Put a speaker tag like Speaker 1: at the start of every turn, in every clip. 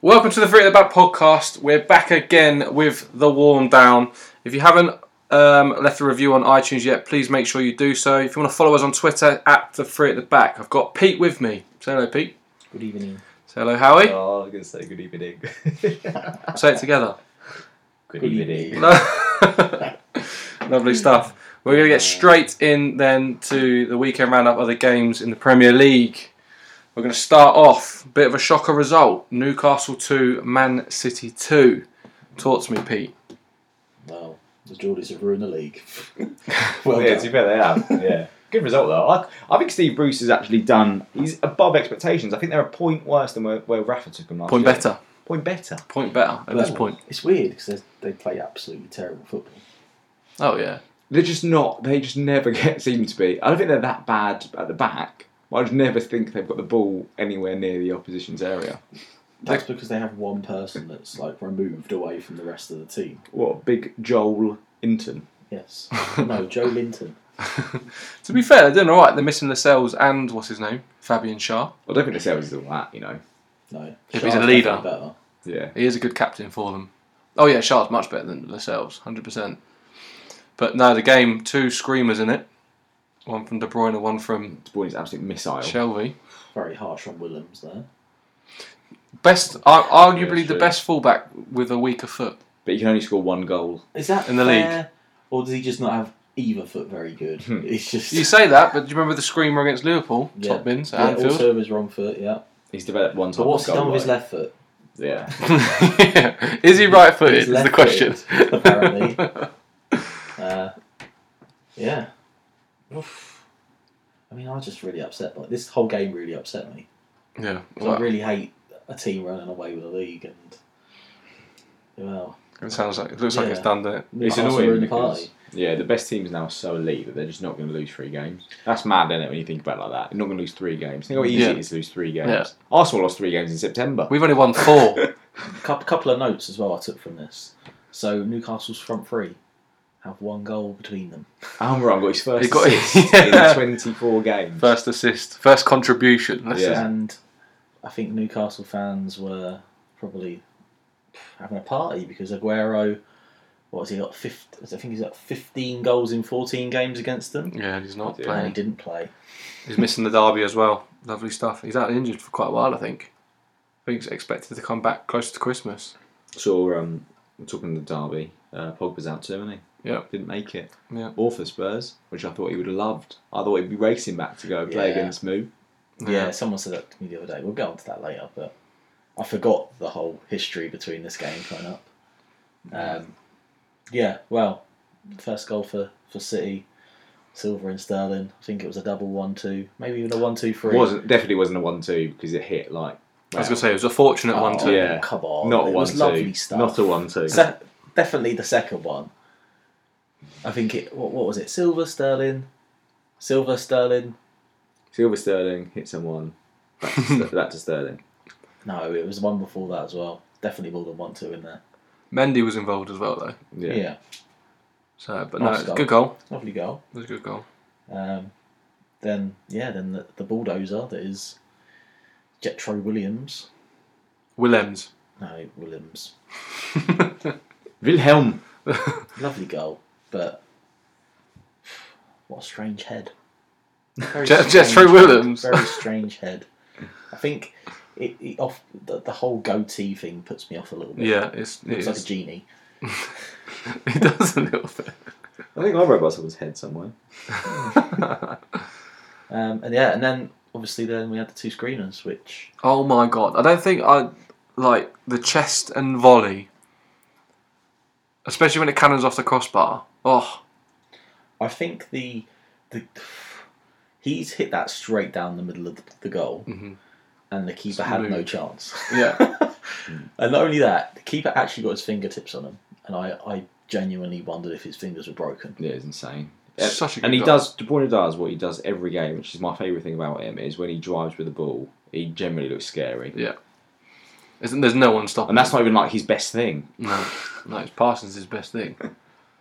Speaker 1: Welcome to the Free at the Back podcast. We're back again with the warm down. If you haven't um, left a review on iTunes yet, please make sure you do so. If you want to follow us on Twitter at the Free at the Back, I've got Pete with me. Say hello, Pete.
Speaker 2: Good evening.
Speaker 1: Say hello, Howie.
Speaker 3: Oh, I was gonna say good evening.
Speaker 1: Say it together.
Speaker 3: good,
Speaker 2: evening.
Speaker 1: No. Lovely stuff. We're going to get straight in then to the weekend roundup of the games in the Premier League. We're going to start off bit of a shocker result: Newcastle two, Man City two. Talk to me, Pete.
Speaker 2: Well, the Geordies have ruined the league.
Speaker 3: Well,
Speaker 2: well
Speaker 3: yeah, to be
Speaker 2: done.
Speaker 3: fair, they have. Yeah, good result though. I, I think Steve Bruce has actually done. He's above expectations. I think they're a point worse than where, where Rafa took him last.
Speaker 1: Point
Speaker 3: year.
Speaker 1: better.
Speaker 3: Point better.
Speaker 1: Point better at this
Speaker 2: Well,
Speaker 1: point.
Speaker 2: It's weird because they play absolutely terrible football.
Speaker 1: Oh yeah.
Speaker 3: They're just not. They just never get seem to be. I don't think they're that bad at the back. But I just never think they've got the ball anywhere near the opposition's area.
Speaker 2: That's because they have one person that's like removed away from the rest of the team.
Speaker 3: What a big Joel Inton.
Speaker 2: Yes. no, Joe Linton.
Speaker 1: To be fair, they're doing all right. They're missing Lascelles and what's his name, Fabian Shah.
Speaker 3: I don't think the sales is all that, you know.
Speaker 2: No.
Speaker 1: If he's a
Speaker 2: Shah's definitely
Speaker 1: leader.
Speaker 2: Better.
Speaker 3: Yeah.
Speaker 1: He is a good captain for them. Oh yeah, Shah's much better than Lascelles, hundred percent. But no, the game two screamers in it. One from De Bruyne, one from
Speaker 3: De Bruyne's an absolute
Speaker 2: Oh.
Speaker 3: missile.
Speaker 1: Shelby.
Speaker 2: Very harsh on Willems there.
Speaker 1: Best, ar- arguably
Speaker 3: it's
Speaker 1: the
Speaker 3: true.
Speaker 1: best fullback with a weaker foot.
Speaker 3: But you can only score one goal.
Speaker 2: Is that
Speaker 1: In the
Speaker 2: fair, Or does he just not have either foot very good?
Speaker 1: Hmm.
Speaker 2: It's just.
Speaker 1: You say that, but do you remember the screamer against Liverpool?
Speaker 2: Yeah.
Speaker 1: Top bins at
Speaker 2: yeah,
Speaker 1: Anfield.
Speaker 2: also with his wrong foot, yeah.
Speaker 3: He's developed one type
Speaker 2: But what's
Speaker 3: of
Speaker 2: he
Speaker 3: goal
Speaker 2: done with his
Speaker 3: line.
Speaker 2: left foot?
Speaker 3: Yeah.
Speaker 1: Yeah. Is he right footed? Is the question.
Speaker 2: left-footed, apparently. Uh, yeah. Oof. I mean, I was just really upset. Like this whole game really upset me.
Speaker 1: yeah.
Speaker 2: 'Cause I
Speaker 1: Well,
Speaker 2: really hate a team running away with the league, and well,
Speaker 1: it sounds like it looks like it's
Speaker 2: Yeah.
Speaker 1: done, doesn't it?
Speaker 3: It's
Speaker 2: Arsenal
Speaker 3: annoying
Speaker 2: ruined the
Speaker 3: because
Speaker 2: party.
Speaker 3: yeah, the best team's now so elite that they're just not going to lose three games. That's mad, isn't it? When you think about it like that, you're not going to lose three games. Think how easy
Speaker 1: Yeah.
Speaker 3: it is to lose three games.
Speaker 1: Yeah.
Speaker 3: Arsenal lost three games in September.
Speaker 1: We've only won four.
Speaker 2: Coup- couple of notes as well I took from this. So Newcastle's front three have one goal between them.
Speaker 3: Almiron got his first
Speaker 1: He got-
Speaker 3: assist
Speaker 1: Yeah.
Speaker 3: in 24 games.
Speaker 1: first assist, first contribution. Let's
Speaker 3: Yeah.
Speaker 1: just-
Speaker 2: And I think Newcastle fans were probably having a party because Aguero, what has he got? Fifth, I think he's got 15 goals in 14 games against them.
Speaker 1: yeah, he's not
Speaker 3: Yeah.
Speaker 2: And he
Speaker 1: playing.
Speaker 2: didn't play.
Speaker 1: He's missing the derby as well. Lovely stuff. He's out injured for quite a while, I think. I think he's expected to come back closer to Christmas.
Speaker 3: Saw um, talking to Derby, uh, Pogba's out too, isn't he?
Speaker 1: Yeah.
Speaker 3: Didn't make it.
Speaker 1: Yeah.
Speaker 3: Or for Spurs, which I thought he would have loved. I thought he'd be racing back to go and play
Speaker 2: Yeah.
Speaker 3: against Moo.
Speaker 2: Yeah. someone said that to me the other day. We'll go on to that later, but I forgot the whole history between this game coming up. Um, yeah, well, first goal for, for City, Silver and Sterling. I think it was a double 1 2, maybe even a 1 2 3.
Speaker 3: Wasn't definitely wasn't a one-two because it hit like.
Speaker 1: I was gonna say it was a fortunate
Speaker 2: Oh,
Speaker 1: one too.
Speaker 3: yeah.
Speaker 2: Come on.
Speaker 3: not a
Speaker 2: it was
Speaker 3: one-two,
Speaker 2: lovely stuff.
Speaker 3: not a one-two.
Speaker 2: Se- definitely the second one. I think it. What, what was it? Silver Sterling, Silver Sterling.
Speaker 3: Silver Sterling hit someone. Back to, Ster- that to Sterling.
Speaker 2: No, it was one before that as well. Definitely more than one two in there.
Speaker 1: Mendy was involved as well though.
Speaker 3: Yeah.
Speaker 2: Yeah,
Speaker 1: So, but
Speaker 2: Nice
Speaker 1: no, it's a
Speaker 2: goal.
Speaker 1: good goal.
Speaker 2: lovely goal.
Speaker 1: It was a good goal.
Speaker 2: Um, then yeah, then the, the bulldozer that is Jetro Williams.
Speaker 1: Willems.
Speaker 2: No, Williams.
Speaker 3: Wilhelm.
Speaker 2: Lovely goal, but what a strange head.
Speaker 1: Jet-
Speaker 2: strange
Speaker 1: Jethro
Speaker 2: head,
Speaker 1: Williams.
Speaker 2: Very strange head. I think it, it off the, the whole goatee thing puts me off a little bit.
Speaker 1: Yeah, it's it
Speaker 2: Looks like a
Speaker 1: is.
Speaker 2: genie.
Speaker 1: It does a little bit.
Speaker 3: I think I wrote about someone's head somewhere.
Speaker 2: Um, and yeah, and then obviously then we had the two screeners, which
Speaker 1: Oh my god! I don't think I like the chest and volley, especially when it cannons off the crossbar. Oh,
Speaker 2: I think the the he's hit that straight down the middle of the, the goal,
Speaker 1: Mhm.
Speaker 2: and the keeper had no
Speaker 1: Smooth.
Speaker 2: chance.
Speaker 1: yeah.
Speaker 2: And not only that, the keeper actually got his fingertips on him, and I, I genuinely wondered if his fingers were broken.
Speaker 3: Yeah, it's insane.
Speaker 1: It's such a
Speaker 3: and
Speaker 1: good
Speaker 3: he
Speaker 1: goal.
Speaker 3: does. De Bruyne does what he does every game, which is my favourite thing about him. Is when he drives with the ball, he generally looks scary,
Speaker 1: Isn't there's no one stopping?
Speaker 3: and that's not even like his best thing.
Speaker 1: him. no, no. It's Parsons' his best thing.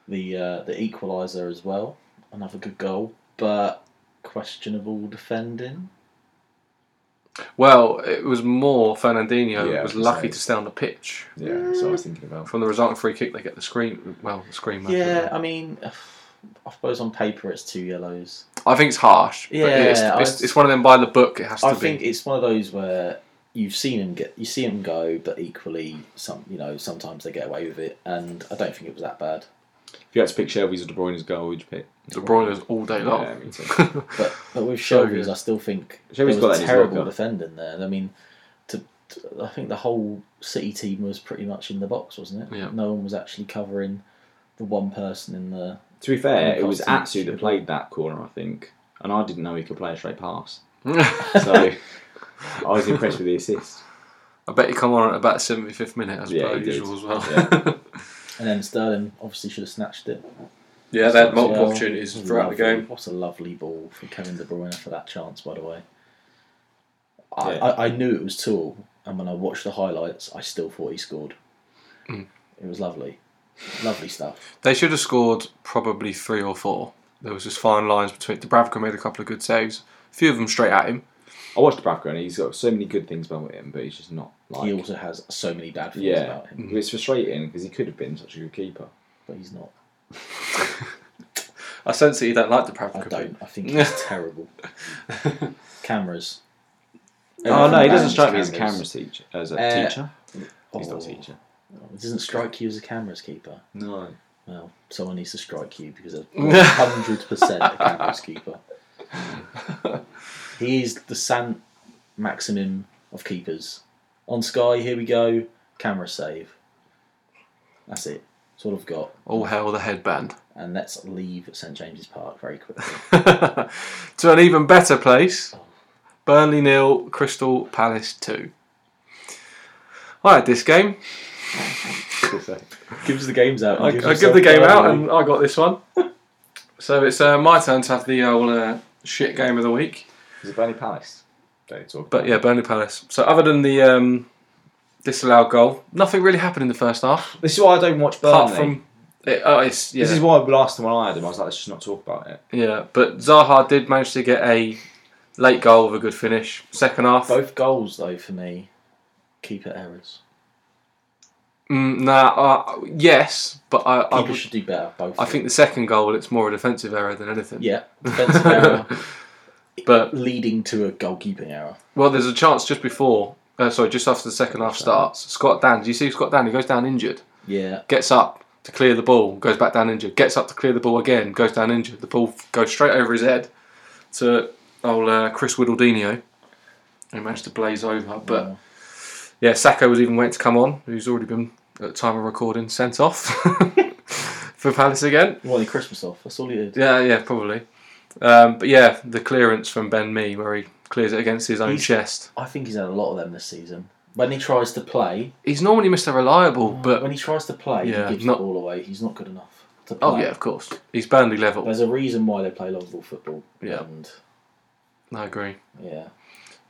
Speaker 2: The uh, the equaliser as well, another good goal, but questionable defending.
Speaker 1: Well, it was more Fernandinho
Speaker 3: Yeah, I
Speaker 1: was
Speaker 3: was
Speaker 1: lucky
Speaker 3: saying.
Speaker 1: to stay on the pitch.
Speaker 3: Yeah, that's what I was thinking about.
Speaker 1: From the resulting free kick, they get the screen. Well, the screen. man.
Speaker 2: Yeah, I mean, I suppose on paper it's two yellows.
Speaker 1: I think it's harsh. but
Speaker 2: Yeah,
Speaker 1: it's,
Speaker 2: I
Speaker 1: it's,
Speaker 2: was-
Speaker 1: it's one of them by the book. It has
Speaker 2: I
Speaker 1: to
Speaker 2: think
Speaker 1: be.
Speaker 2: it's one of those where you've seen him get, you see him go, but equally, some you know, sometimes they get away with it, and I don't think it was that bad.
Speaker 3: If you had to pick Shelby's or De Bruyne's goal, would you pick?
Speaker 1: The broilers all day long.
Speaker 3: Yeah, me too.
Speaker 2: But but with
Speaker 1: So
Speaker 2: Shelby's,
Speaker 1: good.
Speaker 2: I still think
Speaker 3: Shelby's
Speaker 2: there
Speaker 3: got
Speaker 2: was a
Speaker 3: that in his
Speaker 2: terrible
Speaker 3: locker.
Speaker 2: defender in there. I mean, to, to- I think the whole City team was pretty much in the box, wasn't it?
Speaker 1: Yeah.
Speaker 2: No one was actually covering the one person in the.
Speaker 3: to be fair,
Speaker 2: Yeah,
Speaker 3: it was
Speaker 2: Constance
Speaker 3: Atsu that
Speaker 2: should-
Speaker 3: played that corner, I think, and I didn't know he could play a straight pass.
Speaker 1: I
Speaker 3: So I was impressed with the assist.
Speaker 1: bet you come on at about seventy fifth minute as
Speaker 3: Yeah,
Speaker 1: per
Speaker 3: he did.
Speaker 1: usual as well.
Speaker 3: Yeah.
Speaker 2: And then Sterling obviously should have snatched it.
Speaker 1: Yeah, they
Speaker 3: they
Speaker 1: had
Speaker 3: had
Speaker 1: multiple
Speaker 2: Well,
Speaker 1: opportunities
Speaker 2: what a
Speaker 1: throughout the
Speaker 2: lovely-
Speaker 1: game.
Speaker 2: What a lovely ball from Kevin De Bruyne for that chance, by the way. I,
Speaker 3: Yeah.
Speaker 2: I, I knew it was tall, and when I watched the highlights, I still thought he scored. It was lovely. Lovely stuff.
Speaker 1: They should have scored probably three or four. There was just fine lines between. Dubravka made a couple of good saves. A few of them straight at him.
Speaker 3: I watched Bravka and he's got so many good things about him, but he's just not like.
Speaker 2: he also has so many bad things
Speaker 3: yeah,
Speaker 2: about him,
Speaker 3: it's frustrating because he could have been such a good keeper.
Speaker 2: but he's not.
Speaker 1: I sense that you don't like
Speaker 2: I
Speaker 1: Dubravka.
Speaker 2: don't. I think he's terrible. Cameras.
Speaker 3: Oh no,
Speaker 2: Everything
Speaker 3: he doesn't
Speaker 2: bans
Speaker 3: strike me as a camera
Speaker 2: cameras.
Speaker 3: teacher. As a
Speaker 2: Uh,
Speaker 3: teacher, he's not a
Speaker 2: Oh,
Speaker 3: teacher.
Speaker 2: It doesn't strike you as a cameras keeper.
Speaker 3: No,
Speaker 2: Well, someone needs to strike you because there's 100% a cameras keeper. He is the Sant maximum of keepers. On Sky, here we go. Camera save. That's it. That's all I've got.
Speaker 1: All hell the headband.
Speaker 2: And let's leave St James's Park very quickly.
Speaker 1: to an even better place. Burnley nil, Crystal Palace two. I had this game.
Speaker 2: Give us the games out.
Speaker 1: I, I give the game out, and I got this one. So it's uh, my turn to have the old uh, shit game of the week.
Speaker 3: Is it Burnley Palace? Don't you talk.
Speaker 1: But yeah, Burnley Palace. So other than the um, disallowed goal, nothing really happened in the first half.
Speaker 3: this is why I don't watch
Speaker 1: Apart
Speaker 3: Burnley.
Speaker 1: from it, oh, it's, yeah,
Speaker 3: This is why last time when I had him, I was like, let's just not talk about it.
Speaker 1: yeah. But Zaha did manage to get a late goal with a good finish. Second half,
Speaker 2: Both goals, though, for me, keeper errors.
Speaker 1: mm, nah, uh, yes, but I, I,
Speaker 2: Keeper
Speaker 1: would-
Speaker 2: should do better. Both.
Speaker 1: I think the second goal it's more a defensive error than anything.
Speaker 2: Yeah, defensive error
Speaker 1: But
Speaker 2: leading to a goalkeeping error.
Speaker 1: well, there's a chance just before. Uh, sorry, just after the second half starts, Scott Dan. Do you see Scott Dan? He goes down injured.
Speaker 2: Yeah,
Speaker 1: gets up to clear the ball, goes back down injured, gets up to clear the ball again, goes down injured. The ball f- goes straight over his head to old uh, Chris Widdledinho, who managed to blaze over. But
Speaker 2: Wow.
Speaker 1: yeah, Sacco was even waiting to come on, who's already been, at the time of recording, sent off for Palace again.
Speaker 2: he wanted Christmas off. That's all he did.
Speaker 1: Yeah, yeah, probably. Um, but yeah, the clearance from Ben Mee, where he clears it against his own
Speaker 2: He's-
Speaker 1: chest.
Speaker 2: I think he's had a lot of them this season. When he tries to play,
Speaker 1: He's normally Mr. Reliable, but
Speaker 2: Oh, when he tries to play,
Speaker 1: Yeah,
Speaker 2: he gives
Speaker 1: not-
Speaker 2: the ball away. He's not good enough to play.
Speaker 1: oh yeah, of course, he's Burnley level.
Speaker 2: There's a reason why they play long ball football.
Speaker 1: Yeah.
Speaker 2: And
Speaker 1: I agree.
Speaker 2: yeah,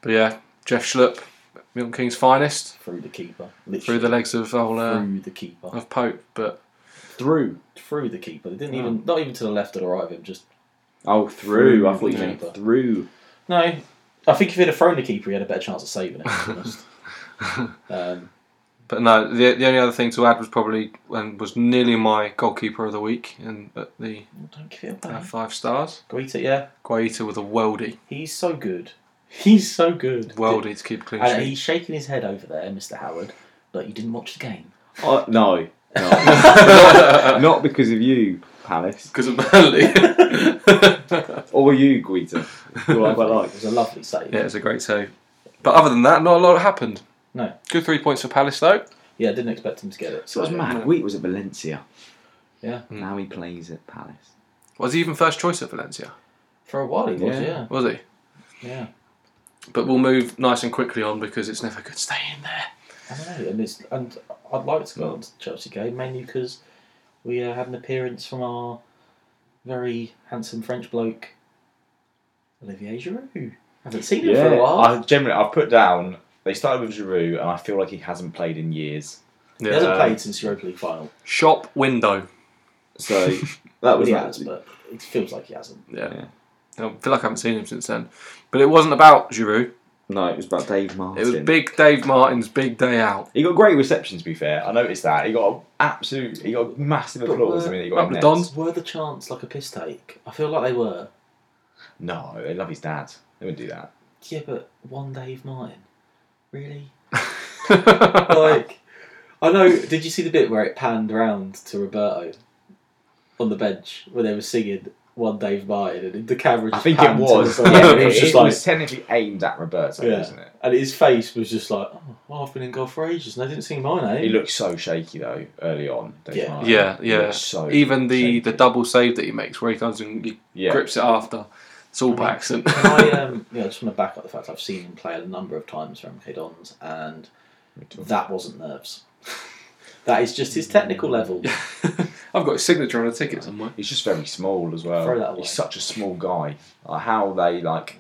Speaker 1: But yeah, Jeff Schlupp, Milton King's finest.
Speaker 2: through the keeper.
Speaker 1: through
Speaker 2: Literally
Speaker 1: the legs of old, uh,
Speaker 2: through the keeper.
Speaker 1: of Pope, but
Speaker 3: Through.
Speaker 2: Through the keeper. They didn't
Speaker 1: Wow.
Speaker 2: even not even to the left or the right of him, just
Speaker 3: Oh, through. I thought you
Speaker 2: Yeah.
Speaker 3: meant through.
Speaker 2: No, I think if he'd have thrown the keeper, he had a better chance of saving it. To be honest. um,
Speaker 1: but no. The, the only other thing to add was probably and was nearly my goalkeeper of the week and at the
Speaker 2: don't give it
Speaker 1: uh,
Speaker 2: away.
Speaker 1: five stars.
Speaker 2: Guita, yeah,
Speaker 1: Guaita with a weldy,
Speaker 2: he's so good. He's so good.
Speaker 1: weldy to keep a clean
Speaker 2: And
Speaker 1: sheet.
Speaker 2: he's shaking his head over there, Mr. Howard. But you didn't watch the game.
Speaker 3: Oh, no. No. not because of you, Palace.
Speaker 1: Because of Burnley.
Speaker 3: Or you, Guita. Who I quite like.
Speaker 2: It was a lovely save.
Speaker 1: yeah, it's a great save. But other than that, not a lot happened.
Speaker 2: No.
Speaker 1: Good three points for Palace though.
Speaker 2: Yeah, I didn't expect him to get it.
Speaker 3: So it was mad. Guita was at Valencia.
Speaker 2: Yeah.
Speaker 1: Hmm.
Speaker 3: Now he plays at Palace.
Speaker 1: Was he even first choice at Valencia?
Speaker 2: For a while, he was. Yeah,
Speaker 3: Yeah.
Speaker 1: Was he?
Speaker 2: yeah.
Speaker 1: But we'll move nice and quickly on because it's never good staying there.
Speaker 2: I don't know, and it's and I'd like to go on to the Chelsea game mainly because we uh, had an appearance from our very handsome French bloke, Olivier Giroud. Haven't seen him for a while.
Speaker 3: I generally I've put down. They started with Giroud, and I feel like he hasn't played in years.
Speaker 2: He hasn't
Speaker 1: uh,
Speaker 3: Yeah.
Speaker 2: played since Europa League final.
Speaker 1: Shop window.
Speaker 3: So that was
Speaker 2: he
Speaker 3: that.
Speaker 2: has, but it feels like he hasn't.
Speaker 1: Yeah.
Speaker 3: Yeah.
Speaker 1: I feel like I haven't seen him since then. But it wasn't about Giroud.
Speaker 3: No, it was about Dave Martin.
Speaker 1: It was big Dave Martin's big day out.
Speaker 3: He got great reception. To be fair, I noticed that he got absolute. He got massive applause. I mean, he got
Speaker 1: Up the
Speaker 3: in
Speaker 1: Don.
Speaker 3: nets.
Speaker 2: Were the chants like a piss take? I feel like they were.
Speaker 3: No, they love his dad. They wouldn't do that.
Speaker 2: Yeah, but one Dave Martin. Really?
Speaker 1: like,
Speaker 2: like, I know. Did you see the bit where it panned round to Roberto on the bench where they were singing "One Dave Martin" and the camera?
Speaker 3: I
Speaker 2: Just
Speaker 3: think it
Speaker 2: panned to
Speaker 3: was.
Speaker 2: the
Speaker 1: side.
Speaker 3: yeah,
Speaker 2: side.
Speaker 3: it was just
Speaker 2: like,
Speaker 3: like technically aimed at Roberto,
Speaker 2: Yeah.
Speaker 3: wasn't it?
Speaker 2: and his face was just like, "Oh, well, I've been in golf for ages, and they didn't sing eh?" my name."
Speaker 3: He looked so shaky though early on. Dave
Speaker 2: Yeah.
Speaker 3: Martin.
Speaker 1: yeah,
Speaker 3: He
Speaker 1: yeah.
Speaker 3: looked so
Speaker 1: Even the,
Speaker 3: shaky.
Speaker 1: the double save that he makes, where he comes and he
Speaker 3: yeah.
Speaker 1: grips it after, it's all by accident.
Speaker 2: Can I, um, yeah, I just want to back up the fact I've seen him play a number of times for MK Dons, and that wasn't nerves. that is just his technical level.
Speaker 1: I've got his signature on a ticket somewhere.
Speaker 3: He's just very small as well.
Speaker 2: Throw that away.
Speaker 3: He's such a small guy. Like how they like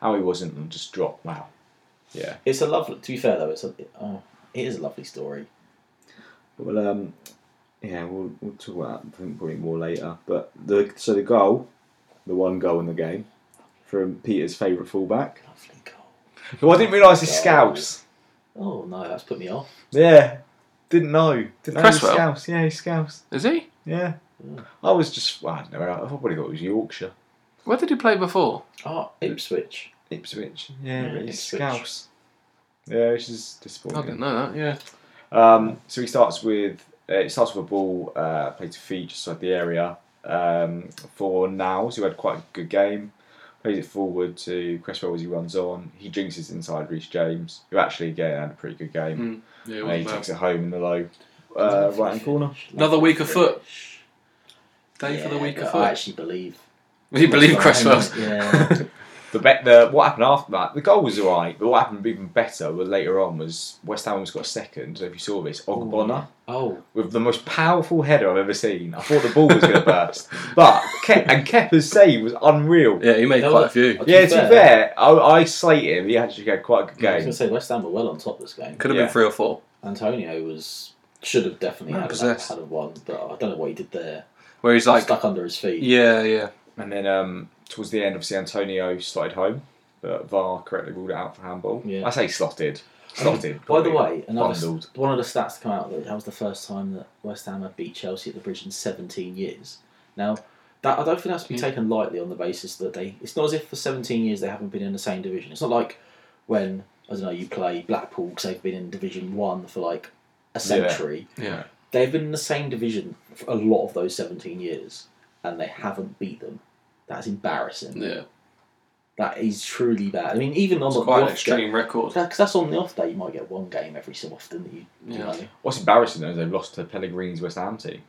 Speaker 3: how he wasn't just dropped. Wow. Yeah.
Speaker 2: It's a lovely. To be fair though, it's a. Oh, it is a lovely story.
Speaker 3: Well, um, yeah, we'll we'll talk about that, I think probably more later. But the so the goal, the one goal in the game, from Peter's favourite fullback.
Speaker 2: Lovely goal.
Speaker 3: Who I didn't realise is
Speaker 2: Goal.
Speaker 3: Scouse.
Speaker 2: Oh no, that's put me off.
Speaker 3: Yeah. Didn't know. Didn't know he was
Speaker 1: Cresswell?
Speaker 3: Scouse. Yeah, he's Scouse.
Speaker 1: Is he?
Speaker 3: Yeah.
Speaker 2: Yeah.
Speaker 3: I was just well, I don't know. I probably thought it was Yorkshire.
Speaker 1: Where did he play before?
Speaker 2: Oh, Ipswich.
Speaker 3: Ipswich. Yeah,
Speaker 2: Yeah,
Speaker 3: but it's
Speaker 2: Ipswich.
Speaker 3: Scouse. Yeah, which is
Speaker 1: I didn't
Speaker 3: disappointing.
Speaker 1: know that. Yeah.
Speaker 3: Um, so he starts with uh, it starts with a ball uh, played to feet just outside the area um, for Nows, who had quite a good game. Plays it forward to Cresswell as he runs on. He jinxes inside Reece James, who actually again had a pretty good game.
Speaker 1: Yeah.
Speaker 3: Uh, he
Speaker 1: wasn't bad.
Speaker 3: takes it home in the low uh, right hand corner.
Speaker 1: Another week of foot.
Speaker 2: Finish.
Speaker 1: Day for the
Speaker 2: Yeah,
Speaker 1: week
Speaker 2: but
Speaker 1: of
Speaker 2: I
Speaker 1: foot.
Speaker 2: actually believe.
Speaker 1: We believe Cresswell's.
Speaker 2: Cresswell's. Yeah.
Speaker 3: The, bet the what happened after that? The goal was alright, but what happened even better was later on was West Ham almost got a second. If you saw this, Ogbonna.
Speaker 2: Oh,
Speaker 3: with the most powerful header I've ever seen. I thought the ball was going to burst, but Ke- and Kepa's save was unreal.
Speaker 1: Yeah, he made
Speaker 2: That
Speaker 1: quite
Speaker 2: was-
Speaker 1: a few.
Speaker 2: to
Speaker 3: yeah,
Speaker 2: be
Speaker 3: to be
Speaker 2: fair-
Speaker 3: fair, I, I slate him. He actually had quite
Speaker 2: I
Speaker 3: a good
Speaker 2: was going to
Speaker 3: game.
Speaker 2: say West Ham were well on top this game.
Speaker 1: Could have
Speaker 3: yeah.
Speaker 1: been three or four.
Speaker 2: Antonio was should have definitely
Speaker 1: Man
Speaker 2: had, had,
Speaker 1: possessed.
Speaker 2: had one, but I don't know what he did there.
Speaker 1: Where he's like,
Speaker 2: stuck under his feet.
Speaker 1: yeah, yeah.
Speaker 3: And then um, towards the end, obviously Antonio slotted home, but VAR correctly ruled it out for handball.
Speaker 2: Yeah.
Speaker 3: I say slotted, slotted.
Speaker 2: By the
Speaker 3: probably.
Speaker 2: way, another
Speaker 3: Bundled.
Speaker 2: one of the stats to come out that that was the first time that West Ham had beat Chelsea at the Bridge in 17 years. Now, that I don't think that's to be
Speaker 1: Mm.
Speaker 2: taken lightly on the basis that they. It's not as if for 17 years they haven't been in the same division. It's not like when I don't know you play Blackpool because they've been in Division One for like a century.
Speaker 1: Yeah.
Speaker 2: They've been in the same division for a lot of those 17 years, and they haven't beat them. That's embarrassing.
Speaker 1: Yeah.
Speaker 2: That is truly bad. I mean, even on
Speaker 1: It's
Speaker 2: the
Speaker 1: quite an
Speaker 2: off day-
Speaker 1: extreme record.
Speaker 2: that, 'cause that's on the off day. You might get one game every so often that you,
Speaker 1: Yeah.
Speaker 2: you know.
Speaker 3: What's embarrassing though is they've lost to Pellegrini's West Ham team,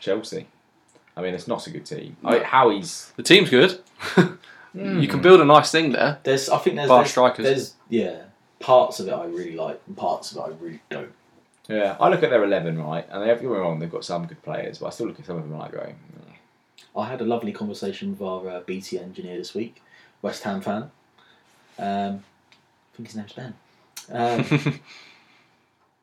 Speaker 3: Chelsea. I mean, it's not a good team. I mean, how he's
Speaker 1: The team's good. You can build a nice thing there.
Speaker 2: There's, I think there's,
Speaker 1: Bar
Speaker 2: there's,
Speaker 1: strikers.
Speaker 2: there's- yeah, parts of it I really like and parts of it I really don't.
Speaker 3: Yeah, I look at their eleven right, and they have you're wrong. They've got some good players, but I still look at some of them like going. "Mm."
Speaker 2: I had a lovely conversation with our uh, BT engineer this week, West Ham fan. Um, I think his name's Ben. Um,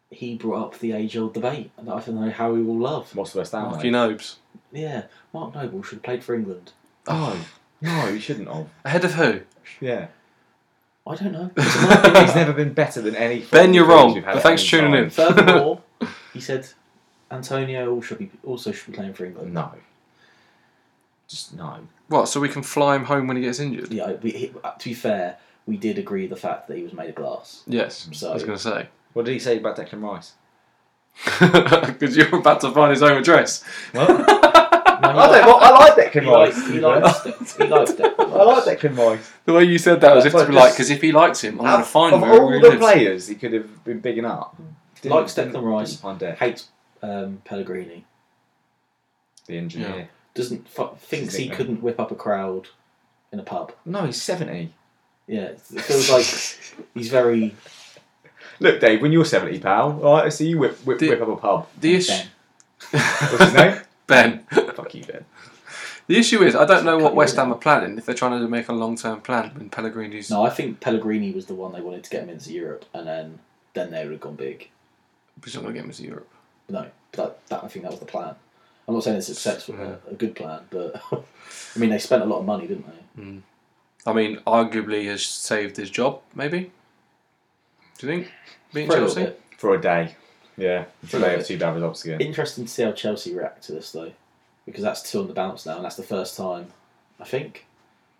Speaker 2: he brought up the age-old debate that I don't know how we will love.
Speaker 3: What's the West Ham?
Speaker 1: Lucky
Speaker 3: mate?
Speaker 1: Nobes.
Speaker 2: Yeah, Mark Noble should have played for England.
Speaker 3: Oh no, you shouldn't have.
Speaker 1: Ahead of who?
Speaker 3: Yeah,
Speaker 2: I don't know.
Speaker 3: he's never been better than any.
Speaker 1: Ben, you're
Speaker 3: football
Speaker 1: wrong,
Speaker 3: we've had
Speaker 1: but
Speaker 3: at
Speaker 1: thanks
Speaker 3: any
Speaker 1: for tuning
Speaker 3: time.
Speaker 1: in.
Speaker 2: Furthermore, he said Antonio should be also should be playing for England.
Speaker 3: No, just no.
Speaker 1: What? So we can fly him home when he gets injured?
Speaker 2: Yeah, we, he, uh, to be fair, we did agree the fact that he was made of glass.
Speaker 1: Yes. I was going to say.
Speaker 3: What did he say about Declan Rice?
Speaker 1: Because you're about to find his home address.
Speaker 3: Well,
Speaker 2: No, he
Speaker 3: I
Speaker 2: liked-
Speaker 3: don't. Well, I like Declan
Speaker 2: He likes.
Speaker 3: Rice.
Speaker 2: He likes. Declan- He likes.
Speaker 3: I like Declan Rice.
Speaker 1: The way you said that was if
Speaker 3: Well,
Speaker 1: to be
Speaker 3: just-
Speaker 1: like, because if he likes him, I'm going to
Speaker 3: Of-
Speaker 1: find
Speaker 3: of
Speaker 1: him. wherever
Speaker 3: all
Speaker 1: he
Speaker 3: the
Speaker 1: lives.
Speaker 3: players, he could have been bigging up. Didn't-
Speaker 2: Likes Declan
Speaker 3: didn't-
Speaker 2: Rice.
Speaker 3: didn't find Dec-
Speaker 2: Hates um, Pellegrini.
Speaker 3: the engineer.
Speaker 2: Doesn't f- thinks he
Speaker 1: eh?
Speaker 3: nickname.
Speaker 2: couldn't whip up a crowd in a pub.
Speaker 3: No, he's seventy.
Speaker 2: Yeah, it feels like he's very.
Speaker 3: Look, Dave, when you're 70, pal, all right, I see you whip, whip,
Speaker 1: Do-
Speaker 3: whip up a pub.
Speaker 1: The issue.
Speaker 2: Ben.
Speaker 3: What's his name?
Speaker 1: Ben.
Speaker 3: Fuck you, Ben.
Speaker 1: The issue is, I don't know
Speaker 2: Cut
Speaker 1: what
Speaker 2: you
Speaker 1: West
Speaker 2: in.
Speaker 1: Ham are planning if they're trying to make a long term plan when Pellegrini's.
Speaker 2: No, I think Pellegrini was the one they wanted to get him into Europe, and then then they would have gone big.
Speaker 1: He's not going to get him to Europe.
Speaker 2: No, that, that I think that was the plan. I'm not saying it's successful, a, a good plan, but I mean they spent a lot of money, didn't they?
Speaker 1: I mean, arguably has saved his job. Maybe. Do you think? Being
Speaker 2: For a little
Speaker 1: Chelsea.
Speaker 2: bit.
Speaker 3: for a day. Yeah, for a day
Speaker 2: Yeah.
Speaker 3: of two bad results again.
Speaker 2: Interesting to see how Chelsea react to this though, because that's two on the bounce now, and that's the first time, I think.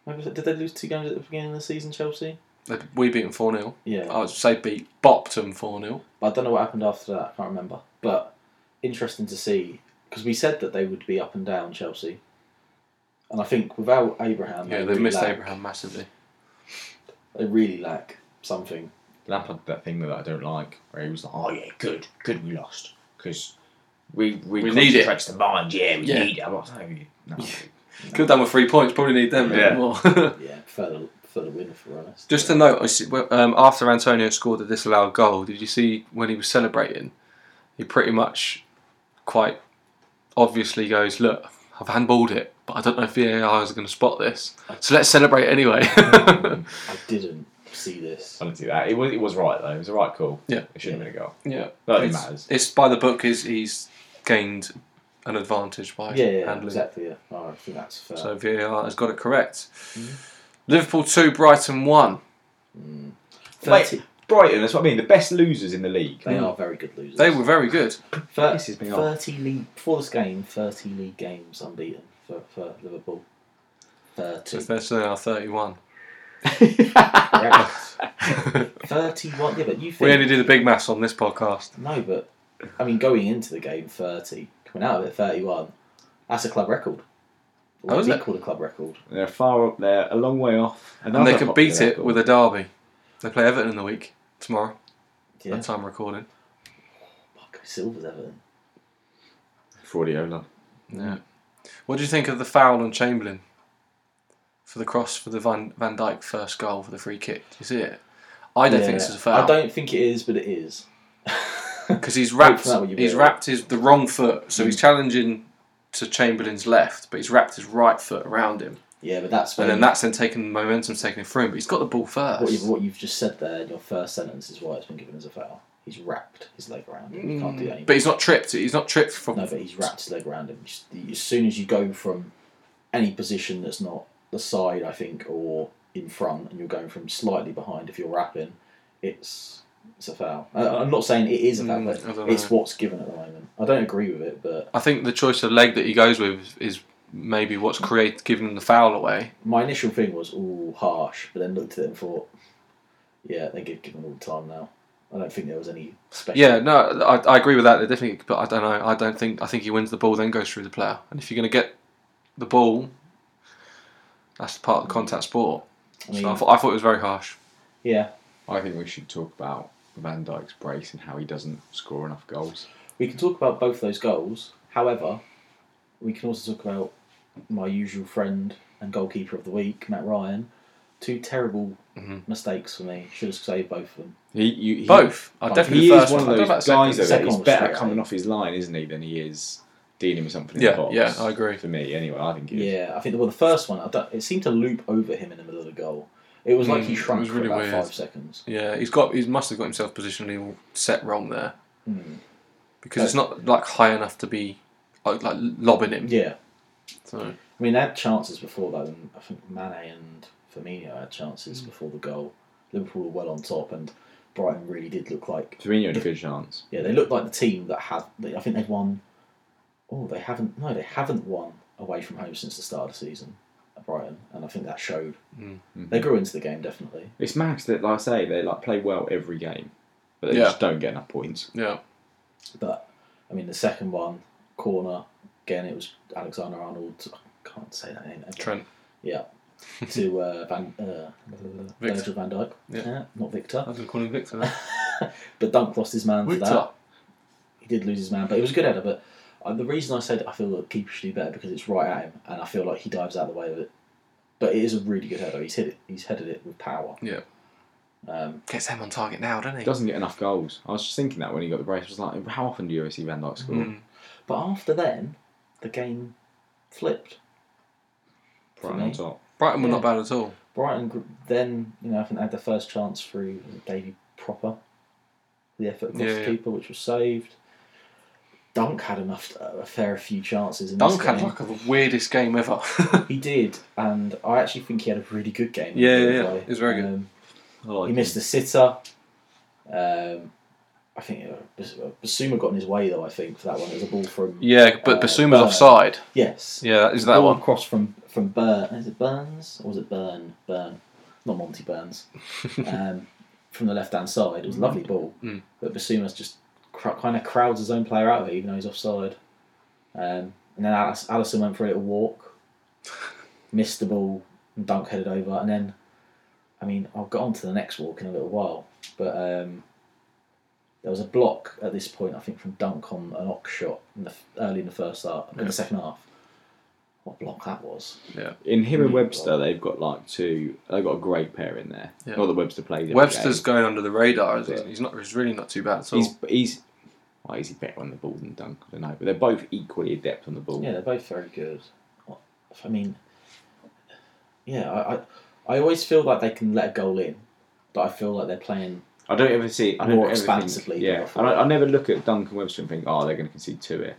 Speaker 2: Maybe was it- did they lose two games at the beginning of the season, Chelsea?
Speaker 1: They- We beat them four 0
Speaker 2: Yeah,
Speaker 1: I would say beat bopped them four 0
Speaker 2: but I don't know what happened after that. I can't remember. But interesting to see because we said that they would be up and down Chelsea, and I think without Abraham,
Speaker 1: Yeah,
Speaker 2: they
Speaker 1: they've
Speaker 2: really
Speaker 1: missed
Speaker 2: lack-
Speaker 1: Abraham massively.
Speaker 2: They really lack something.
Speaker 3: Lampard did that thing that I don't like, where he was like, "Oh yeah, good, good, we lost because we we,
Speaker 1: We need it.
Speaker 3: concentrates the mind. Yeah, we
Speaker 1: Yeah.
Speaker 3: need it." I'm like, "No, you- no."
Speaker 1: Could have done with three points. Probably need them a bit
Speaker 3: Yeah.
Speaker 1: more.
Speaker 2: Yeah, further further win if we're honest.
Speaker 1: Just to note, I see- well, um, after Antonio scored the disallowed goal, did you see when he was celebrating? He pretty much quite obviously goes, Look, I've handballed it, but I don't know if VAR is going to spot this. So let's celebrate anyway.
Speaker 2: I didn't see this.
Speaker 3: I didn't see that. It was it was right though. It was a right call.
Speaker 1: Yeah.
Speaker 3: it shouldn't have been a goal.
Speaker 1: yeah.
Speaker 3: Not that it
Speaker 1: it's,
Speaker 3: matters.
Speaker 1: it's by the book, is he's gained an advantage by
Speaker 2: Yeah, yeah,
Speaker 1: handling it.
Speaker 2: exactly. Yeah, Oh, I think that's fair.
Speaker 1: So VAR has got it correct.
Speaker 2: Mm-hmm.
Speaker 1: Liverpool 2, Brighton 1.
Speaker 3: Wait,
Speaker 2: 30
Speaker 3: Brighton. That's what I mean. The best losers in the league.
Speaker 2: They are very good losers.
Speaker 1: hmm. They were very good.
Speaker 2: Thir-
Speaker 3: This is being odd.
Speaker 2: 30 league, before this game, 30 league games unbeaten for, for Liverpool. 30.
Speaker 1: So they're still now 31.
Speaker 2: Yeah. 31. Yeah, but you think.
Speaker 1: We only do the big maths on this podcast.
Speaker 2: No, but I mean, going into the game, 30. Coming out of it, 31. That's a club record. Or
Speaker 1: Oh, is it?
Speaker 2: equal to club record.
Speaker 3: They're far up there, a long way off,
Speaker 1: And they can beat it with a derby. They play Everton in the week tomorrow.
Speaker 2: Yeah.
Speaker 1: That time recording.
Speaker 2: Marco Silva's Everton.
Speaker 3: Fraudiola.
Speaker 1: Yeah. What do you think of the foul on Chamberlain for the cross for the Van Van Dyke first goal for the free kick? Do you see it? I don't
Speaker 2: Yeah.
Speaker 1: think this is a
Speaker 2: I
Speaker 1: foul
Speaker 2: don't think it is, but it is.
Speaker 1: because he's wrapped.
Speaker 2: Open up with your
Speaker 1: He's
Speaker 2: wheel.
Speaker 1: wrapped his the wrong foot, so
Speaker 2: Mm.
Speaker 1: he's challenging to Chamberlain's left, but he's wrapped his right foot around him,
Speaker 2: Yeah, but that's
Speaker 1: and
Speaker 2: when
Speaker 1: then that's then taking the momentum's taken through him. But he's got the ball first.
Speaker 2: Mm. What you've, what you've just said there in your first sentence is why it's been given as a foul. He's wrapped his leg around him. You can't do that anymore.
Speaker 1: Mm. but he's not tripped. He's not tripped from.
Speaker 2: no, but he's wrapped his leg around him. Just- As soon as you go from any position that's not the side, I think, or in front, and you're going from slightly behind, if you're wrapping, it's it's a foul. I, I'm not saying it is a foul,
Speaker 1: Mm, I
Speaker 2: but
Speaker 1: don't
Speaker 2: it's
Speaker 1: know.
Speaker 2: what's given at the moment. I don't agree with it, but
Speaker 1: I think the choice of leg that he goes with is maybe what's create giving him the foul away.
Speaker 2: my initial thing was all harsh, but then looked at it and thought, yeah, they give given all the time now. I don't think there was any special.
Speaker 1: Yeah, no, I, I agree with that. They're definitely, but I don't know. I don't think I think he wins the ball, then goes through the player. And if you're going to get the ball, that's part of the contact sport.
Speaker 2: I mean,
Speaker 1: so I thought, I thought it was very harsh.
Speaker 2: yeah.
Speaker 3: I think we should talk about Van Dyke's brace and how he doesn't score enough goals.
Speaker 2: We can talk about both those goals. However, we can also talk about my usual friend and goalkeeper of the week, Matt Ryan. Two terrible
Speaker 1: Mhm.
Speaker 2: mistakes for me. Should have saved both of them.
Speaker 3: He, you, he,
Speaker 1: Both. I definitely
Speaker 3: he
Speaker 1: the
Speaker 3: is
Speaker 1: first
Speaker 3: one of
Speaker 1: I don't know
Speaker 3: those
Speaker 1: about
Speaker 3: guys
Speaker 1: the second.
Speaker 3: though, that
Speaker 2: Second
Speaker 3: he's
Speaker 2: one was
Speaker 3: better
Speaker 2: straight
Speaker 3: at coming
Speaker 2: away.
Speaker 3: off his line, isn't he, than he is dealing with something
Speaker 1: Yeah,
Speaker 3: in the box.
Speaker 1: yeah, I agree.
Speaker 3: For me, anyway, I think he is.
Speaker 2: Yeah, I think well, the first one, I don't, it seemed to loop over him in the middle of the goal. It was like
Speaker 1: Mm,
Speaker 2: he
Speaker 1: it
Speaker 2: shrunk
Speaker 1: was
Speaker 2: for
Speaker 1: really
Speaker 2: about
Speaker 1: weird.
Speaker 2: five seconds.
Speaker 1: Yeah, he's got. He must have got himself positionally set wrong there
Speaker 3: Hmm.
Speaker 2: Mm.
Speaker 1: because it's not like high enough to be like, like lobbing him.
Speaker 2: Yeah,
Speaker 1: So
Speaker 2: I mean, they had chances before though, and I think Mane and Firmino had chances
Speaker 1: Mm.
Speaker 2: before the goal. Liverpool were well on top, and Brighton really did look like
Speaker 3: Firmino had a good chance.
Speaker 2: Yeah, they look like the team that had. I think they've won. Oh, they haven't. No, they haven't won away from home since the start of the season at Brighton, and I think that showed.
Speaker 1: Mm.
Speaker 2: They grew into the game definitely.
Speaker 3: It's mad that, like I say, they like play well every game, but they
Speaker 1: Yeah.
Speaker 3: just don't get enough points.
Speaker 1: yeah,
Speaker 2: But I mean, the second one corner again. It was Alexander Arnold. I can't say that name.
Speaker 1: Trent.
Speaker 2: Yeah. to uh, Van uh, Virgil Van Dijk.
Speaker 1: Yeah.
Speaker 2: Not Victor.
Speaker 1: I've been calling Victor. then.
Speaker 2: But Dunk lost his man for that.
Speaker 1: Victor.
Speaker 2: he did lose his man, but it was a good header. But uh, the reason I said I feel that keeper should do better because it's right at him, and I feel like he dives out of the way of it. But it is a really good header. He's hit it. He's headed it with power.
Speaker 1: Yeah.
Speaker 2: Um,
Speaker 1: Gets them on target now, doesn't he?
Speaker 3: Doesn't get enough goals. I was just thinking that when he got the brace, I was like, how often do you ever see Van Dyke score?
Speaker 1: Mm.
Speaker 2: but after then, the game flipped. For
Speaker 3: Brighton on
Speaker 2: me.
Speaker 3: top.
Speaker 1: Brighton were
Speaker 2: Yeah.
Speaker 1: not bad at all.
Speaker 2: Brighton gr- then, you know, I think they had the first chance through Davy Proper, the effort across
Speaker 1: Yeah,
Speaker 2: the
Speaker 1: yeah.
Speaker 2: keeper, which was saved. Dunk had enough, uh, a fair few chances. In
Speaker 1: Dunk
Speaker 2: this
Speaker 1: had
Speaker 2: game.
Speaker 1: like the weirdest game ever.
Speaker 2: He did, and I actually think he had a really good game.
Speaker 1: Yeah, yeah, yeah.
Speaker 2: Play.
Speaker 1: He was very good.
Speaker 2: Um,
Speaker 3: I like
Speaker 2: he
Speaker 3: him.
Speaker 2: missed a sitter. Um, I think uh, Bas- uh, Basuma got in his way though. I think for that one, it was a ball from
Speaker 1: yeah, but
Speaker 2: Uh,
Speaker 1: Basuma's
Speaker 2: Burn.
Speaker 1: offside.
Speaker 2: yes,
Speaker 1: Yeah, that is that
Speaker 2: ball
Speaker 1: one.
Speaker 2: across from from Burn. Is it Burns or was it Burn? Burn, not Monty Burns. um, from the left hand side, it was a lovely ball,
Speaker 1: Mm.
Speaker 2: but Basuma's just cr- kind of crowds his own player out of it, even though he's offside. Um, and then Alice, Allison went for a little walk, missed the ball, and Dunk headed over. And then, I mean, I'll get on to the next walk in a little while, but um, there was a block at this point, I think, from Dunk on an ox shot in the, f- early in the first half, in
Speaker 1: Yeah.
Speaker 2: the second half. What block that was?
Speaker 3: In him
Speaker 2: Mm.
Speaker 3: and Webster, they've got like two. They've got a great pair in there.
Speaker 1: Yeah.
Speaker 3: Not that Webster played. every
Speaker 1: Webster's
Speaker 3: game.
Speaker 1: going under the radar. Isn't
Speaker 3: But-
Speaker 1: he? He's not. He's really not too bad at all.
Speaker 3: He's he's. Why is he better on the ball than Dunk? I don't know, but they're both equally adept on the ball.
Speaker 2: Yeah, they're both very good. I mean, yeah, I, I, I always feel like they can let a goal in, but I feel like they're playing.
Speaker 3: I don't ever see. I don't
Speaker 2: More
Speaker 3: ever
Speaker 2: expansively
Speaker 3: Think,
Speaker 2: than
Speaker 3: yeah,
Speaker 2: I
Speaker 3: and I, I never look at Dunk and Webster and think, oh, they're going to concede two here.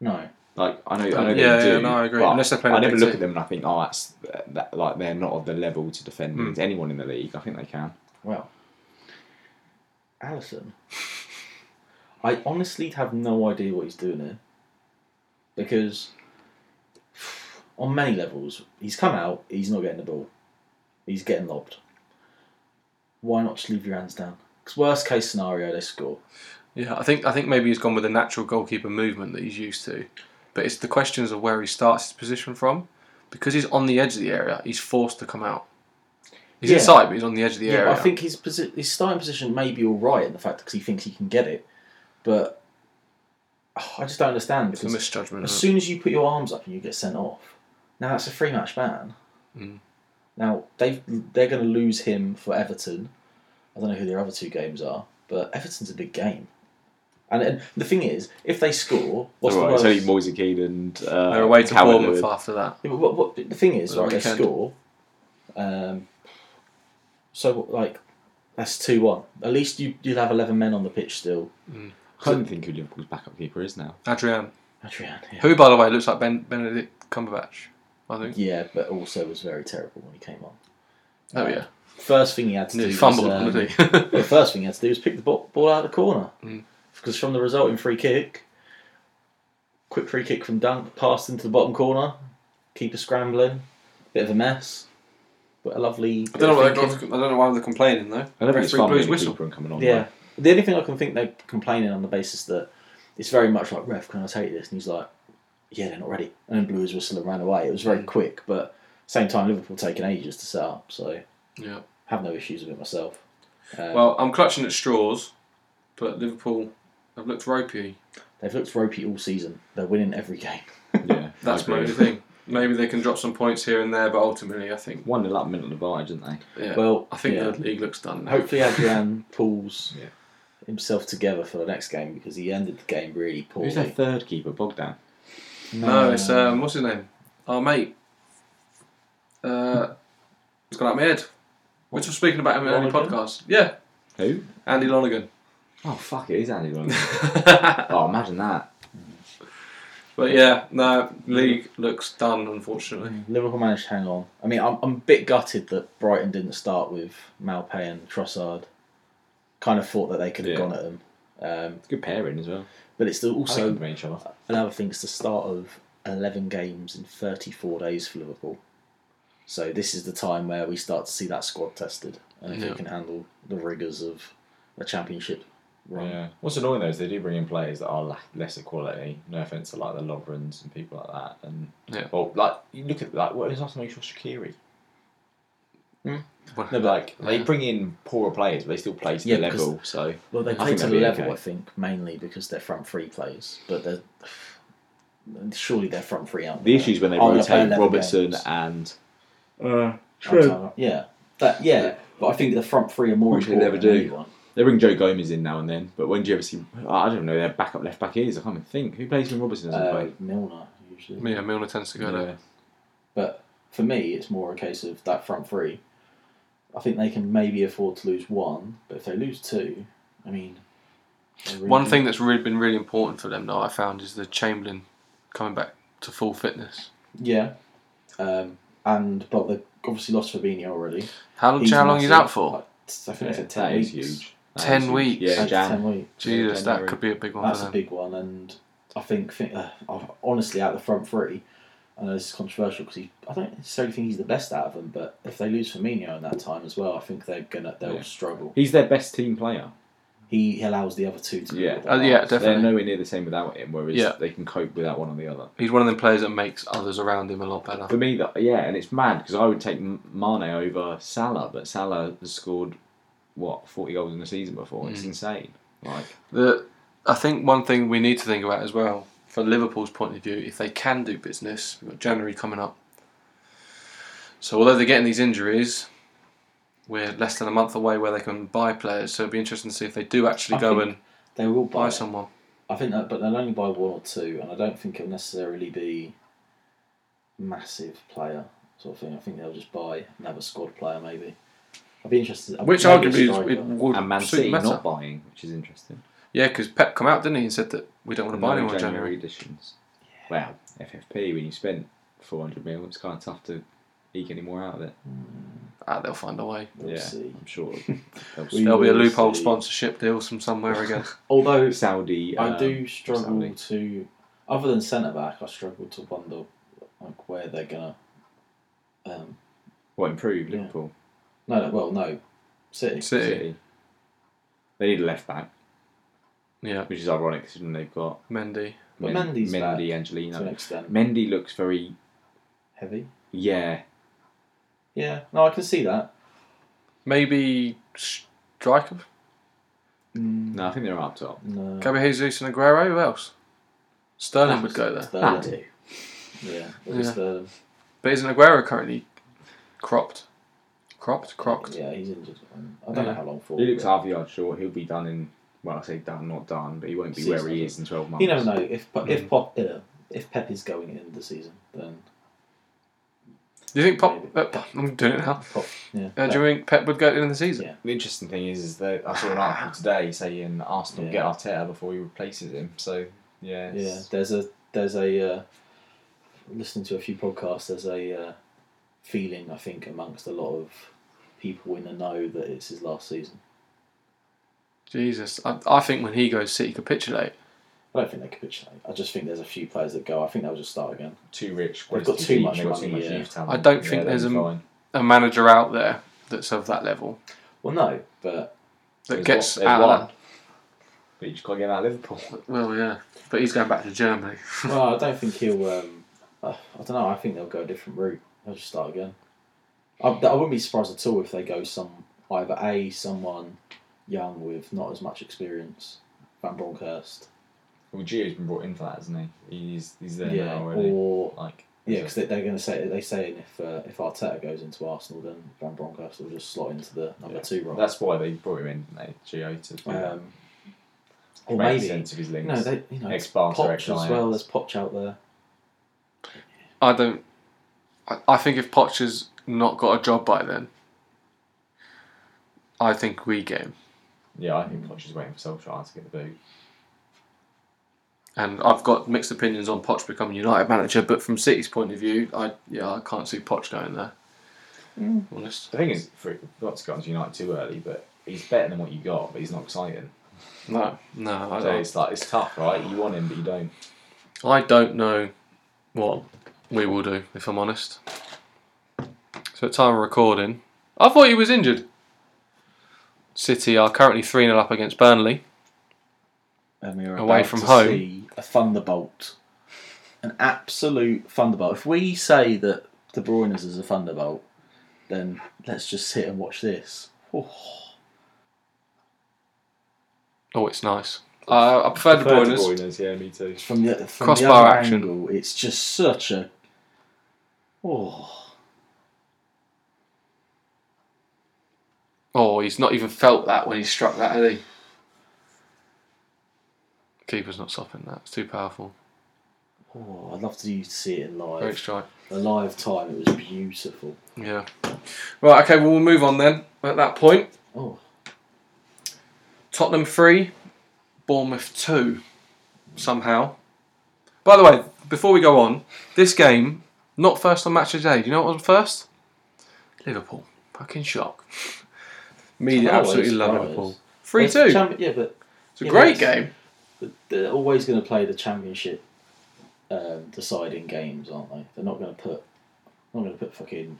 Speaker 2: No,
Speaker 3: Like I know, I know
Speaker 1: Yeah,
Speaker 3: they do.
Speaker 1: yeah, no, I agree.
Speaker 3: but
Speaker 1: Unless they're playing
Speaker 3: I
Speaker 1: a
Speaker 3: never
Speaker 1: big
Speaker 3: look
Speaker 1: team.
Speaker 3: at them and I think, oh, that's that, like they're not of the level to defend
Speaker 1: Hmm.
Speaker 3: against anyone in the league. I think they can.
Speaker 2: well, Allison, I honestly have no idea what he's doing here, because on many levels, he's come out, he's not getting the ball, he's getting lobbed. Why not just leave your hands down? Because worst case scenario, they score.
Speaker 1: Yeah, I think I think maybe he's gone with a natural goalkeeper movement that he's used to, but it's the questions of where he starts his position from, because he's on the edge of the area. He's forced to come out. He's
Speaker 2: Yeah.
Speaker 1: inside, but he's on the edge of the
Speaker 2: Yeah,
Speaker 1: area.
Speaker 2: I think his posi- his starting position may be all right in the fact because he thinks he can get it, but oh, I just don't understand
Speaker 1: it's a
Speaker 2: because
Speaker 1: misjudgment.
Speaker 2: as
Speaker 1: isn't
Speaker 2: soon as you put your arms up and you get sent off, now that's a three match ban.
Speaker 1: Mm.
Speaker 2: Now they they're going to lose him for Everton. I don't know who their other two games are, but Everton's a big game. And, and the thing is, if they score, what's
Speaker 3: All right,
Speaker 2: the
Speaker 3: it's only
Speaker 2: worst?
Speaker 3: Moise Keane and uh,
Speaker 1: it? They're away to
Speaker 3: Calvert-Lewin.
Speaker 1: Bournemouth after that.
Speaker 2: Yeah, but what, what, the thing is,
Speaker 1: Well,
Speaker 2: right,
Speaker 1: we
Speaker 2: they
Speaker 1: can.
Speaker 2: score. Um, so, like, that's 2 1. At least you, you'll have 11 men on the pitch still.
Speaker 3: I don't think who Liverpool's backup keeper is now.
Speaker 1: Adrian,
Speaker 2: Adrian, yeah.
Speaker 1: who by the way looks like Ben Benedict Cumberbatch. I think.
Speaker 2: Yeah, but also was very terrible when he came on.
Speaker 1: Oh yeah,
Speaker 2: First thing he had to do
Speaker 1: nearly
Speaker 2: was,
Speaker 1: fumbled.
Speaker 2: um,
Speaker 1: wasn't he?
Speaker 2: well, the first thing he had to do was pick the ball, ball out of the corner.
Speaker 1: Mm.
Speaker 2: Because from the resulting free kick, quick free kick from Dunk, passed into the bottom corner, keeper scrambling, bit of a mess, but a lovely.
Speaker 1: I
Speaker 2: bit
Speaker 1: don't know.
Speaker 2: of
Speaker 1: Why they're,
Speaker 2: thinking.
Speaker 1: I don't know why they're complaining though.
Speaker 3: I don't think it's
Speaker 1: Referee
Speaker 3: fun
Speaker 1: blows
Speaker 3: being a
Speaker 1: whistle.
Speaker 3: keeper and coming on.
Speaker 2: Yeah. The only thing I can think they're complaining on the basis that it's very much like, ref, can I take this? And he's like, yeah, they're not ready. And then blew his whistle and ran away. It was
Speaker 1: Mm.
Speaker 2: very quick, but same time, Liverpool taking ages to set up. So
Speaker 1: Yeah.
Speaker 2: have no issues with it myself. Um,
Speaker 1: Well, I'm clutching at straws, but Liverpool have looked ropey.
Speaker 2: they've looked ropey all season. They're winning every game.
Speaker 3: yeah,
Speaker 1: That's my only thing. Maybe they can drop some points here and there, but ultimately, I think.
Speaker 3: One nil up mental advantage, didn't they?
Speaker 1: Yeah.
Speaker 2: Well,
Speaker 1: I think
Speaker 2: yeah.
Speaker 1: the league looks done. now.
Speaker 2: Hopefully, Adrian pulls
Speaker 3: Yeah.
Speaker 2: himself together for the next game because he ended the game really poorly.
Speaker 3: Who's their third keeper? Bogdan.
Speaker 1: No, it's um, what's his name? Our mate. Uh, it's gone out my head. We were just speaking about him in the
Speaker 2: Lonergan?
Speaker 1: podcast. Yeah,
Speaker 3: Who?
Speaker 1: Andy Lonigan.
Speaker 3: Oh fuck! It is Andy London. oh, imagine that.
Speaker 1: but yeah, no, league looks done. Unfortunately,
Speaker 2: Liverpool managed to hang on. I mean, I'm, I'm a bit gutted that Brighton didn't start with Malpe and Trossard. Kind of thought that they could have
Speaker 3: Yeah.
Speaker 2: gone at them. Um,
Speaker 3: It's a good pairing as well.
Speaker 2: but it's still
Speaker 3: So
Speaker 2: also
Speaker 3: each other.
Speaker 2: another thing is the start of 11 games in 34 days for Liverpool. So this is the time where we start to see that squad tested and if
Speaker 1: Yeah.
Speaker 2: you can handle the rigours of a championship run.
Speaker 3: Yeah. What's annoying though is they do bring in players that are la- lesser quality. No offense to like the Lovrens and people like that. And
Speaker 1: Yeah.
Speaker 3: well, like you look at like what is after make sure Shakiri.
Speaker 2: Hmm.
Speaker 1: Well-
Speaker 3: no, but like they
Speaker 1: Yeah.
Speaker 3: bring in poorer players, but they still play to
Speaker 2: Yeah,
Speaker 3: the
Speaker 2: because-
Speaker 3: level. So
Speaker 2: Well, they
Speaker 3: I
Speaker 2: play
Speaker 3: think
Speaker 2: to
Speaker 3: that'd
Speaker 2: the
Speaker 3: be
Speaker 2: level,
Speaker 3: okay.
Speaker 2: I think, mainly because they're front three players. But they're surely they're front three, aren't
Speaker 3: the
Speaker 2: they?
Speaker 3: issue is when they
Speaker 2: Oh, they're playing
Speaker 3: rotate
Speaker 2: eleven
Speaker 3: Robertson
Speaker 2: games.
Speaker 3: and
Speaker 2: Arteta. Yeah. That, yeah. But I think the front three are more
Speaker 3: Which they
Speaker 2: important
Speaker 3: never
Speaker 2: than
Speaker 3: do.
Speaker 2: anyone.
Speaker 3: They bring Joe Gomez in now and then, but when do you ever see? I don't know. Their backup left back is. I can't even think who plays when Robertson doesn't
Speaker 2: Uh,
Speaker 3: play.
Speaker 2: Milner, usually.
Speaker 1: yeah, Milner tends to go there.
Speaker 2: But for me, it's more a case of that front three. I think they can maybe afford to lose one, but if they lose two, I mean,
Speaker 1: One thing that's really been really important for them though I found is the Chamberlain coming back to full fitness.
Speaker 2: Yeah. Um, and but they obviously lost Fabinho already.
Speaker 1: How long?
Speaker 2: He's
Speaker 1: How long he's
Speaker 2: massive.
Speaker 1: out for?
Speaker 2: Like, I think it's
Speaker 3: Yeah,
Speaker 2: a ten
Speaker 3: that is
Speaker 2: weeks.
Speaker 3: huge. That
Speaker 1: Ten
Speaker 3: is huge.
Speaker 1: weeks.
Speaker 3: Yeah,
Speaker 2: That's
Speaker 3: Jan.
Speaker 2: ten weeks.
Speaker 1: Jesus, that
Speaker 3: January.
Speaker 1: could be a big one
Speaker 2: That's
Speaker 1: for
Speaker 2: a
Speaker 1: them.
Speaker 2: big one, and I think thi- uh, I- honestly out of the front three, I know this is controversial because I don't necessarily think he's the best out of them. But if they lose Firmino in that time as well, I think they're gonna they'll
Speaker 3: Yeah.
Speaker 2: struggle.
Speaker 3: He's their best team player.
Speaker 2: He allows the other two to be
Speaker 3: Yeah.
Speaker 2: with
Speaker 1: Uh,
Speaker 2: their
Speaker 1: yeah,
Speaker 2: arms.
Speaker 1: definitely.
Speaker 3: They're nowhere near the same without him, whereas
Speaker 1: Yeah.
Speaker 3: they can cope without one or the other.
Speaker 1: He's one of them players that makes others around him a lot better.
Speaker 3: For me, that yeah, and it's mad because I would take M- Mane over Salah, but Salah has scored what forty goals in the season before. It's
Speaker 1: Mm.
Speaker 3: insane. Like
Speaker 1: The I think one thing we need to think about as well, from Liverpool's point of view, if they can do business, we've got January coming up. So although they're getting these injuries, we're less than a month away where they can buy players. So it'd be interesting to see if they do actually
Speaker 2: I
Speaker 1: go
Speaker 2: think
Speaker 1: and
Speaker 2: They will buy,
Speaker 1: buy
Speaker 2: some.
Speaker 1: someone.
Speaker 2: I think that, but they'll only buy one or two, and I don't think it'll necessarily be massive player sort of thing. I think they'll just buy another squad player, maybe. I'd be interested. I'd
Speaker 1: Which
Speaker 2: maybe a
Speaker 1: arguably is,
Speaker 2: striker.
Speaker 1: it would
Speaker 3: and Man
Speaker 1: suit
Speaker 3: City
Speaker 1: better.
Speaker 3: not buying, which is interesting.
Speaker 1: Yeah, because Pep come out, didn't he, and said that we don't want to buy
Speaker 3: No
Speaker 1: anyone in January.
Speaker 3: editions. Wow, FFP when you spent four hundred mil, it's kind of tough to eke any more out of it.
Speaker 1: Ah, they'll find a way.
Speaker 2: We'll
Speaker 3: yeah,
Speaker 2: see.
Speaker 3: I'm sure.
Speaker 2: We
Speaker 1: There'll be a
Speaker 2: will
Speaker 1: loophole
Speaker 2: see.
Speaker 1: sponsorship deal from somewhere again.
Speaker 2: Although
Speaker 3: Saudi.
Speaker 2: I
Speaker 3: um,
Speaker 2: do struggle
Speaker 3: Saudi.
Speaker 2: to, other than centre back, I struggle to wonder like where they're gonna. Um,
Speaker 3: What improve
Speaker 2: Yeah.
Speaker 3: Liverpool?
Speaker 2: no, no, well, no, City.
Speaker 1: City.
Speaker 3: They need a left back,
Speaker 1: Yeah,
Speaker 3: which is ironic considering they've got
Speaker 1: Mendy.
Speaker 2: But
Speaker 3: Men-
Speaker 2: Mendy's
Speaker 3: Mendy,
Speaker 2: back to an
Speaker 3: Angelino.
Speaker 2: extent.
Speaker 3: Mendy looks very
Speaker 2: Heavy.
Speaker 3: yeah.
Speaker 2: Yeah, no, I can see that.
Speaker 1: Maybe striker? Mm.
Speaker 3: No, I think they're up top.
Speaker 2: No.
Speaker 1: Gabriel Jesus and Aguero, who else? Sterling would go there.
Speaker 2: Sterling.
Speaker 3: do.
Speaker 2: Yeah,
Speaker 1: Yeah.
Speaker 2: yeah. Sterling.
Speaker 1: But isn't Aguero currently cropped? Cropped? Crocked?
Speaker 2: Yeah, he's injured. Um, I don't
Speaker 1: Yeah.
Speaker 2: know how long for.
Speaker 3: He looks
Speaker 2: but
Speaker 3: half a yard short. He'll be done in well, I say done, not done, but he won't be
Speaker 2: Season,
Speaker 3: where he
Speaker 2: I
Speaker 3: is in twelve months.
Speaker 2: You never know if Pe-
Speaker 1: Mm.
Speaker 2: if Pop uh, if Pep is going in the season, then
Speaker 1: Do you think Pop. Uh, I'm doing it now.
Speaker 2: Pop. Yeah.
Speaker 1: Uh, do you think Pep would go in the season?
Speaker 2: Yeah.
Speaker 3: The interesting thing is, is that I saw an article today saying Arsenal
Speaker 2: Ah. Yeah.
Speaker 3: get Arteta before he replaces him. So yeah,
Speaker 2: Yeah,
Speaker 3: it's-
Speaker 2: there's a there's a uh, listening to a few podcasts. There's a uh, feeling I think amongst a lot of people in the know that it's his last season.
Speaker 1: Jesus. I, I think when he goes, City capitulate.
Speaker 2: I don't think they capitulate. I just think there's a few players that go. I think they'll just start again.
Speaker 3: too rich.
Speaker 2: They've
Speaker 3: quality
Speaker 2: got too
Speaker 3: team,
Speaker 2: much
Speaker 3: they've got
Speaker 2: money, yeah.
Speaker 3: youth talent.
Speaker 1: I don't
Speaker 3: Yeah,
Speaker 1: think
Speaker 3: they'll
Speaker 1: there's
Speaker 3: be
Speaker 1: a-
Speaker 3: fine.
Speaker 1: A manager out there that's of that level
Speaker 2: Well, no, but
Speaker 1: that
Speaker 3: There's
Speaker 1: gets
Speaker 3: one- there's
Speaker 1: out of
Speaker 3: one. But you just got to get out of Liverpool.
Speaker 1: that. Well, yeah. But he's going back to Germany.
Speaker 2: well, I don't think he'll. Um, uh, I don't know. I think they'll go a different route. They'll just start again. I, I wouldn't be surprised at all if they go some either a someone young with not as much experience, Van Bronckhorst,
Speaker 3: Well, Gio's been brought in for that, hasn't he? He's he's there
Speaker 2: yeah,
Speaker 3: now already.
Speaker 2: or
Speaker 3: Like
Speaker 2: Yeah, because they, they're going to say they say if uh, if Arteta goes into Arsenal, then Van Bronckhorst will just slot into the number
Speaker 3: Yeah.
Speaker 2: two role.
Speaker 3: that's why they brought him in, didn't they? Gio to do that.
Speaker 2: um, or
Speaker 3: Make
Speaker 2: maybe
Speaker 3: sense of his
Speaker 2: you
Speaker 3: links.
Speaker 2: know they you know
Speaker 3: Ex-Barca,
Speaker 2: Poch
Speaker 3: ex-Ajax.
Speaker 2: as well. There's Poch out there.
Speaker 1: I don't. I, I think if Poch has not got a job by then, I think we get him.
Speaker 3: Yeah, I think Poch is waiting for Solskjaer to get the boot.
Speaker 1: And I've got mixed opinions on Poch becoming United manager, but from City's point of view, I yeah, I can't see Poch going there. Honest,
Speaker 3: The thing is, for, not to go on to United too early, but he's better than what you got, but he's not exciting.
Speaker 1: no, no, I
Speaker 3: So
Speaker 1: don't.
Speaker 3: it's like it's tough, right? You want him, but you don't.
Speaker 1: I don't know what we will do if I'm honest. So at time of recording, I thought he was injured. City are currently three 0 up against Burnley.
Speaker 2: And we are
Speaker 1: Away
Speaker 2: about
Speaker 1: from
Speaker 2: to
Speaker 1: home.
Speaker 2: see a thunderbolt, an absolute thunderbolt. If we say that De Bruyne's is a thunderbolt, then let's just sit and watch this. Oh,
Speaker 1: Oh, it's nice. I I prefer De Bruyne's.
Speaker 3: Third Bruyne's, yeah, me too.
Speaker 2: from the from the
Speaker 1: Crossbar
Speaker 2: other
Speaker 1: action.
Speaker 2: angle, it's just such a oh.
Speaker 1: Oh, he's not even felt that when he struck that, had he? Keeper's not stopping that. It's too powerful.
Speaker 2: Oh, I'd love to you to see it in
Speaker 1: Great
Speaker 2: live.
Speaker 1: strike.
Speaker 2: The live time, it was beautiful.
Speaker 1: Yeah. Right, okay, well, we'll move on then. At that point,
Speaker 2: Oh,
Speaker 1: Tottenham 3, Bournemouth 2 somehow. By the way, before we go on, this game, not first on match of the day. Do you know what was first? Liverpool. Fucking shock. Media
Speaker 2: Always,
Speaker 1: absolutely love
Speaker 2: always.
Speaker 1: Liverpool. 3 2.
Speaker 2: Well,
Speaker 1: It's
Speaker 2: champ- yeah, but
Speaker 1: a
Speaker 2: yeah,
Speaker 1: great
Speaker 2: that's-
Speaker 1: game.
Speaker 2: but they're always going to play the championship um, deciding games, aren't they? They're not going to put not going to put fucking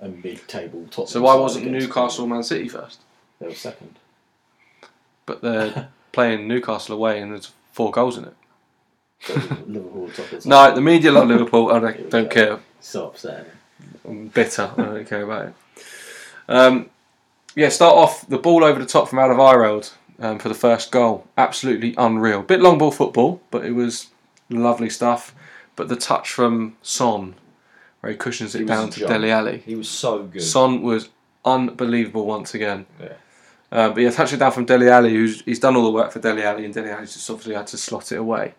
Speaker 2: a mid-table top.
Speaker 1: So why wasn't Newcastle Man City first?
Speaker 2: They were second.
Speaker 1: But they're playing Newcastle away and there's four goals in it.
Speaker 2: But Liverpool were top. It's
Speaker 1: No, the media love Liverpool and I
Speaker 2: Here we
Speaker 1: don't
Speaker 2: go.
Speaker 1: care.
Speaker 2: so upsetting.
Speaker 1: I'm bitter. I don't care about it. Um, yeah, start off the ball over the top from Alderweireld um, for the first goal. Absolutely unreal. Bit long ball football, but it was lovely stuff. But the touch from Son, where he cushions
Speaker 3: He
Speaker 1: it
Speaker 3: was
Speaker 1: down
Speaker 3: a
Speaker 1: to
Speaker 3: jump.
Speaker 1: Deli Alley.
Speaker 3: He was so good.
Speaker 1: Son was unbelievable once again.
Speaker 3: Yeah.
Speaker 1: Uh, but yeah, touched it down from Deli Alley, who's he's done all the work for Deli Alley, and Deli Alley's just obviously had to slot it away.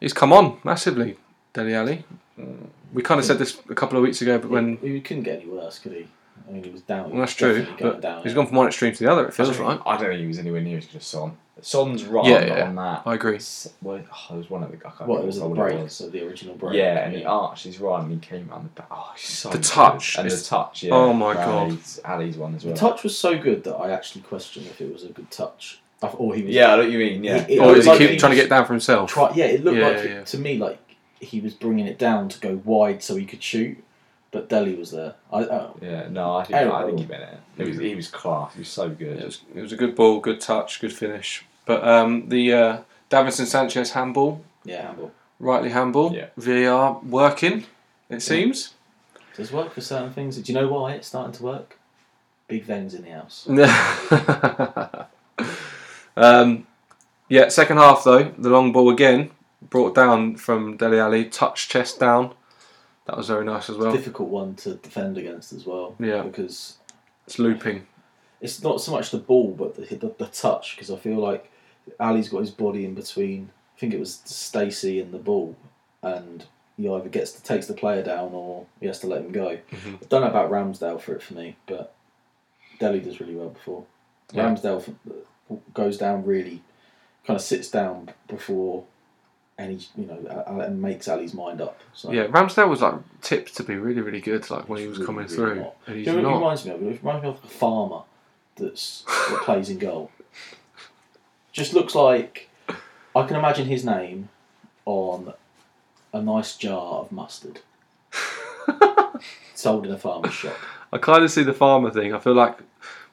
Speaker 1: He's come on massively, Deli Alley.
Speaker 2: Mm.
Speaker 1: We kind of said this a couple of weeks ago, but when
Speaker 2: he, he couldn't get any worse, could he? I mean, he was down.
Speaker 1: Well, that's true.
Speaker 2: Definitely going
Speaker 1: But
Speaker 2: down,
Speaker 1: he's
Speaker 2: yeah.
Speaker 1: gone from one extreme to the other. It feels right.
Speaker 3: I don't think he was anywhere near as good as Son. Son's run
Speaker 1: Yeah, yeah.
Speaker 3: on that.
Speaker 1: I agree.
Speaker 3: s- Well, oh, there was one of the. I can't
Speaker 2: What
Speaker 3: remember
Speaker 2: it was at the
Speaker 3: what
Speaker 2: break,
Speaker 3: it was.
Speaker 2: so the original break.
Speaker 3: Yeah, and he arched his run and he came around the back. Oh, he's so
Speaker 1: The
Speaker 3: good.
Speaker 1: touch
Speaker 3: And the
Speaker 1: is-
Speaker 3: touch, yeah.
Speaker 1: Oh my
Speaker 3: Rally's- Ali's one as
Speaker 2: The
Speaker 3: well.
Speaker 2: touch was so good that I actually questioned if it was a good touch. I th- Or he was
Speaker 3: Yeah, I know what you mean, yeah. Oh,
Speaker 2: He- he-
Speaker 1: Or
Speaker 2: I
Speaker 1: is he
Speaker 2: like
Speaker 1: keep
Speaker 2: these-
Speaker 1: trying to get down for himself?
Speaker 2: try. Yeah, it looked
Speaker 1: Yeah,
Speaker 2: like
Speaker 1: yeah.
Speaker 2: to me like he was bringing it down to go wide so he could shoot, but Delhi was there. I oh,
Speaker 3: Yeah, no, I think,
Speaker 2: Aaron
Speaker 3: I think he
Speaker 2: Raul.
Speaker 3: meant it. He was, he was class. He was so good.
Speaker 1: It was, it was a good ball, good touch, good finish. But um, the uh, Davinson Sanchez handball,
Speaker 2: yeah, handball
Speaker 1: rightly handball,
Speaker 3: Yeah.
Speaker 1: VAR working, it seems.
Speaker 2: does work for certain things. Do you know why it's starting to work? Big Ven's in the house.
Speaker 1: um, yeah, second half though, the long ball again, brought down from Deli Ali, touch chest down. That was very nice as well.
Speaker 2: Difficult one to defend against as well.
Speaker 1: Yeah.
Speaker 2: because
Speaker 1: It's looping.
Speaker 2: it's not so much the ball but the the, the touch because I feel like Ali's got his body in between. I think it was Stacey and the ball, and he either gets to takes the player down or he has to let him go.
Speaker 1: Mm-hmm.
Speaker 2: I don't know about Ramsdale for it for me, but Delhi does really well before
Speaker 1: Yeah.
Speaker 2: Ramsdale f- goes down really, kind of sits down before any you know a- a- and makes Ali's mind up. So
Speaker 1: Yeah, Ramsdale was like tipped to be really, really good, like when he was
Speaker 2: Really,
Speaker 1: coming
Speaker 2: really
Speaker 1: through.
Speaker 2: not.
Speaker 1: And
Speaker 2: Do
Speaker 1: he's
Speaker 2: you know what it
Speaker 1: not.
Speaker 2: reminds me of? It reminds me of a farmer that's that plays in goal. Just looks like I can imagine his name on a nice jar of mustard. Sold in a farmer's shop.
Speaker 1: I kind of see the farmer thing. I feel like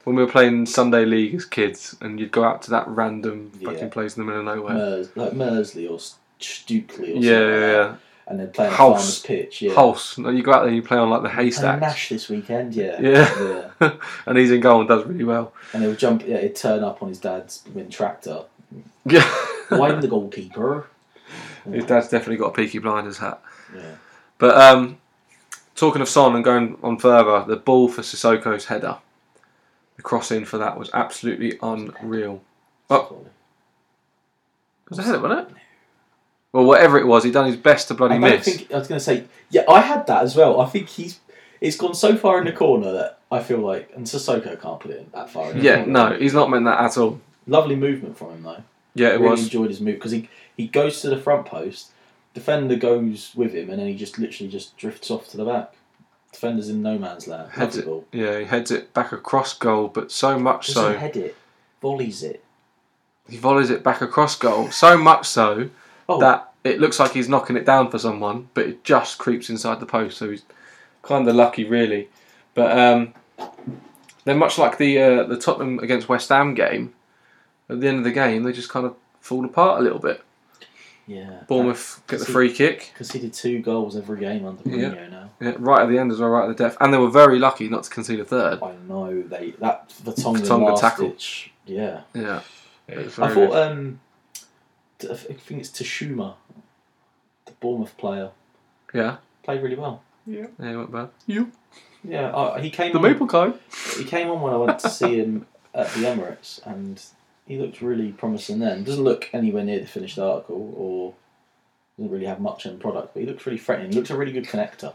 Speaker 1: when we were playing Sunday League as kids, and you'd go out to that random
Speaker 2: Yeah.
Speaker 1: fucking place in the middle of nowhere.
Speaker 2: Mers- like Mersley or Stukeley or something.
Speaker 1: yeah,
Speaker 2: like
Speaker 1: yeah,
Speaker 2: that.
Speaker 1: yeah.
Speaker 2: And then playing a
Speaker 1: Hulse.
Speaker 2: farmer's pitch. Yeah.
Speaker 1: Pulse. No, you go out there and you play on like the
Speaker 2: And
Speaker 1: haystacks,
Speaker 2: Nash this weekend, yeah.
Speaker 1: Yeah.
Speaker 2: yeah.
Speaker 1: and he's in goal and does really well.
Speaker 2: And they would jump, yeah, he'd turn up on his dad's blooming tractor.
Speaker 1: Yeah,
Speaker 2: Why the goalkeeper?
Speaker 1: his dad's definitely got a Peaky Blinders hat.
Speaker 2: Yeah.
Speaker 1: But um, talking of Son and going on further, the ball for Sissoko's header, the crossing for that was absolutely unreal. Oh. It was a header, wasn't it? Well, whatever it was, he done his best to bloody
Speaker 2: I don't
Speaker 1: miss.
Speaker 2: think I was going to say. Yeah, I had that as well. I think he's it's gone so far in the corner that I feel like, and Sissoko can't put it in that far. In the
Speaker 1: Yeah,
Speaker 2: corner.
Speaker 1: no, he's not meant that at all.
Speaker 2: Lovely movement from him though.
Speaker 1: Yeah, it
Speaker 2: really
Speaker 1: was.
Speaker 2: enjoyed his move because he he goes to the front post, defender goes with him, and then he just literally just drifts off to the back. Defender's in no man's land.
Speaker 1: Heads
Speaker 2: Lovely
Speaker 1: it.
Speaker 2: ball.
Speaker 1: Yeah, he heads it back across goal, but so much
Speaker 2: Doesn't
Speaker 1: so
Speaker 2: head it, volleys it.
Speaker 1: he volleys it back across goal. So much so
Speaker 2: Oh,
Speaker 1: that it looks like he's knocking it down for someone, but it just creeps inside the post. So he's kind of lucky, really. But um, then, much like the uh, the Tottenham against West Ham game, at the end of the game, they just kind of fall apart a little bit.
Speaker 2: yeah.
Speaker 1: Bournemouth get the free kick.
Speaker 2: conceded two goals every game under
Speaker 1: Yeah.
Speaker 2: Mourinho now.
Speaker 1: Yeah, right at the end as well, right at the death. And they were very lucky not to concede a third.
Speaker 2: I know they that Vertonghen
Speaker 1: Vertonghen
Speaker 2: last
Speaker 1: tackle.
Speaker 2: ditch. Yeah.
Speaker 1: Yeah. It was
Speaker 2: I
Speaker 1: very
Speaker 2: thought um, t- I think it's Tashuma, the Bournemouth player,
Speaker 1: good. Yeah,
Speaker 2: played really well.
Speaker 1: yeah, it went bad. You?
Speaker 2: Yeah, I, he came.
Speaker 1: The
Speaker 2: on,
Speaker 1: Maple Code?
Speaker 2: He came on when I went to see him at the Emirates, and he looked really promising then. Doesn't look anywhere near the finished article, or doesn't really have much end product, but he looks really threatening. He looks a really good connector.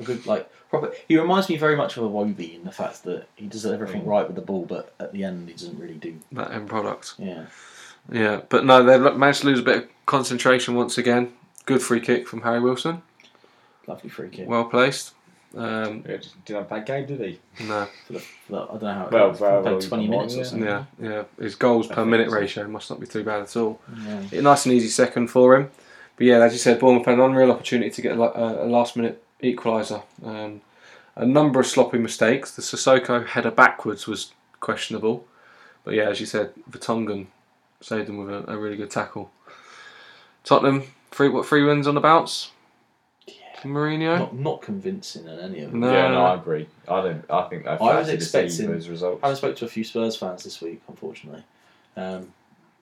Speaker 2: A good like proper. He reminds me very much of a Wobie in the
Speaker 1: Mm.
Speaker 2: fact that he does everything right with the ball, but at the end he doesn't really do.
Speaker 1: That end product.
Speaker 2: Yeah,
Speaker 1: Yeah, but no, they've lo- managed to lose a bit of concentration once again. Good free kick from Harry Wilson.
Speaker 2: Lovely free kick.
Speaker 1: Well placed. Um,
Speaker 3: Yeah, just didn't have a bad game, did he?
Speaker 1: no,
Speaker 2: For the, for the, I don't know how it
Speaker 3: Well,
Speaker 2: goes.
Speaker 3: well,
Speaker 2: About
Speaker 3: well,
Speaker 2: 20
Speaker 3: come on,
Speaker 2: minutes or
Speaker 3: yeah.
Speaker 2: something.
Speaker 1: yeah, yeah. His goals per
Speaker 3: think
Speaker 1: minute
Speaker 3: so.
Speaker 1: ratio must not be too bad at all.
Speaker 2: Yeah.
Speaker 1: A nice and easy second for him. But yeah, as you said, Bournemouth had an unreal opportunity to get a, la- a last minute equaliser. Um, a number of sloppy mistakes. The Sissoko header backwards was questionable. But yeah, as you said, Vertonghen saved them with a, a really good tackle. Tottenham, three, what, three wins on the bounce?
Speaker 2: Yeah.
Speaker 1: Mourinho?
Speaker 2: Not, not convincing in any of them.
Speaker 1: No,
Speaker 3: yeah, no,
Speaker 1: no.
Speaker 3: I agree. I don't. I think they've
Speaker 2: I was
Speaker 3: actually deceived
Speaker 2: expecting-
Speaker 3: those results.
Speaker 2: I haven't spoke to a few Spurs fans this week, unfortunately. Um,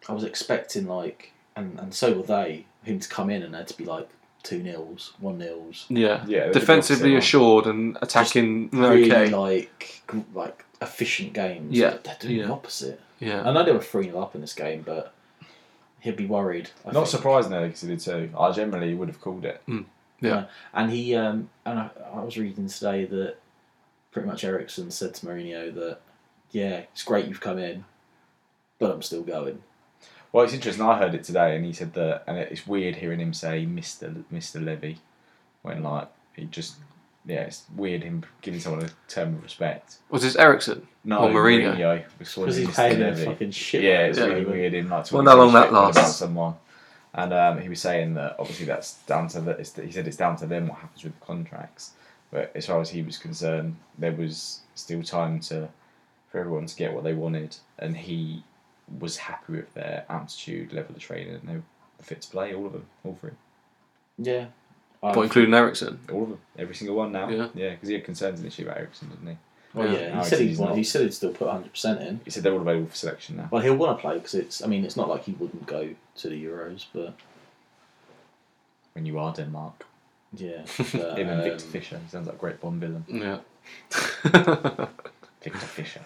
Speaker 2: I was expecting like, and, and so were they, him to come in and there to be like two nils, one nils,
Speaker 1: yeah.
Speaker 3: yeah, they're
Speaker 1: Defensively
Speaker 3: the
Speaker 1: assured and attacking
Speaker 2: really
Speaker 1: okay.
Speaker 2: like gr- like efficient games.
Speaker 1: Yeah.
Speaker 2: but they're doing
Speaker 1: Yeah.
Speaker 2: the opposite.
Speaker 1: yeah.
Speaker 2: I know they were three 0 up in this game, but he'd be worried. I
Speaker 3: opposite. Not
Speaker 2: think.
Speaker 3: surprising though, because he did too. I generally would have called it.
Speaker 2: And he um, and I, I was reading today that pretty much Ericsson said to Mourinho that yeah, it's great you've come in, but I'm still going.
Speaker 3: Well, it's interesting. I heard it today, and he said that, and it's weird hearing him say Mister Mister Levy, when like he just yeah, it's weird him giving someone a term of respect.
Speaker 1: Was this Ericsson?
Speaker 3: No,
Speaker 1: Or Mourinho.
Speaker 3: was calling
Speaker 2: Because
Speaker 3: him
Speaker 2: he's
Speaker 3: Mr.
Speaker 2: paying a
Speaker 3: Levy.
Speaker 2: fucking shit.
Speaker 3: Yeah, it's
Speaker 1: Yeah.
Speaker 3: really weird. In like,
Speaker 1: Wonder how long that
Speaker 3: about
Speaker 1: lasts.
Speaker 3: Someone, and um, he was saying that obviously that's down to the, it's, he said it's down to them what happens with the contracts. But as far as he was concerned, there was still time to for everyone to get what they wanted, and he was happy with their aptitude, level of training, and they were fit to play. All of them, all three,
Speaker 2: Yeah. Uh,
Speaker 1: What, including Ericsson?
Speaker 3: all of them, every single one now.
Speaker 1: Yeah.
Speaker 3: yeah, because he had concerns initially about Ericsson, didn't he?
Speaker 2: Well,
Speaker 1: Yeah.
Speaker 2: yeah,
Speaker 3: No,
Speaker 2: he said
Speaker 3: he's
Speaker 2: he'd
Speaker 3: not.
Speaker 2: want, he said he'd still put 100% in.
Speaker 3: He said they're all available for selection now.
Speaker 2: Well, he'll want to play because it's. I mean, it's not like he wouldn't go to the Euros, but
Speaker 3: When you are Denmark,
Speaker 2: yeah. But,
Speaker 3: him
Speaker 2: um,
Speaker 3: and Victor Fisher he sounds like a great Bond villain.
Speaker 1: Yeah.
Speaker 3: Victor Fisher.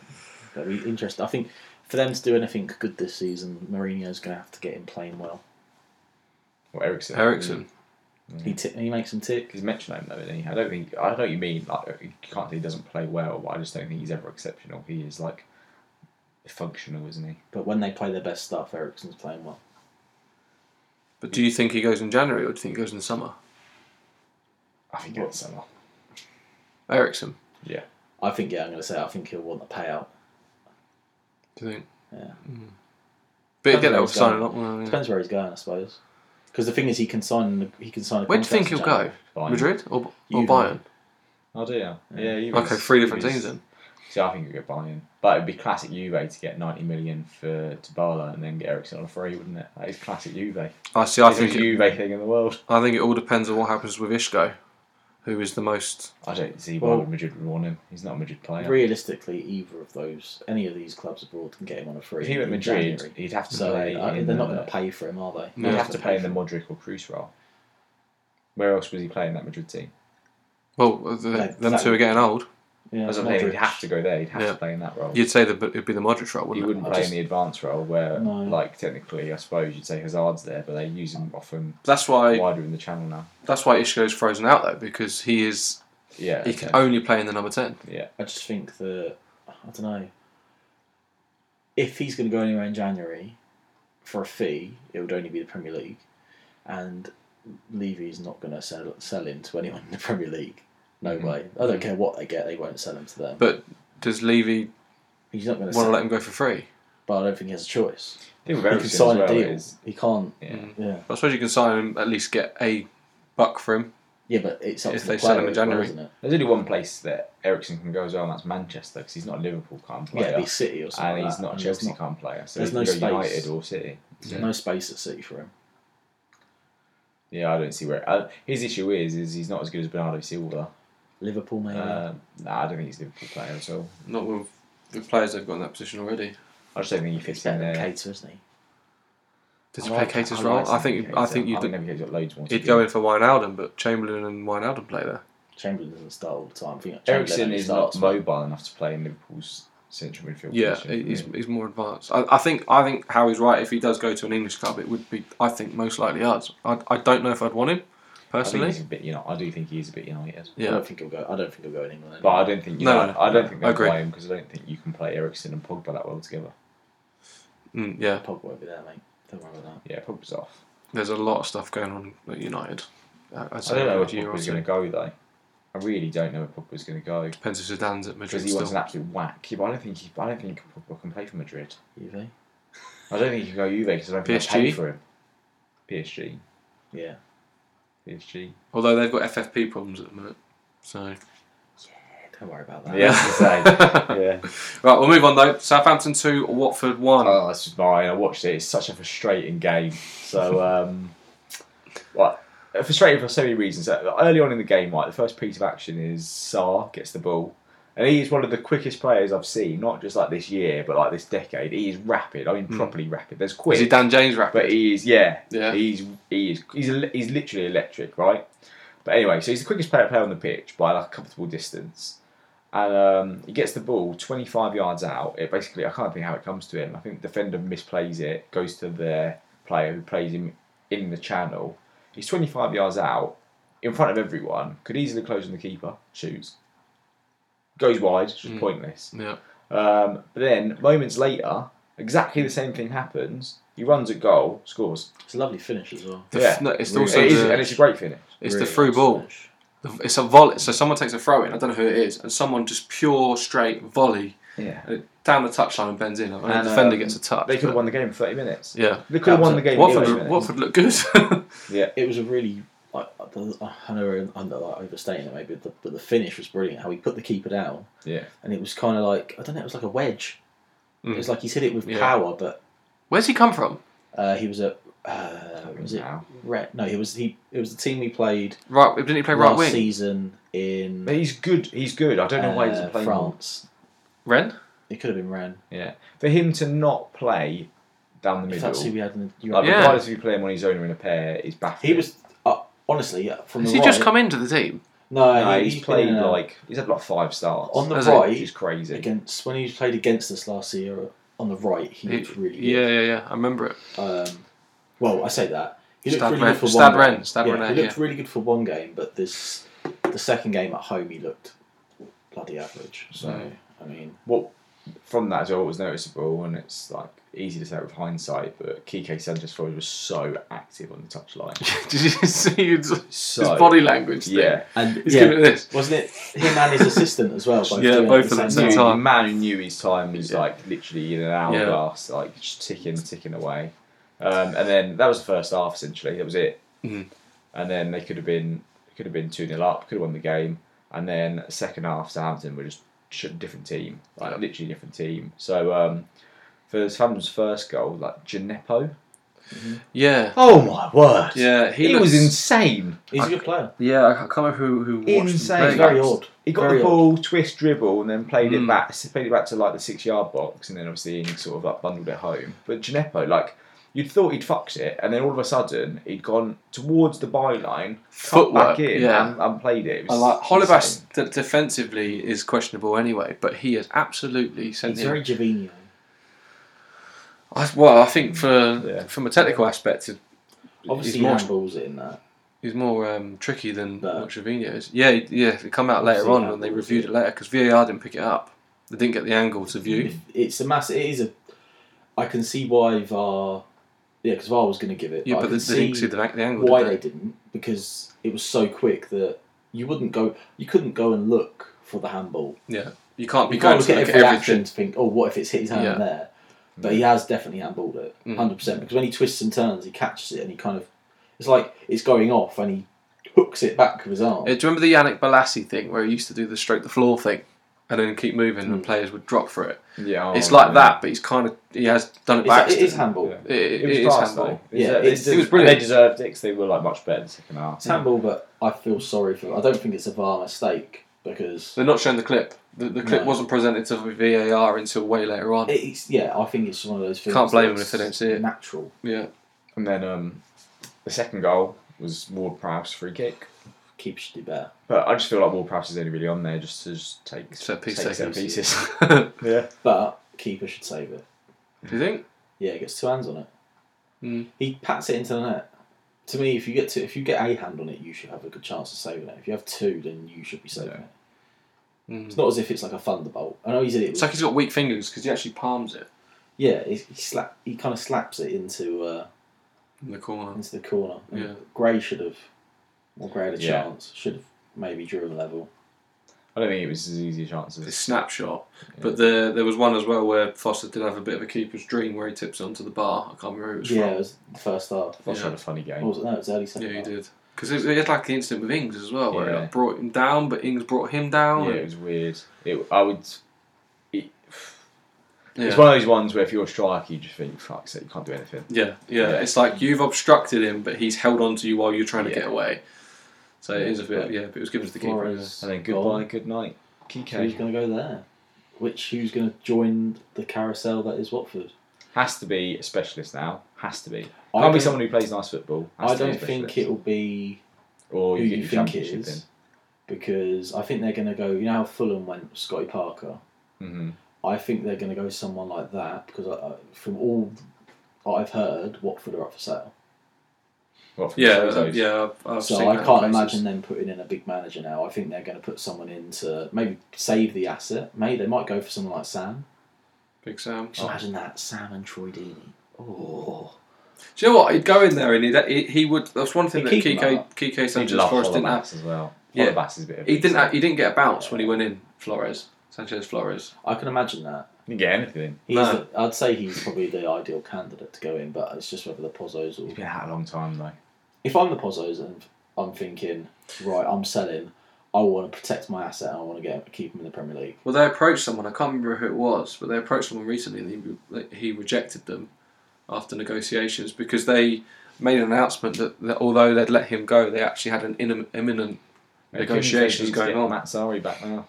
Speaker 2: that'd be interesting. I think for them to do anything good this season, Mourinho's going to have to get him playing well.
Speaker 3: Or Ericsson.
Speaker 1: Ericsson.
Speaker 3: Mm.
Speaker 2: He t- he makes him tick.
Speaker 3: He's metronome though, isn't he? I don't think I know what you mean. Like you can't say he doesn't play well, but I just don't think he's ever exceptional. He is like functional, isn't he?
Speaker 2: But when they play their best stuff, Ericsson's playing well.
Speaker 1: But do you think he goes in January or do you think he goes in the summer?
Speaker 3: I think it's summer.
Speaker 1: Ericsson,
Speaker 2: I think yeah, I'm going to say I think he'll want the payout.
Speaker 1: do you think?
Speaker 2: Yeah.
Speaker 1: Mm. But again,
Speaker 2: where
Speaker 1: that would
Speaker 2: he's
Speaker 1: sign
Speaker 2: going.
Speaker 1: up. Well,
Speaker 3: Mm.
Speaker 1: yeah.
Speaker 2: Depends where he's going, I suppose. Because the thing is, he can sign. He can sign. A
Speaker 1: Where do you think
Speaker 2: contract in
Speaker 1: he'll
Speaker 2: January.
Speaker 1: go? Madrid or, or
Speaker 2: You-
Speaker 1: Bayern?
Speaker 3: Oh dear. Yeah, Juve.
Speaker 1: Okay, three different teams then.
Speaker 3: See, I think it'd go Bayern, but it'd be classic Juve to get ninety million for Tabala and then get Ericsson on a free, wouldn't it? That is classic Juve.
Speaker 1: I see. I
Speaker 3: it's the
Speaker 1: think it,
Speaker 3: Juve thing in the world.
Speaker 1: I think it all depends on what happens with Isco, who is the most.
Speaker 3: I don't see why
Speaker 2: Well-
Speaker 3: Madrid would want him. He's not a Madrid player.
Speaker 2: Realistically, either of those, any of these clubs abroad can get him on a free.
Speaker 3: If he went
Speaker 2: in
Speaker 3: Madrid,
Speaker 2: January.
Speaker 3: he'd have to
Speaker 2: So
Speaker 3: play.
Speaker 2: uh,
Speaker 3: in
Speaker 2: they're not
Speaker 3: the-
Speaker 2: going to pay for him, are they?
Speaker 1: No.
Speaker 3: He'd
Speaker 1: Yeah.
Speaker 3: have to play in the Modric or Cruz role. Where else was he playing that Madrid team?
Speaker 1: Well, the,
Speaker 2: Like,
Speaker 1: them
Speaker 2: that-
Speaker 1: two are getting old.
Speaker 2: Yeah,
Speaker 3: As I'm saying, he'd
Speaker 2: Modric.
Speaker 3: have to go there. He'd have
Speaker 1: Yeah.
Speaker 3: to play in that role.
Speaker 1: You'd say that it'd be the Modric role,
Speaker 3: he
Speaker 1: wouldn't
Speaker 3: wouldn't
Speaker 2: I
Speaker 3: play
Speaker 2: just-
Speaker 3: in the advanced role where,
Speaker 2: No.
Speaker 3: like, technically, I suppose you'd say Hazard's there, but they use him often
Speaker 1: it? That's why.
Speaker 3: wider in the channel now.
Speaker 1: That's why Isco's frozen out though, because he is.
Speaker 3: Yeah.
Speaker 1: He can
Speaker 3: okay.
Speaker 1: only play in the number ten.
Speaker 2: I just think that I don't know. If he's going to go anywhere in January for a fee, it would only be the Premier League, and Levy's not going to sell sell him to anyone in the Premier League. No
Speaker 3: Mhm.
Speaker 2: way. I don't care what they get; they won't sell him to them.
Speaker 1: But- Does Levy
Speaker 2: He's not going
Speaker 1: want
Speaker 2: to
Speaker 1: to
Speaker 2: sell.
Speaker 1: let him go for free?
Speaker 2: but I don't think he has a choice.
Speaker 3: I think with
Speaker 2: He
Speaker 3: Ericsson
Speaker 2: can
Speaker 3: as
Speaker 2: sign
Speaker 3: well,
Speaker 2: a deal.
Speaker 3: is-
Speaker 2: He can't.
Speaker 3: yeah.
Speaker 1: Mm.
Speaker 2: Yeah,
Speaker 1: I suppose you can sign him at least get a buck for him.
Speaker 2: yeah, but it's up
Speaker 1: If
Speaker 2: to the
Speaker 1: they sell him
Speaker 2: player
Speaker 1: in
Speaker 2: as well,
Speaker 1: January.
Speaker 2: isn't it?
Speaker 3: There's only one place that Ericsson can go as well, and that's Manchester, because he's not a Liverpool kind of
Speaker 2: Yeah,
Speaker 3: player.
Speaker 2: it'd be City or something.
Speaker 3: and
Speaker 2: like
Speaker 3: he's
Speaker 2: that,
Speaker 3: not a
Speaker 2: and there's
Speaker 3: Chelsea
Speaker 2: not-
Speaker 3: kind of player. So
Speaker 2: there's
Speaker 3: he
Speaker 2: no
Speaker 3: can go
Speaker 2: space.
Speaker 3: United or City.
Speaker 2: There's no space at City for him.
Speaker 3: Yeah, I don't see where. Uh, his issue is, is he's not as good as Bernardo Silva.
Speaker 2: Liverpool, maybe.
Speaker 3: Um, nah, I don't think he's a Liverpool player at all.
Speaker 1: Not with the players they've got in that position already.
Speaker 3: I just don't think he
Speaker 2: He's
Speaker 3: fits in
Speaker 2: better than
Speaker 3: there.
Speaker 2: Cater, isn't he?
Speaker 1: Does he play Cater's role? I think I think you'd
Speaker 3: He's got loads more. to
Speaker 1: he'd
Speaker 3: do.
Speaker 1: go in for Wijnaldum, but Chamberlain and Wijnaldum play there.
Speaker 2: Chamberlain doesn't start all the time. I think Chamberlain
Speaker 3: Ericsson
Speaker 2: only
Speaker 3: is not
Speaker 2: starts
Speaker 3: mobile enough to play in Liverpool's central midfield.
Speaker 1: Yeah,
Speaker 3: position,
Speaker 1: he's,
Speaker 3: really.
Speaker 1: he's more advanced. I, I think I think Howie's right. If he does go to an English club, it would be I think most likely ours. I, I don't know if I'd want him
Speaker 3: I think
Speaker 1: personally.
Speaker 3: he's a bit. You know, I do think he is a bit United,
Speaker 2: I
Speaker 1: Yeah,
Speaker 2: don't think he'll go. I don't think he'll go in England.
Speaker 3: but I don't think. You
Speaker 1: No,
Speaker 3: know,
Speaker 1: no, no.
Speaker 3: I don't think
Speaker 1: I
Speaker 3: they'll
Speaker 1: agree.
Speaker 3: play him because I don't think you can play Ericsson and Pogba that well together.
Speaker 1: Mm, yeah,
Speaker 2: Pogba won't be there, mate. Don't worry about
Speaker 3: Yeah, Pogba's off.
Speaker 1: there's a lot of stuff going on at United. Uh, I, I'd
Speaker 3: I
Speaker 1: say
Speaker 3: don't know
Speaker 1: a
Speaker 3: where
Speaker 1: year or
Speaker 3: Pogba's
Speaker 1: two.
Speaker 3: going to go though. I really don't know where Pogba's going to go
Speaker 1: Depends if Zidane's at Madrid
Speaker 3: because he wants an
Speaker 1: still.
Speaker 3: absolute whack. Yeah, but I don't think he, I don't think Pogba can play for Madrid.
Speaker 2: that. UV?
Speaker 3: I don't think he can go Juve because I don't think they pay
Speaker 1: PSG?
Speaker 3: for him. PSG,
Speaker 2: Yeah.
Speaker 3: PSG.
Speaker 1: Although they've got FFP problems at the minute. So
Speaker 2: Don't worry about that.
Speaker 3: Yeah, I was gonna say. yeah.
Speaker 1: right, we'll move on though. Southampton two, Watford one.
Speaker 3: Oh, this is mine. I watched it. It's such a frustrating game. So, um, what? Frustrating for so many reasons. Uh, Early on in the game, right, the first piece of action is Saar gets the ball, and he is one of the quickest players I've seen. Not just like this year, but like this decade. He is rapid. I mean, properly rapid. There's quick.
Speaker 1: Hmm. Is he Dan James rapper?
Speaker 3: But he is, yeah.
Speaker 1: Yeah.
Speaker 3: He's he is he's el- he's literally electric, right? But anyway, so he's the quickest player, player on the pitch by like a comfortable distance, and um, he gets the ball 25 yards out. It basically I can't think how it comes to him. I think defender misplays it, goes to their player who plays him in the channel. He's 25 yards out in front of everyone. Could easily close on the keeper. Shoots. Goes wide, just pointless.
Speaker 1: yeah.
Speaker 3: Um, but then moments later, exactly the same thing happens. He runs at goal, scores.
Speaker 2: It's a lovely finish as well.
Speaker 1: The
Speaker 3: yeah.
Speaker 1: f- no, it's
Speaker 2: Really-
Speaker 1: also
Speaker 3: it is,
Speaker 1: the-
Speaker 3: and it's a great finish.
Speaker 1: it's the
Speaker 2: Really
Speaker 1: through
Speaker 2: nice
Speaker 1: ball.
Speaker 2: finish.
Speaker 1: It's a volley. So someone takes a throw in. I don't know who it is, and someone just pure straight volley
Speaker 3: Yeah,
Speaker 1: down the touchline and bends in. I mean,
Speaker 3: And,
Speaker 1: the defender
Speaker 3: um,
Speaker 1: gets a touch.
Speaker 3: they could have
Speaker 1: but-
Speaker 3: won the game in thirty minutes.
Speaker 1: Yeah.
Speaker 3: They could have won the game. in 30
Speaker 1: Watford,
Speaker 3: minutes.
Speaker 1: Watford look good.
Speaker 2: It was a really. Like, I know I'm like, overstating it maybe, but the, but the finish was brilliant. How he put the keeper down,
Speaker 3: Yeah,
Speaker 2: and it was kind of like I don't know, it was like a wedge.
Speaker 1: Mm.
Speaker 2: It was like he hit it with
Speaker 1: Yeah.
Speaker 2: power, but
Speaker 1: Where's he come from?
Speaker 2: uh, he was at uh, was it
Speaker 3: Now.
Speaker 2: Red? No, he was he. It was the team we played
Speaker 1: Right, didn't he play right
Speaker 2: last
Speaker 1: wing?
Speaker 2: season in
Speaker 3: But he's good. He's good. I don't know why he
Speaker 2: uh,
Speaker 3: doesn't play more.
Speaker 2: France.
Speaker 1: Ren?
Speaker 2: It could have been Ren.
Speaker 3: Yeah, for him to not play down the
Speaker 2: If
Speaker 3: middle,
Speaker 2: that's who we had in the
Speaker 3: like,
Speaker 1: Yeah.
Speaker 3: regardless if you play him on his own or in a pair, is baffling.
Speaker 2: He was uh, honestly uh, from
Speaker 1: Has
Speaker 2: the
Speaker 1: he
Speaker 2: right.
Speaker 1: just come into the team?
Speaker 2: no,
Speaker 3: No,
Speaker 2: he-
Speaker 3: he's,
Speaker 2: he's been
Speaker 3: played
Speaker 2: in a-
Speaker 3: like he's had like five starts
Speaker 2: on the
Speaker 1: Has he?
Speaker 2: right
Speaker 3: which is crazy.
Speaker 2: against when he played against us last year on the right. He
Speaker 1: He-
Speaker 2: looked really
Speaker 1: yeah, yeah, yeah. I remember it.
Speaker 2: good. Um, well, I say that he looked
Speaker 1: Stad
Speaker 2: really
Speaker 1: Ren-
Speaker 2: good for
Speaker 1: Stad
Speaker 2: one.
Speaker 1: Ren,
Speaker 2: game.
Speaker 1: Stad
Speaker 2: yeah,
Speaker 1: Ren,
Speaker 2: he looked really good for one game, but this the second game at home he looked bloody average. So
Speaker 3: Mm.
Speaker 2: I mean,
Speaker 3: what from that as well what was noticeable, and it's like easy to say with hindsight, but Kike Sanchez Flores was so active on the touchline.
Speaker 1: Did you see his, his
Speaker 3: So
Speaker 1: body language? thing?
Speaker 3: yeah,
Speaker 2: and
Speaker 1: He's giving it this.
Speaker 2: wasn't it him and his assistant as well?
Speaker 1: Yeah,
Speaker 2: doing it
Speaker 1: both at the same
Speaker 3: Knew-
Speaker 1: time.
Speaker 3: the man who knew his time was like literally in an hourglass, like just ticking, ticking away. Um, and then that was the first half essentially. That was it.
Speaker 1: Mhm.
Speaker 3: And then they could have been could have been two 0 up, could have won the game. And then second half, Southampton were just sh- different team, like
Speaker 1: Yeah.
Speaker 3: literally different team. So um, for Southampton's first goal, like Gineppo.
Speaker 1: Yeah.
Speaker 3: Oh my word!
Speaker 1: Yeah, he,
Speaker 3: he, was
Speaker 1: looks-
Speaker 3: insane.
Speaker 2: He's a good player.
Speaker 1: Yeah, I can't remember who, who watched
Speaker 3: Insane.
Speaker 1: him
Speaker 2: He's
Speaker 1: play.
Speaker 2: very odd.
Speaker 3: He got
Speaker 2: Very
Speaker 3: the
Speaker 2: odd.
Speaker 3: ball, twist, dribble, and then played
Speaker 1: Mm.
Speaker 3: it back. Played it back to like the six-yard box, and then obviously he sort of like bundled it home. But Gineppo, like you'd thought he'd fucked it, and then all of a sudden he'd gone towards the byline, cut
Speaker 1: Footwork,
Speaker 3: back in,
Speaker 1: yeah.
Speaker 3: and, and played it. it
Speaker 1: I
Speaker 3: was
Speaker 1: like Holibas
Speaker 3: insane.
Speaker 1: d- defensively is questionable anyway, but he has absolutely sent
Speaker 2: He's
Speaker 1: him.
Speaker 2: very Javinho.
Speaker 1: I, well, I think for
Speaker 3: Yeah.
Speaker 1: from a technical aspect,
Speaker 2: Obviously,
Speaker 1: more-
Speaker 2: he handballs it in that.
Speaker 1: He's more um, tricky than
Speaker 2: No.
Speaker 1: what Trevino is. Yeah, he- yeah. It come out later
Speaker 2: Obviously,
Speaker 1: on
Speaker 2: yeah,
Speaker 1: and they
Speaker 2: we'll
Speaker 1: reviewed
Speaker 2: see.
Speaker 1: it later because VAR didn't pick it up. They didn't get the angle to view.
Speaker 2: If It's a massive. It is a. I can see why VAR. Yeah, because VAR was going to give it.
Speaker 1: Yeah,
Speaker 2: I
Speaker 1: but
Speaker 2: can
Speaker 1: they, they didn't see the, the angle.
Speaker 2: why
Speaker 1: did
Speaker 2: they didn't because it was so quick that you wouldn't go. You couldn't go and look for the handball.
Speaker 1: You can't be
Speaker 2: You
Speaker 1: going
Speaker 2: can't
Speaker 1: to
Speaker 2: look at
Speaker 1: look at
Speaker 2: every action
Speaker 1: everything.
Speaker 2: to think, oh, what if it's hit his hand
Speaker 1: Yeah.
Speaker 2: there? But he has definitely handballed it,
Speaker 1: Mm.
Speaker 2: hundred percent. Because when he twists and turns, he catches it and he kind of. It's like it's going off and he hooks it back with his arm.
Speaker 1: Uh, do you remember the Yannick Balassi thing where he used to do the stroke the floor thing and then keep moving and players would drop for it?
Speaker 3: Yeah,
Speaker 1: it's
Speaker 3: oh,
Speaker 1: like
Speaker 3: yeah.
Speaker 1: that, but he's kind of he has done it
Speaker 2: It's-
Speaker 1: back.
Speaker 2: it is handball.
Speaker 3: Yeah.
Speaker 1: It, it,
Speaker 3: It was
Speaker 1: it is
Speaker 3: class,
Speaker 1: handball.
Speaker 3: though.
Speaker 2: Yeah,
Speaker 3: Yeah,
Speaker 2: it's-
Speaker 1: it was
Speaker 3: brilliant.
Speaker 1: brilliant.
Speaker 3: They deserved it because they were like much better in the second half.
Speaker 2: It's handball, but I feel sorry for. I don't think it's a VAR mistake because
Speaker 1: They're not showing the clip. The, the clip
Speaker 2: No.
Speaker 1: wasn't presented to VAR until way later on.
Speaker 2: it's yeah. I think it's one of those things.
Speaker 1: Can't blame 'em
Speaker 2: that's
Speaker 1: if they don't see it.
Speaker 2: Natural.
Speaker 1: yeah,
Speaker 3: And then um, the second goal was Ward Prowse free kick.
Speaker 2: Keeps you better.
Speaker 3: But I just feel like Ward Prowse is only really on there just to just take
Speaker 1: set piece
Speaker 3: take
Speaker 1: taken.
Speaker 3: set pieces.
Speaker 1: do
Speaker 3: yeah,
Speaker 2: But keeper should save it.
Speaker 1: you think?
Speaker 2: Yeah, he gets two hands on it.
Speaker 1: Mm.
Speaker 2: He pats it into the net. To me, if you get to if you get a hand on it, you should have a good chance of saving it. If you have two, then you should be saving
Speaker 3: Yeah.
Speaker 2: it.
Speaker 1: Mm.
Speaker 2: It's not as if it's like a thunderbolt. I know he said it.
Speaker 1: It's
Speaker 2: Was,
Speaker 1: like he's got weak fingers because he actually palms it.
Speaker 2: yeah, he, he slap he kind of slaps it into uh,
Speaker 1: in the corner.
Speaker 2: into the corner. And
Speaker 1: Yeah.
Speaker 2: Gray should have, or Gray had a
Speaker 3: Yeah.
Speaker 2: chance. Should have maybe drew a level.
Speaker 3: I don't think it was as easy a chance as
Speaker 1: It's snapshot, but the, there was one as well where Foster did have a bit of a keeper's dream where he tips it onto the bar. I can't remember who it was
Speaker 2: yeah, it was the first half.
Speaker 3: Foster
Speaker 1: yeah.
Speaker 3: had a funny
Speaker 2: What
Speaker 3: game.
Speaker 2: was it? No, it was early
Speaker 1: from.
Speaker 2: second.
Speaker 1: Yeah, he
Speaker 2: half.
Speaker 1: did. Because it, it was like the incident with Ings as well, where
Speaker 3: Yeah.
Speaker 1: it brought him down, but Ings brought him down.
Speaker 3: Yeah, it
Speaker 1: and-
Speaker 3: was weird. It, I would. It,
Speaker 1: Yeah,
Speaker 3: It's one of those ones where if you're a striker, you just think, "Fuck it, you can't do anything."
Speaker 1: yeah, yeah.
Speaker 3: Yeah.
Speaker 1: It's like you've obstructed him, but he's held on to you while you're trying to
Speaker 3: Yeah.
Speaker 1: get away. So it is a bit,
Speaker 2: But-
Speaker 1: yeah, but it was given to the keeper. isn't it?
Speaker 2: Flores
Speaker 3: And then
Speaker 2: gone.
Speaker 3: goodbye, good night,
Speaker 2: Who's
Speaker 3: Kike.
Speaker 2: going to go there? Which who's going to join the carousel that is Watford?
Speaker 3: Has to be a specialist now. Has to be.
Speaker 2: I
Speaker 3: Can't be
Speaker 2: don't-
Speaker 3: someone who plays nice football. Has
Speaker 2: I
Speaker 3: to be a
Speaker 2: don't think
Speaker 3: specialist.
Speaker 2: it'll be
Speaker 3: Or
Speaker 2: who
Speaker 3: you, get
Speaker 2: you
Speaker 3: your
Speaker 2: think it
Speaker 3: championship
Speaker 2: is, because I think they're going to go. You know how Fulham went Scotty Parker.
Speaker 3: in. hmm
Speaker 2: I think they're going to go someone like that because I, I, from all I've heard, Watford are up for sale.
Speaker 3: Well, from
Speaker 1: Yeah, uh,
Speaker 3: Sozo's.
Speaker 1: yeah. I've, I've seen
Speaker 2: so I
Speaker 1: that
Speaker 2: can't
Speaker 1: places.
Speaker 2: imagine them putting in a big manager now. I think they're going to put someone in to maybe save the asset. Maybe they might go for someone like Sam.
Speaker 1: Big Sam.
Speaker 3: Oh.
Speaker 2: Just imagine that Sam and Troy Deeney. Oh,
Speaker 1: Do you know what? He'd go in there and he'd, he, he would. That's one thing
Speaker 2: He'd
Speaker 1: that
Speaker 2: keep him
Speaker 1: Kike,
Speaker 2: up.
Speaker 1: Kike
Speaker 3: He'd
Speaker 1: Sanchez
Speaker 3: love
Speaker 1: Flores didn't have.
Speaker 3: Hollabas as well.
Speaker 1: Yeah.
Speaker 3: Hollabas is a bit of a
Speaker 1: He didn't. Have,
Speaker 3: Have,
Speaker 1: he didn't get a bounce when he went in. Flores, Sanchez Flores.
Speaker 2: I can imagine that.
Speaker 3: didn't get anything.
Speaker 2: He's
Speaker 1: No.
Speaker 2: the- I'd say he's probably the ideal candidate to go in, but it's just whether the Pozzos
Speaker 3: He's
Speaker 2: or
Speaker 3: been out a long time though.
Speaker 2: if I'm the Pozzos and I'm thinking, right, I'm selling. I want to protect my asset. and I want to get keep him in the Premier League.
Speaker 1: Well, they approached someone. I can't remember who it was, but they approached someone recently, and he, re- like, he rejected them after negotiations because they made an announcement that, that although they'd let him go, they actually had an inim- imminent Negotiations
Speaker 3: Maybe he's
Speaker 1: going
Speaker 3: getting
Speaker 1: on.
Speaker 3: Matt Sari back now.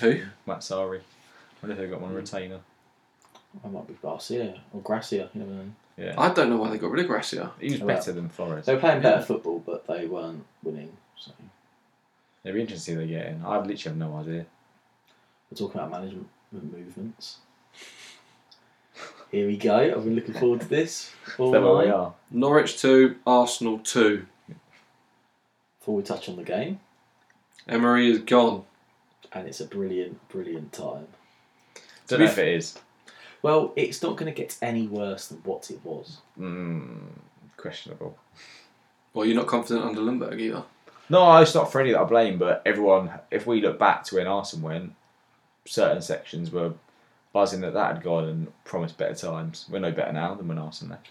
Speaker 1: who
Speaker 3: Matt Sari. I wonder if they got one retainer.
Speaker 2: I might be Garcia or Gracia. You never know.
Speaker 3: Yeah.
Speaker 1: I don't know why they got rid of Gracia.
Speaker 3: He was
Speaker 2: Well,
Speaker 3: better than Flores.
Speaker 2: They were playing
Speaker 1: Yeah.
Speaker 2: better football, but they weren't winning. So
Speaker 3: It'd be interesting to see who they get in. I literally have no idea.
Speaker 2: we're talking about management movements. Here we go. I've been looking forward to this all
Speaker 3: They're where we
Speaker 2: night.
Speaker 3: are.
Speaker 1: Norwich two, Arsenal two.
Speaker 2: Before we touch on the game,
Speaker 1: Emery is gone.
Speaker 2: and it's a brilliant, brilliant time.
Speaker 3: Don't
Speaker 1: be
Speaker 3: know if it is.
Speaker 2: Well, it's not going to get any worse than what it was.
Speaker 3: Mm, questionable.
Speaker 1: Well, you're not confident under Lindbergh either.
Speaker 3: No, it's not Freddie that I blame, but everyone. If we look back to when Arsenal went, certain sections were buzzing that that had gone and promised better times. We're no better now than when Arsenal left.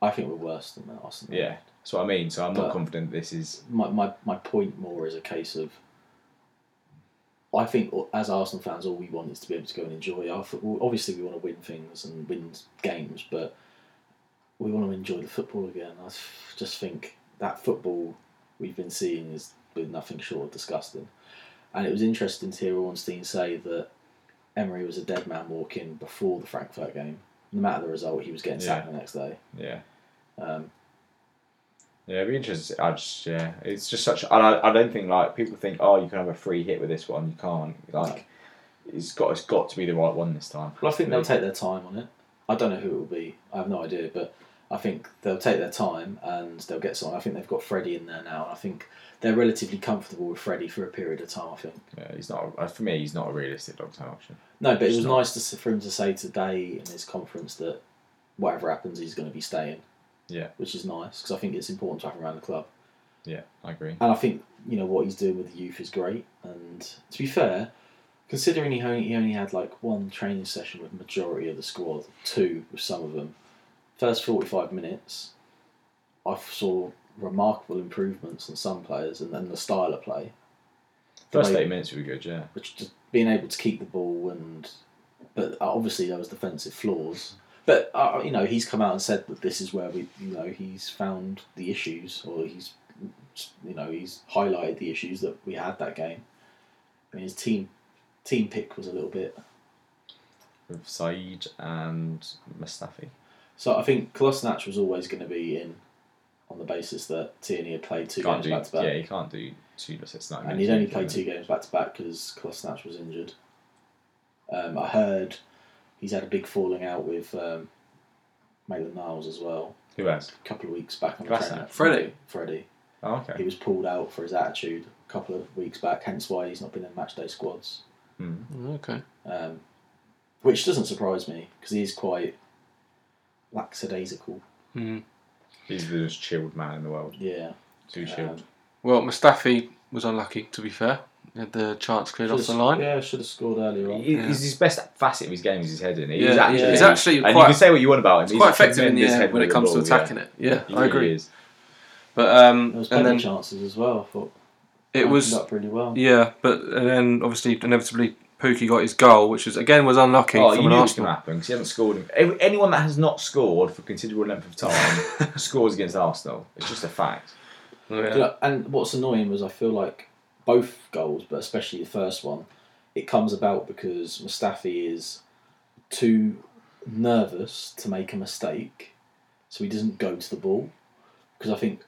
Speaker 2: I think we're worse than Arsenal.
Speaker 3: Yeah, that's what I mean. So I'm not
Speaker 2: But-
Speaker 3: confident this is.
Speaker 2: my, my, my point more is a case of I think all- as Arsenal fans, all we want is to be able to go and enjoy our football. Obviously, we want to win things and win games, but we want to enjoy the football again. I f- just think that football we've been seeing is been nothing short of disgusting. And it was interesting to hear Ornstein say that Emery was a dead man walking before the Frankfurt game. No matter the result, he was getting sacked the next day.
Speaker 3: Yeah,
Speaker 2: Um,
Speaker 3: yeah, it'd be interesting. I just yeah, it's just such. And I, I don't think like people think oh you can have a free hit with this one. You can't. Like it's got it's got to be the right one this time.
Speaker 2: Well, I think they'll take their time on it. I don't know who it will be. I have no idea, but I think they'll take their time and they'll get someone. I think they've got Freddie in there now, and I think they're relatively comfortable with Freddie for a period of time. I think.
Speaker 3: Yeah, he's not uh, for me. He's not a realistic long term option.
Speaker 2: No, but it was
Speaker 3: It's not-
Speaker 2: nice to, s- for him to say today in his conference that whatever happens, he's going to be staying.
Speaker 3: Yeah.
Speaker 2: Which is nice because I think it's important to have him around the club.
Speaker 3: Yeah, I agree.
Speaker 2: And I think you know what he's doing with the youth is great. And to be fair, considering he only he only had like one training session with majority of the squad, two with some of them, first forty five minutes, I saw remarkable improvements in some players and then the style of play,
Speaker 3: First
Speaker 2: Like-
Speaker 3: eight minutes would be good. Yeah,
Speaker 2: which just being able to keep the ball and, but obviously there was defensive flaws. But uh, you know he's come out and said that this is where we you know he's found the issues or he's you know he's highlighted the issues that we had that game. I mean his team team pick was a little bit.
Speaker 3: with Saeed and Mustafi.
Speaker 2: So I think Kolasinac was always going to be in on the basis that Tierney had played 2
Speaker 3: Can't do.
Speaker 2: games back to back.
Speaker 3: Yeah, he can't do two sets nine.
Speaker 2: and he'd only played two games back to back because Kolasinac was injured. Um, I heard he's had a big falling out with um, Maitland Niles as well.
Speaker 3: Who has?
Speaker 2: A couple of weeks back on the
Speaker 3: Kolasinac.
Speaker 2: train.
Speaker 1: Freddie?
Speaker 2: Freddie.
Speaker 3: Oh, okay.
Speaker 2: He was pulled out for his attitude a
Speaker 3: Hmm.
Speaker 2: couple of weeks back, hence why he's not been in matchday squads.
Speaker 1: Okay.
Speaker 2: Um, which doesn't surprise me because he's quite lackadaisical.
Speaker 1: Mm.
Speaker 3: He's the most chilled man in the world.
Speaker 2: Yeah,
Speaker 3: Too
Speaker 2: Um,
Speaker 3: chilled.
Speaker 1: Well, Mustafi was unlucky, to be fair. He had the chance cleared off
Speaker 2: Should've
Speaker 1: the
Speaker 2: sc-
Speaker 1: line.
Speaker 2: Yeah, should have scored earlier on.
Speaker 3: He- He's his best facet of his game is his heading. He's
Speaker 1: Yeah,
Speaker 3: actually,
Speaker 1: he's actually
Speaker 3: and you
Speaker 1: quite-
Speaker 3: can say what you want about him.
Speaker 1: It's
Speaker 3: he's
Speaker 1: quite
Speaker 3: a
Speaker 1: effective in the
Speaker 3: tremendous
Speaker 1: air
Speaker 3: header
Speaker 1: when it
Speaker 3: with
Speaker 1: comes
Speaker 3: the
Speaker 1: to
Speaker 3: ball, yeah.
Speaker 1: attacking it. Yeah,
Speaker 3: He
Speaker 1: I
Speaker 3: really
Speaker 1: agree.
Speaker 3: is.
Speaker 1: But um,
Speaker 2: There was
Speaker 1: and
Speaker 2: plenty
Speaker 1: then
Speaker 2: of chances as well. I thought
Speaker 1: it was
Speaker 2: up really well.
Speaker 1: yeah, but and then obviously inevitably Pookie got his goal, which was again was unlucky
Speaker 3: Oh,
Speaker 1: from
Speaker 3: you
Speaker 1: an
Speaker 3: knew it was
Speaker 1: Arsenal.
Speaker 3: going to happen because he hasn't scored. in- every- Anyone that has not scored for a considerable length of time scores against Arsenal. It's just a fact.
Speaker 1: Yeah.
Speaker 2: Yeah, and what's annoying was I feel like both goals, but especially the first one, it comes about because Mustafi is too nervous to make a mistake, so he doesn't go to the ball. Because I think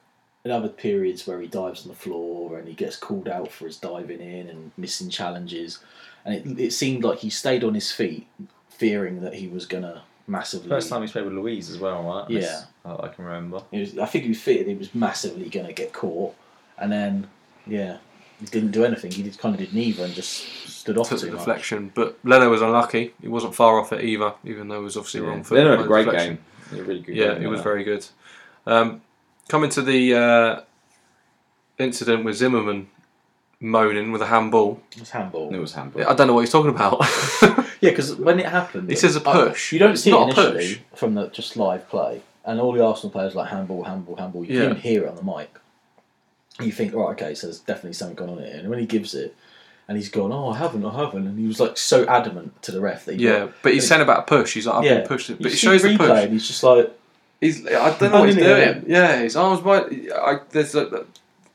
Speaker 2: in other periods where he dives on the floor and he gets called out for his diving in and missing challenges, and it, it seemed like he stayed on his feet, fearing that he was gonna massively.
Speaker 3: First time he's played with Louise as well, right?
Speaker 2: Yeah.
Speaker 3: I I can remember.
Speaker 2: It was, I think he feared he was massively going to get caught, and then yeah, he didn't do anything. He did, kind of did neither and just stood off
Speaker 1: Took
Speaker 2: too
Speaker 1: the
Speaker 2: much.
Speaker 1: deflection, but Leno was unlucky. He wasn't far off it either, even though it was obviously wrong for
Speaker 3: They had a great game. He had a really good
Speaker 1: Yeah,
Speaker 3: game,
Speaker 1: it was
Speaker 3: yeah.
Speaker 1: very good. Um, coming to the uh, incident with Zimmerman moaning with a handball,
Speaker 2: It was handball.
Speaker 3: It was handball.
Speaker 1: I don't know what he's talking about.
Speaker 2: Yeah, because when it happened,
Speaker 1: He says a
Speaker 2: I-
Speaker 1: push.
Speaker 2: you don't
Speaker 1: It's
Speaker 2: see
Speaker 1: not
Speaker 2: it
Speaker 1: a
Speaker 2: initially from the just live play, and all the Arsenal players like handball, handball, handball. You
Speaker 1: Yeah.
Speaker 2: can hear it on the mic. You think, right, okay, so there's definitely something going on here. And when he gives it, and he's gone, oh, I haven't, I haven't, and he was like so adamant to the ref that he
Speaker 1: yeah, but he's
Speaker 2: But-
Speaker 1: saying about a push. He's like, I've
Speaker 2: yeah.
Speaker 1: been pushed,
Speaker 2: You
Speaker 1: but it
Speaker 2: see
Speaker 1: shows the
Speaker 2: replay,
Speaker 1: push.
Speaker 2: and he's just like,
Speaker 1: He's, I don't know what he's
Speaker 2: Running
Speaker 1: doing.
Speaker 2: around.
Speaker 1: Yeah, his arms wide. I, there's a,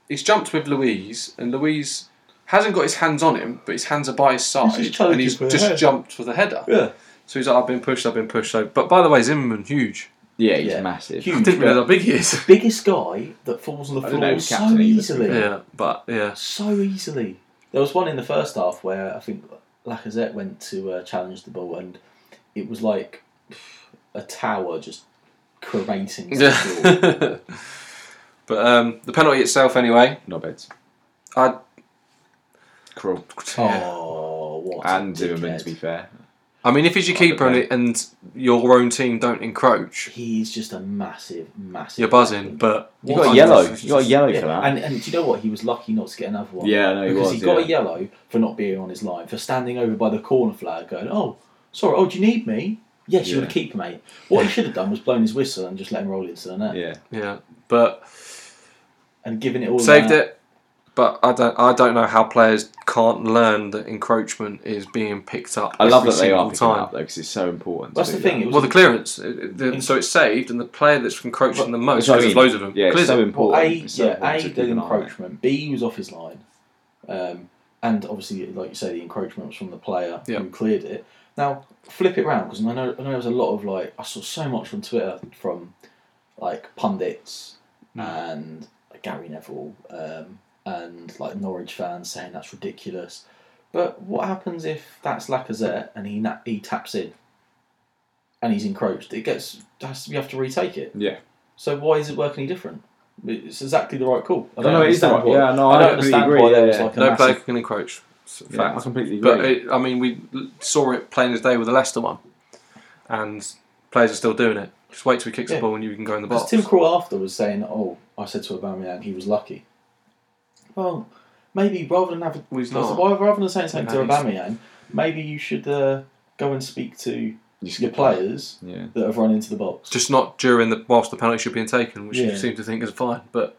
Speaker 1: he's jumped with Louise, and Louise hasn't got his hands on him, but his hands are by his side,
Speaker 2: just challenged
Speaker 1: and he's
Speaker 2: him for the
Speaker 1: just
Speaker 2: head.
Speaker 1: jumped for the header.
Speaker 2: yeah,
Speaker 1: So he's like, I've been pushed, I've been pushed. So, but by the way, Zimmerman huge.
Speaker 3: Yeah, he's
Speaker 2: Yeah.
Speaker 3: massive.
Speaker 2: Huge.
Speaker 1: I didn't realise how big he is.
Speaker 2: biggest guy that falls on the
Speaker 3: I
Speaker 2: floor
Speaker 3: didn't know he was
Speaker 2: so
Speaker 3: captain either.
Speaker 2: easily.
Speaker 1: Yeah, but yeah,
Speaker 2: So easily. There was one in the first half where I think Lacazette went to uh, challenge the ball and it was like a tower just crating. to the floor.
Speaker 1: yeah. but um, the penalty itself, anyway.
Speaker 3: Knobheads.
Speaker 1: I
Speaker 3: Cruel.
Speaker 2: Oh, what? a
Speaker 3: And Zimmerman, to be
Speaker 2: dickhead.
Speaker 3: fair.
Speaker 1: I mean, if he's your
Speaker 3: Not a
Speaker 1: keeper and,
Speaker 3: penalty.
Speaker 1: and your own team don't encroach,
Speaker 2: He's just a massive, massive.
Speaker 1: you're buzzing. But
Speaker 3: You
Speaker 2: What
Speaker 3: got
Speaker 2: a
Speaker 3: yellow.
Speaker 1: difference.
Speaker 3: You got yellow
Speaker 2: Yeah,
Speaker 3: for that.
Speaker 2: And, and do you know what? He was lucky not to get another one.
Speaker 3: Yeah, I know he
Speaker 2: because
Speaker 3: was,
Speaker 2: he got
Speaker 3: yeah.
Speaker 2: a yellow for not being on his line, for standing over by the corner flag, going, "Oh, sorry. Oh, do you need me?" Yes, you're
Speaker 3: Yeah.
Speaker 2: the keeper, mate. What he should have done was blown his whistle and just let him roll into the net
Speaker 3: yeah.
Speaker 1: yeah, but
Speaker 2: and given it all.
Speaker 1: saved
Speaker 2: that-
Speaker 1: it. But I don't. I don't know how players can't learn that encroachment is being picked up.
Speaker 3: I love
Speaker 1: every
Speaker 3: that they are
Speaker 1: single
Speaker 3: picking
Speaker 1: time.
Speaker 3: up though, because it's so important.
Speaker 2: That's
Speaker 3: to
Speaker 2: the
Speaker 3: do
Speaker 2: thing.
Speaker 3: that.
Speaker 2: It was
Speaker 1: Well, the clearance. it- it- the-
Speaker 2: In-
Speaker 1: so it's saved, and the player that's encroaching the most
Speaker 3: That's what I
Speaker 1: because there's
Speaker 3: mean.
Speaker 1: loads of them.
Speaker 3: Yeah, it's
Speaker 1: clears
Speaker 3: so
Speaker 1: it.
Speaker 2: Well,
Speaker 3: important.
Speaker 2: a
Speaker 3: It's so
Speaker 2: yeah,
Speaker 3: important
Speaker 2: a
Speaker 3: to
Speaker 2: the
Speaker 3: keep an eye on it.
Speaker 2: encroachment. B he was off his line, um, and obviously, like you say, the encroachment was from the player
Speaker 1: Yeah.
Speaker 2: who cleared it. Now flip it round because I know I know there was a lot of like I saw so much on Twitter from like pundits and like, Gary Neville um, and like Norwich fans saying that's ridiculous. But what happens if that's Lacazette and he na- he taps in and he's encroached? It gets has you have to retake it.
Speaker 3: Yeah.
Speaker 2: So why is it working any different? It's exactly the right call. I
Speaker 3: No,
Speaker 2: don't
Speaker 3: no, it is the
Speaker 2: understand
Speaker 3: right-
Speaker 2: why.
Speaker 3: yeah, no, I
Speaker 2: don't
Speaker 3: completely
Speaker 2: understand
Speaker 3: agree,
Speaker 2: why there
Speaker 3: yeah,
Speaker 2: was
Speaker 3: yeah.
Speaker 2: like a
Speaker 1: No
Speaker 2: massive-
Speaker 1: player can encroach. It's a
Speaker 3: Yeah, I
Speaker 1: fact.
Speaker 3: completely agree.
Speaker 1: But it, I mean, we l- saw it plain as day with the Leicester one, and players are still doing it. Just wait till he kicks
Speaker 2: Yeah.
Speaker 1: the ball and you can go in the
Speaker 2: Because
Speaker 1: box.
Speaker 2: Tim Krul after was saying, "Oh, I said to Aubameyang, he was lucky." Well, maybe rather than have
Speaker 1: Well, he's
Speaker 2: I said,
Speaker 1: not.
Speaker 2: "Well, rather than saying something
Speaker 1: No,
Speaker 2: to
Speaker 1: he's-
Speaker 2: Aubameyang, maybe you should uh, go and speak to
Speaker 3: You
Speaker 2: your
Speaker 3: skip
Speaker 2: players
Speaker 3: that. Yeah.
Speaker 2: that have run into the box."
Speaker 1: Just not during the whilst the penalty should be taken, which you
Speaker 2: Yeah.
Speaker 1: seem to think is fine. But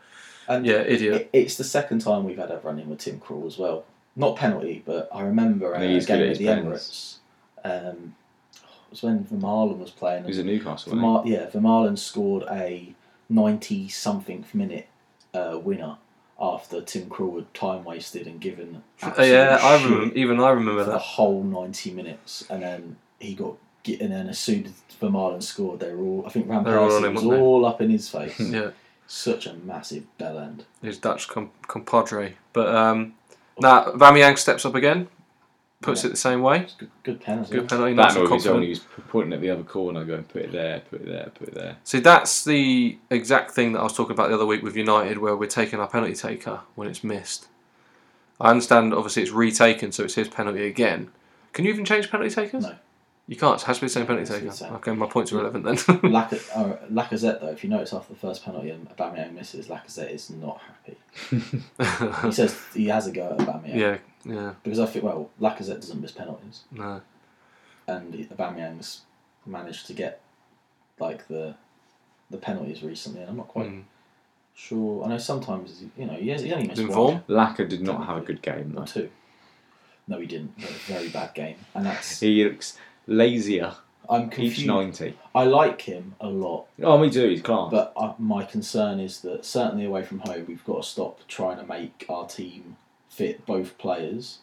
Speaker 2: And
Speaker 1: yeah, idiot.
Speaker 2: It, it's the second time we've had a run in with Tim Krul as well. Not penalty, but I remember a
Speaker 3: No, he's
Speaker 2: game
Speaker 3: good at
Speaker 2: at
Speaker 3: his
Speaker 2: the Emirates.
Speaker 3: pens.
Speaker 2: Um, it was when Vermaelen was playing.
Speaker 3: He was at Newcastle. wasn't
Speaker 2: Verma- yeah, Vermaelen scored a 90 something minute uh, winner after Tim Krul had time wasted and given. absolute
Speaker 1: Uh, yeah, I
Speaker 2: shit
Speaker 1: remember, even I remember
Speaker 2: for the
Speaker 1: that.
Speaker 2: whole 90 minutes, and then he got. get- And then as soon as Vermaelen scored, they were all. I think Van
Speaker 1: They were all on
Speaker 2: Persie
Speaker 1: him,
Speaker 2: was
Speaker 1: weren't they?
Speaker 2: all up in his face.
Speaker 1: Yeah,
Speaker 2: Such a massive bell end.
Speaker 1: his Dutch com- compadre. But um, now Vamiang steps up again, puts
Speaker 2: Yeah.
Speaker 1: it the same way.
Speaker 2: It's good, good penalty.
Speaker 1: Good penalty,
Speaker 3: he?
Speaker 1: nice
Speaker 3: That
Speaker 1: and
Speaker 3: noise when
Speaker 1: confident.
Speaker 3: he was pointing at the other corner, going, put it there, put it there, put it there.
Speaker 1: See, that's the exact thing that I was talking about the other week with United, where we're taking our penalty taker when it's missed. I understand, obviously, it's retaken, so it's his penalty again. Can you even change penalty takers?
Speaker 2: No.
Speaker 1: You can't. It has to be the same penalty
Speaker 2: Has to be
Speaker 1: taker.
Speaker 2: the same.
Speaker 1: Okay, my points are irrelevant then.
Speaker 2: Lac- uh, Lacazette, though, if you notice after the first penalty, um, Aubameyang misses. Lacazette is not happy. He says he has a go at Aubameyang
Speaker 1: yeah, yeah,
Speaker 2: because I think well, Lacazette doesn't miss penalties,
Speaker 1: no.
Speaker 2: and Aubameyang's managed to get like the the penalties recently, and I'm not quite
Speaker 1: Mm.
Speaker 2: sure. I know sometimes you know he, has, he only missed
Speaker 1: In
Speaker 2: one
Speaker 1: form?
Speaker 3: Laka did not have a good game
Speaker 2: or
Speaker 3: though.
Speaker 2: two. No, he didn't. It was a very bad game, and that's
Speaker 3: He looks lazier
Speaker 2: I'm
Speaker 3: each
Speaker 2: confused.
Speaker 3: ninety.
Speaker 2: I like him a lot,
Speaker 3: Oh, me too. He's class.
Speaker 2: But uh, my concern is that certainly away from home, we've got to stop trying to make our team fit both players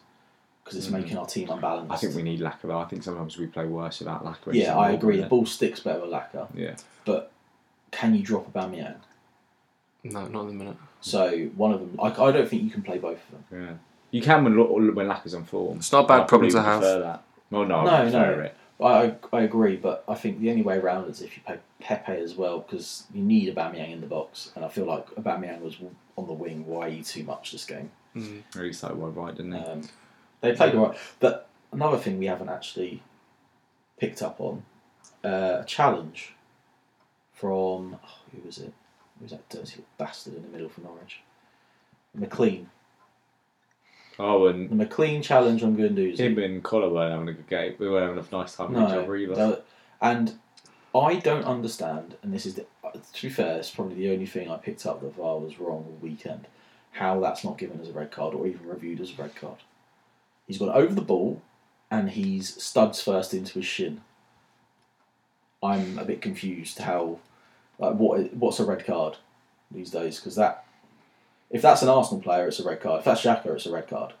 Speaker 2: because it's
Speaker 1: Mm.
Speaker 3: Mhm.
Speaker 2: making our team unbalanced.
Speaker 3: I think we need Laka though. I think sometimes we play worse without Laka.
Speaker 2: yeah, I agree. The ball sticks better with Laka.
Speaker 3: Yeah.
Speaker 2: But can you drop Aubameyang?
Speaker 1: No, not in the minute.
Speaker 2: So one of them, I, I don't think you can play both of them.
Speaker 3: Yeah. You can when Lo- when Laka's on form.
Speaker 1: It's not a bad
Speaker 3: I
Speaker 1: problem
Speaker 3: probably
Speaker 1: to
Speaker 3: would
Speaker 1: have.
Speaker 3: Prefer that. Well, no,
Speaker 2: No,
Speaker 3: I would prefer
Speaker 2: no.
Speaker 3: it.
Speaker 2: I, I, I agree, but I think the only way around is if you play Pepe as well because you need Aubameyang in the box, and I feel like Aubameyang was on the wing way too much this game.
Speaker 1: Mm.
Speaker 3: Really started wide right, didn't he?
Speaker 2: Um, they played all right. But another thing we haven't actually picked up on uh, a challenge from oh, who was it? Who was that dirty bastard in the middle for Norwich? McLean.
Speaker 3: oh, and
Speaker 2: The McLean challenge on Gunduzi.
Speaker 3: him and Collar weren't having a good game. We weren't having a nice time with each other
Speaker 2: No,
Speaker 3: either.
Speaker 2: no, and I don't understand. And this is, the, to be fair, it's probably the only thing I picked up that VAR was wrong all weekend. How that's not given as a red card or even reviewed as a red card. He's gone over the ball, and he's studs first into his shin. I'm a bit confused how, like, what what's a red card these days? Because that, if that's an Arsenal player, it's a red card. If that's Xhaka, it's a red card.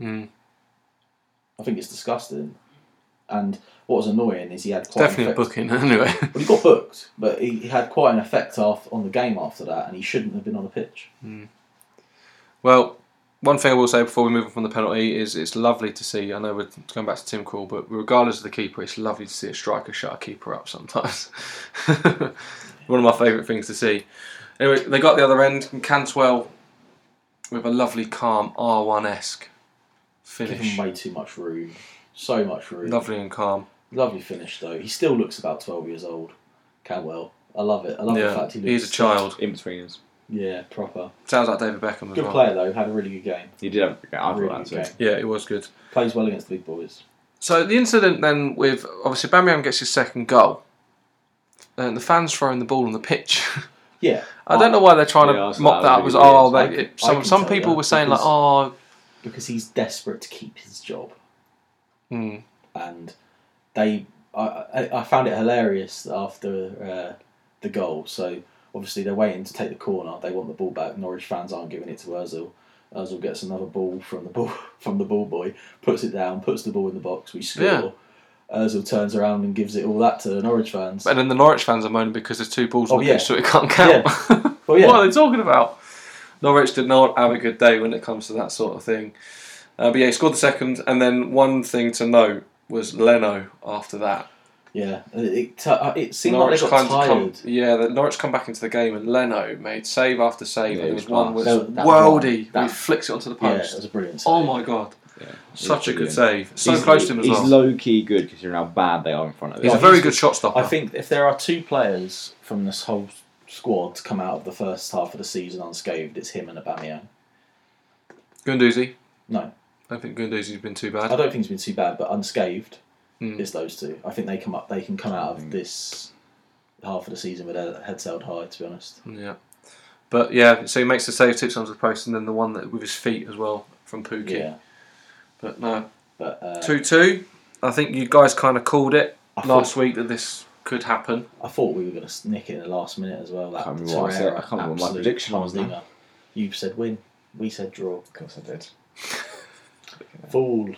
Speaker 1: Mm.
Speaker 2: I think it's disgusting. And what was annoying is he had quite an
Speaker 1: Definitely a booking
Speaker 2: effect-
Speaker 1: anyway.
Speaker 2: Well, he got booked, but he he had quite an effect off on the game after that, and he shouldn't have been on the pitch.
Speaker 1: Well, one thing I will say before we move on from the penalty is it's lovely to see. I know we're going back to Tim Krul, but regardless of the keeper, it's lovely to see a striker shut a keeper up sometimes. one of my favourite things to see. Anyway, they got the other end, and Cantwell with a lovely, calm R1 esque
Speaker 2: Give him
Speaker 1: finish.
Speaker 2: way too much room, so much room.
Speaker 1: Lovely and calm.
Speaker 2: Lovely finish though. He still looks about twelve years old. Cantwell, I love it. I love the
Speaker 1: Yeah,
Speaker 2: fact he looks.
Speaker 1: he's a child.
Speaker 3: In between us,
Speaker 2: Yeah, proper.
Speaker 1: Sounds like David Beckham as
Speaker 2: Good
Speaker 1: well.
Speaker 2: player though. Had a really good game.
Speaker 3: he did have a good game. I thought
Speaker 2: really
Speaker 3: that
Speaker 2: good
Speaker 3: too.
Speaker 2: game.
Speaker 1: Yeah, it was good.
Speaker 2: Plays well against the big boys.
Speaker 1: So the incident then with obviously Bamian gets his second goal, and the fans throwing the ball on the pitch.
Speaker 2: Yeah,
Speaker 1: I don't know why they're trying
Speaker 3: Yeah, I
Speaker 1: to
Speaker 3: saw
Speaker 1: mop
Speaker 3: that.
Speaker 1: that. up Was
Speaker 3: Really
Speaker 1: oh,
Speaker 3: weird.
Speaker 1: they,
Speaker 2: I-
Speaker 1: it,
Speaker 2: I
Speaker 1: some
Speaker 2: can
Speaker 1: some
Speaker 2: tell
Speaker 1: people
Speaker 2: that
Speaker 1: were saying like
Speaker 2: because-
Speaker 1: oh,
Speaker 2: because he's desperate to keep his job. Hmm.
Speaker 1: mm,
Speaker 2: and they I, I, I found it hilarious after uh, the goal. So obviously they're waiting to take the corner. They want the ball back. Norwich fans aren't giving it to Özil. Özil gets another ball from the ball from the ball boy, puts it down, puts the ball in the box. We score.
Speaker 1: Yeah.
Speaker 2: Özil turns around and gives it all that to the Norwich fans.
Speaker 1: and then the Norwich fans are moaning because there's two balls on
Speaker 2: Oh,
Speaker 1: the
Speaker 2: yeah.
Speaker 1: pitch, so it can't count.
Speaker 2: Well, yeah.
Speaker 1: what are they talking about? Norwich did not have a good day when it comes to that sort of thing. Uh, but yeah, he scored the second, and then one thing to note was Leno after that.
Speaker 2: Yeah, it, it, tu- uh, it seemed like they
Speaker 1: kind
Speaker 2: got
Speaker 1: of come,
Speaker 2: tired.
Speaker 1: yeah, the Norwich come back into the game, and Leno made save after save,
Speaker 3: Yeah,
Speaker 1: and
Speaker 3: he
Speaker 1: it was
Speaker 3: was
Speaker 1: one was
Speaker 3: class.
Speaker 2: No, that
Speaker 1: worldy.
Speaker 2: one, that-
Speaker 1: he flicks it onto the
Speaker 2: Yeah, it
Speaker 1: post.
Speaker 2: was a brilliant.
Speaker 1: oh
Speaker 2: save.
Speaker 1: my god,
Speaker 3: Yeah, he's
Speaker 1: such a good
Speaker 3: brilliant.
Speaker 1: save. So
Speaker 3: He's-
Speaker 1: close to him as
Speaker 3: he's
Speaker 1: well.
Speaker 3: low key good because you know how bad they are in front of
Speaker 1: he's
Speaker 2: Yeah,
Speaker 1: a
Speaker 3: us.
Speaker 1: very
Speaker 2: he's-
Speaker 1: good shot stopper.
Speaker 2: I think if there are two players from this whole squad to come out of the first half of the season unscathed, it's him and Aubameyang.
Speaker 1: Gunduzi.
Speaker 2: No.
Speaker 1: I don't think Gunduzi's been too bad.
Speaker 2: I don't think it's been too bad, but unscathed
Speaker 1: Mm.
Speaker 2: is those two. I think they come up. They can come out of
Speaker 3: Mm.
Speaker 2: this half of the season with their heads held high. To be honest,
Speaker 1: Yeah. But yeah, so he makes the save tips onto the post and then the one that with his feet as well from Pookie.
Speaker 2: yeah.
Speaker 1: But no.
Speaker 2: But uh,
Speaker 1: 2 2. I think you guys kind of called it
Speaker 2: I,
Speaker 1: last
Speaker 2: thought,
Speaker 1: week that this could happen.
Speaker 2: I thought we were going to nick it in the last minute as well. That
Speaker 3: I can't remember what I said. I can't remember my
Speaker 2: absolute
Speaker 3: prediction was now.
Speaker 2: humdinger. You said win. We said draw.
Speaker 3: Of course, I did.
Speaker 2: Fool.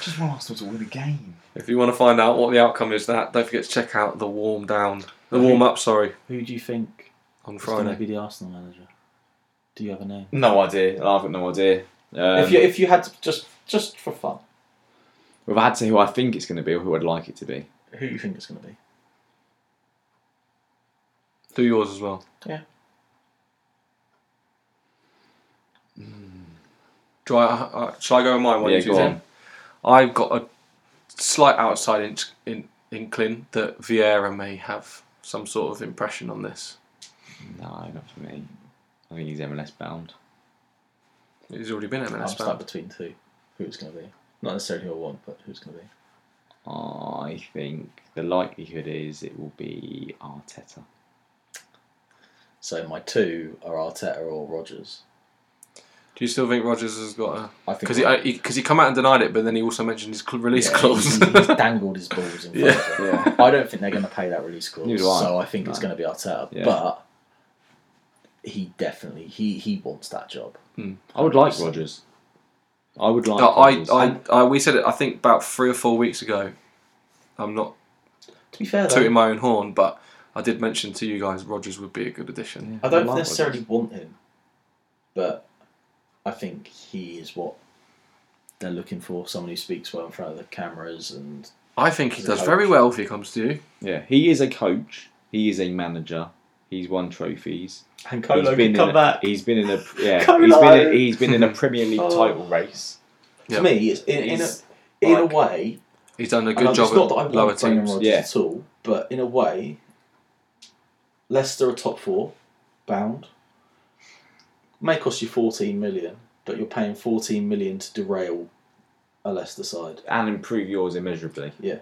Speaker 3: Just want Arsenal to win the game.
Speaker 1: If you want to find out what the outcome is, that don't forget to check out the warm down, the
Speaker 2: Okay.
Speaker 1: warm up. Sorry,
Speaker 2: Who do you think
Speaker 1: on
Speaker 2: is going to
Speaker 1: Friday.
Speaker 2: be the Arsenal manager? Do you have a name?
Speaker 3: No idea. I've got no idea. Um,
Speaker 2: if you if you had to, just just for fun,
Speaker 3: If I had to say who I think it's going to be or who I'd like it to be,
Speaker 2: who do you think it's going to be?
Speaker 1: Do yours as well.
Speaker 2: Yeah.
Speaker 1: Do I? Uh, shall I go with mine? One,
Speaker 3: yeah,
Speaker 1: two,
Speaker 3: go
Speaker 1: three?
Speaker 3: on.
Speaker 1: I've got a slight outside in, in, inkling that Vieira may have some sort of impression on this.
Speaker 4: No, not for me. I think he's MLS bound.
Speaker 1: He's already been
Speaker 2: I'm
Speaker 1: MLS
Speaker 2: stuck
Speaker 1: bound.
Speaker 2: between two. Who it's going to be? Not necessarily who I want, but who's going to be?
Speaker 4: I think the likelihood is it will be Arteta.
Speaker 2: So my two are Arteta or Rogers.
Speaker 1: Do you still think Rogers has got a?
Speaker 2: I think
Speaker 1: Because he because he, 'cause he come out and denied it, but then he also mentioned his cl- release
Speaker 2: Yeah,
Speaker 1: clause.
Speaker 2: he- he's dangled his balls in front
Speaker 1: Yeah.
Speaker 2: of them.
Speaker 3: Yeah.
Speaker 2: I don't think they're going to pay that release
Speaker 4: Neither
Speaker 2: clause,
Speaker 4: do I.
Speaker 2: so I think it's
Speaker 4: No.
Speaker 2: going to be Arteta.
Speaker 4: Yeah.
Speaker 2: But he definitely he he wants that job.
Speaker 4: I would like Rogers. I would like.
Speaker 1: No, I,
Speaker 4: Rodgers.
Speaker 1: I, I, we said it. I think about three or four weeks ago. I'm not
Speaker 2: To be fair,
Speaker 1: tooting
Speaker 2: though,
Speaker 1: my own horn, but I did mention to you guys Rogers would be a good addition.
Speaker 4: Yeah,
Speaker 2: I don't
Speaker 4: like
Speaker 2: necessarily want him, but I think he is what they're looking for. Someone who speaks well in front of the cameras and
Speaker 1: I think he does very well if he comes to you.
Speaker 4: Rodgers. Yeah, he is a coach. He is a manager. He's won trophies.
Speaker 2: and
Speaker 4: he's been in a, He's been in a yeah.
Speaker 2: Colo.
Speaker 4: He's been in, he's been in a Premier League
Speaker 2: Oh.
Speaker 4: title race.
Speaker 1: Yeah.
Speaker 2: To me, it's in, in a
Speaker 4: He's
Speaker 2: in a
Speaker 4: like-
Speaker 2: way
Speaker 1: He's done a
Speaker 2: And
Speaker 1: good job
Speaker 2: It's not that I
Speaker 1: at lower
Speaker 2: want Brendan
Speaker 1: teams.
Speaker 2: Rodgers
Speaker 4: Yeah.
Speaker 2: at all, but in a way, Leicester are top four, bound. May cost you fourteen million, but you're paying fourteen million to derail a Leicester side.
Speaker 3: and improve yours immeasurably.
Speaker 2: Yeah.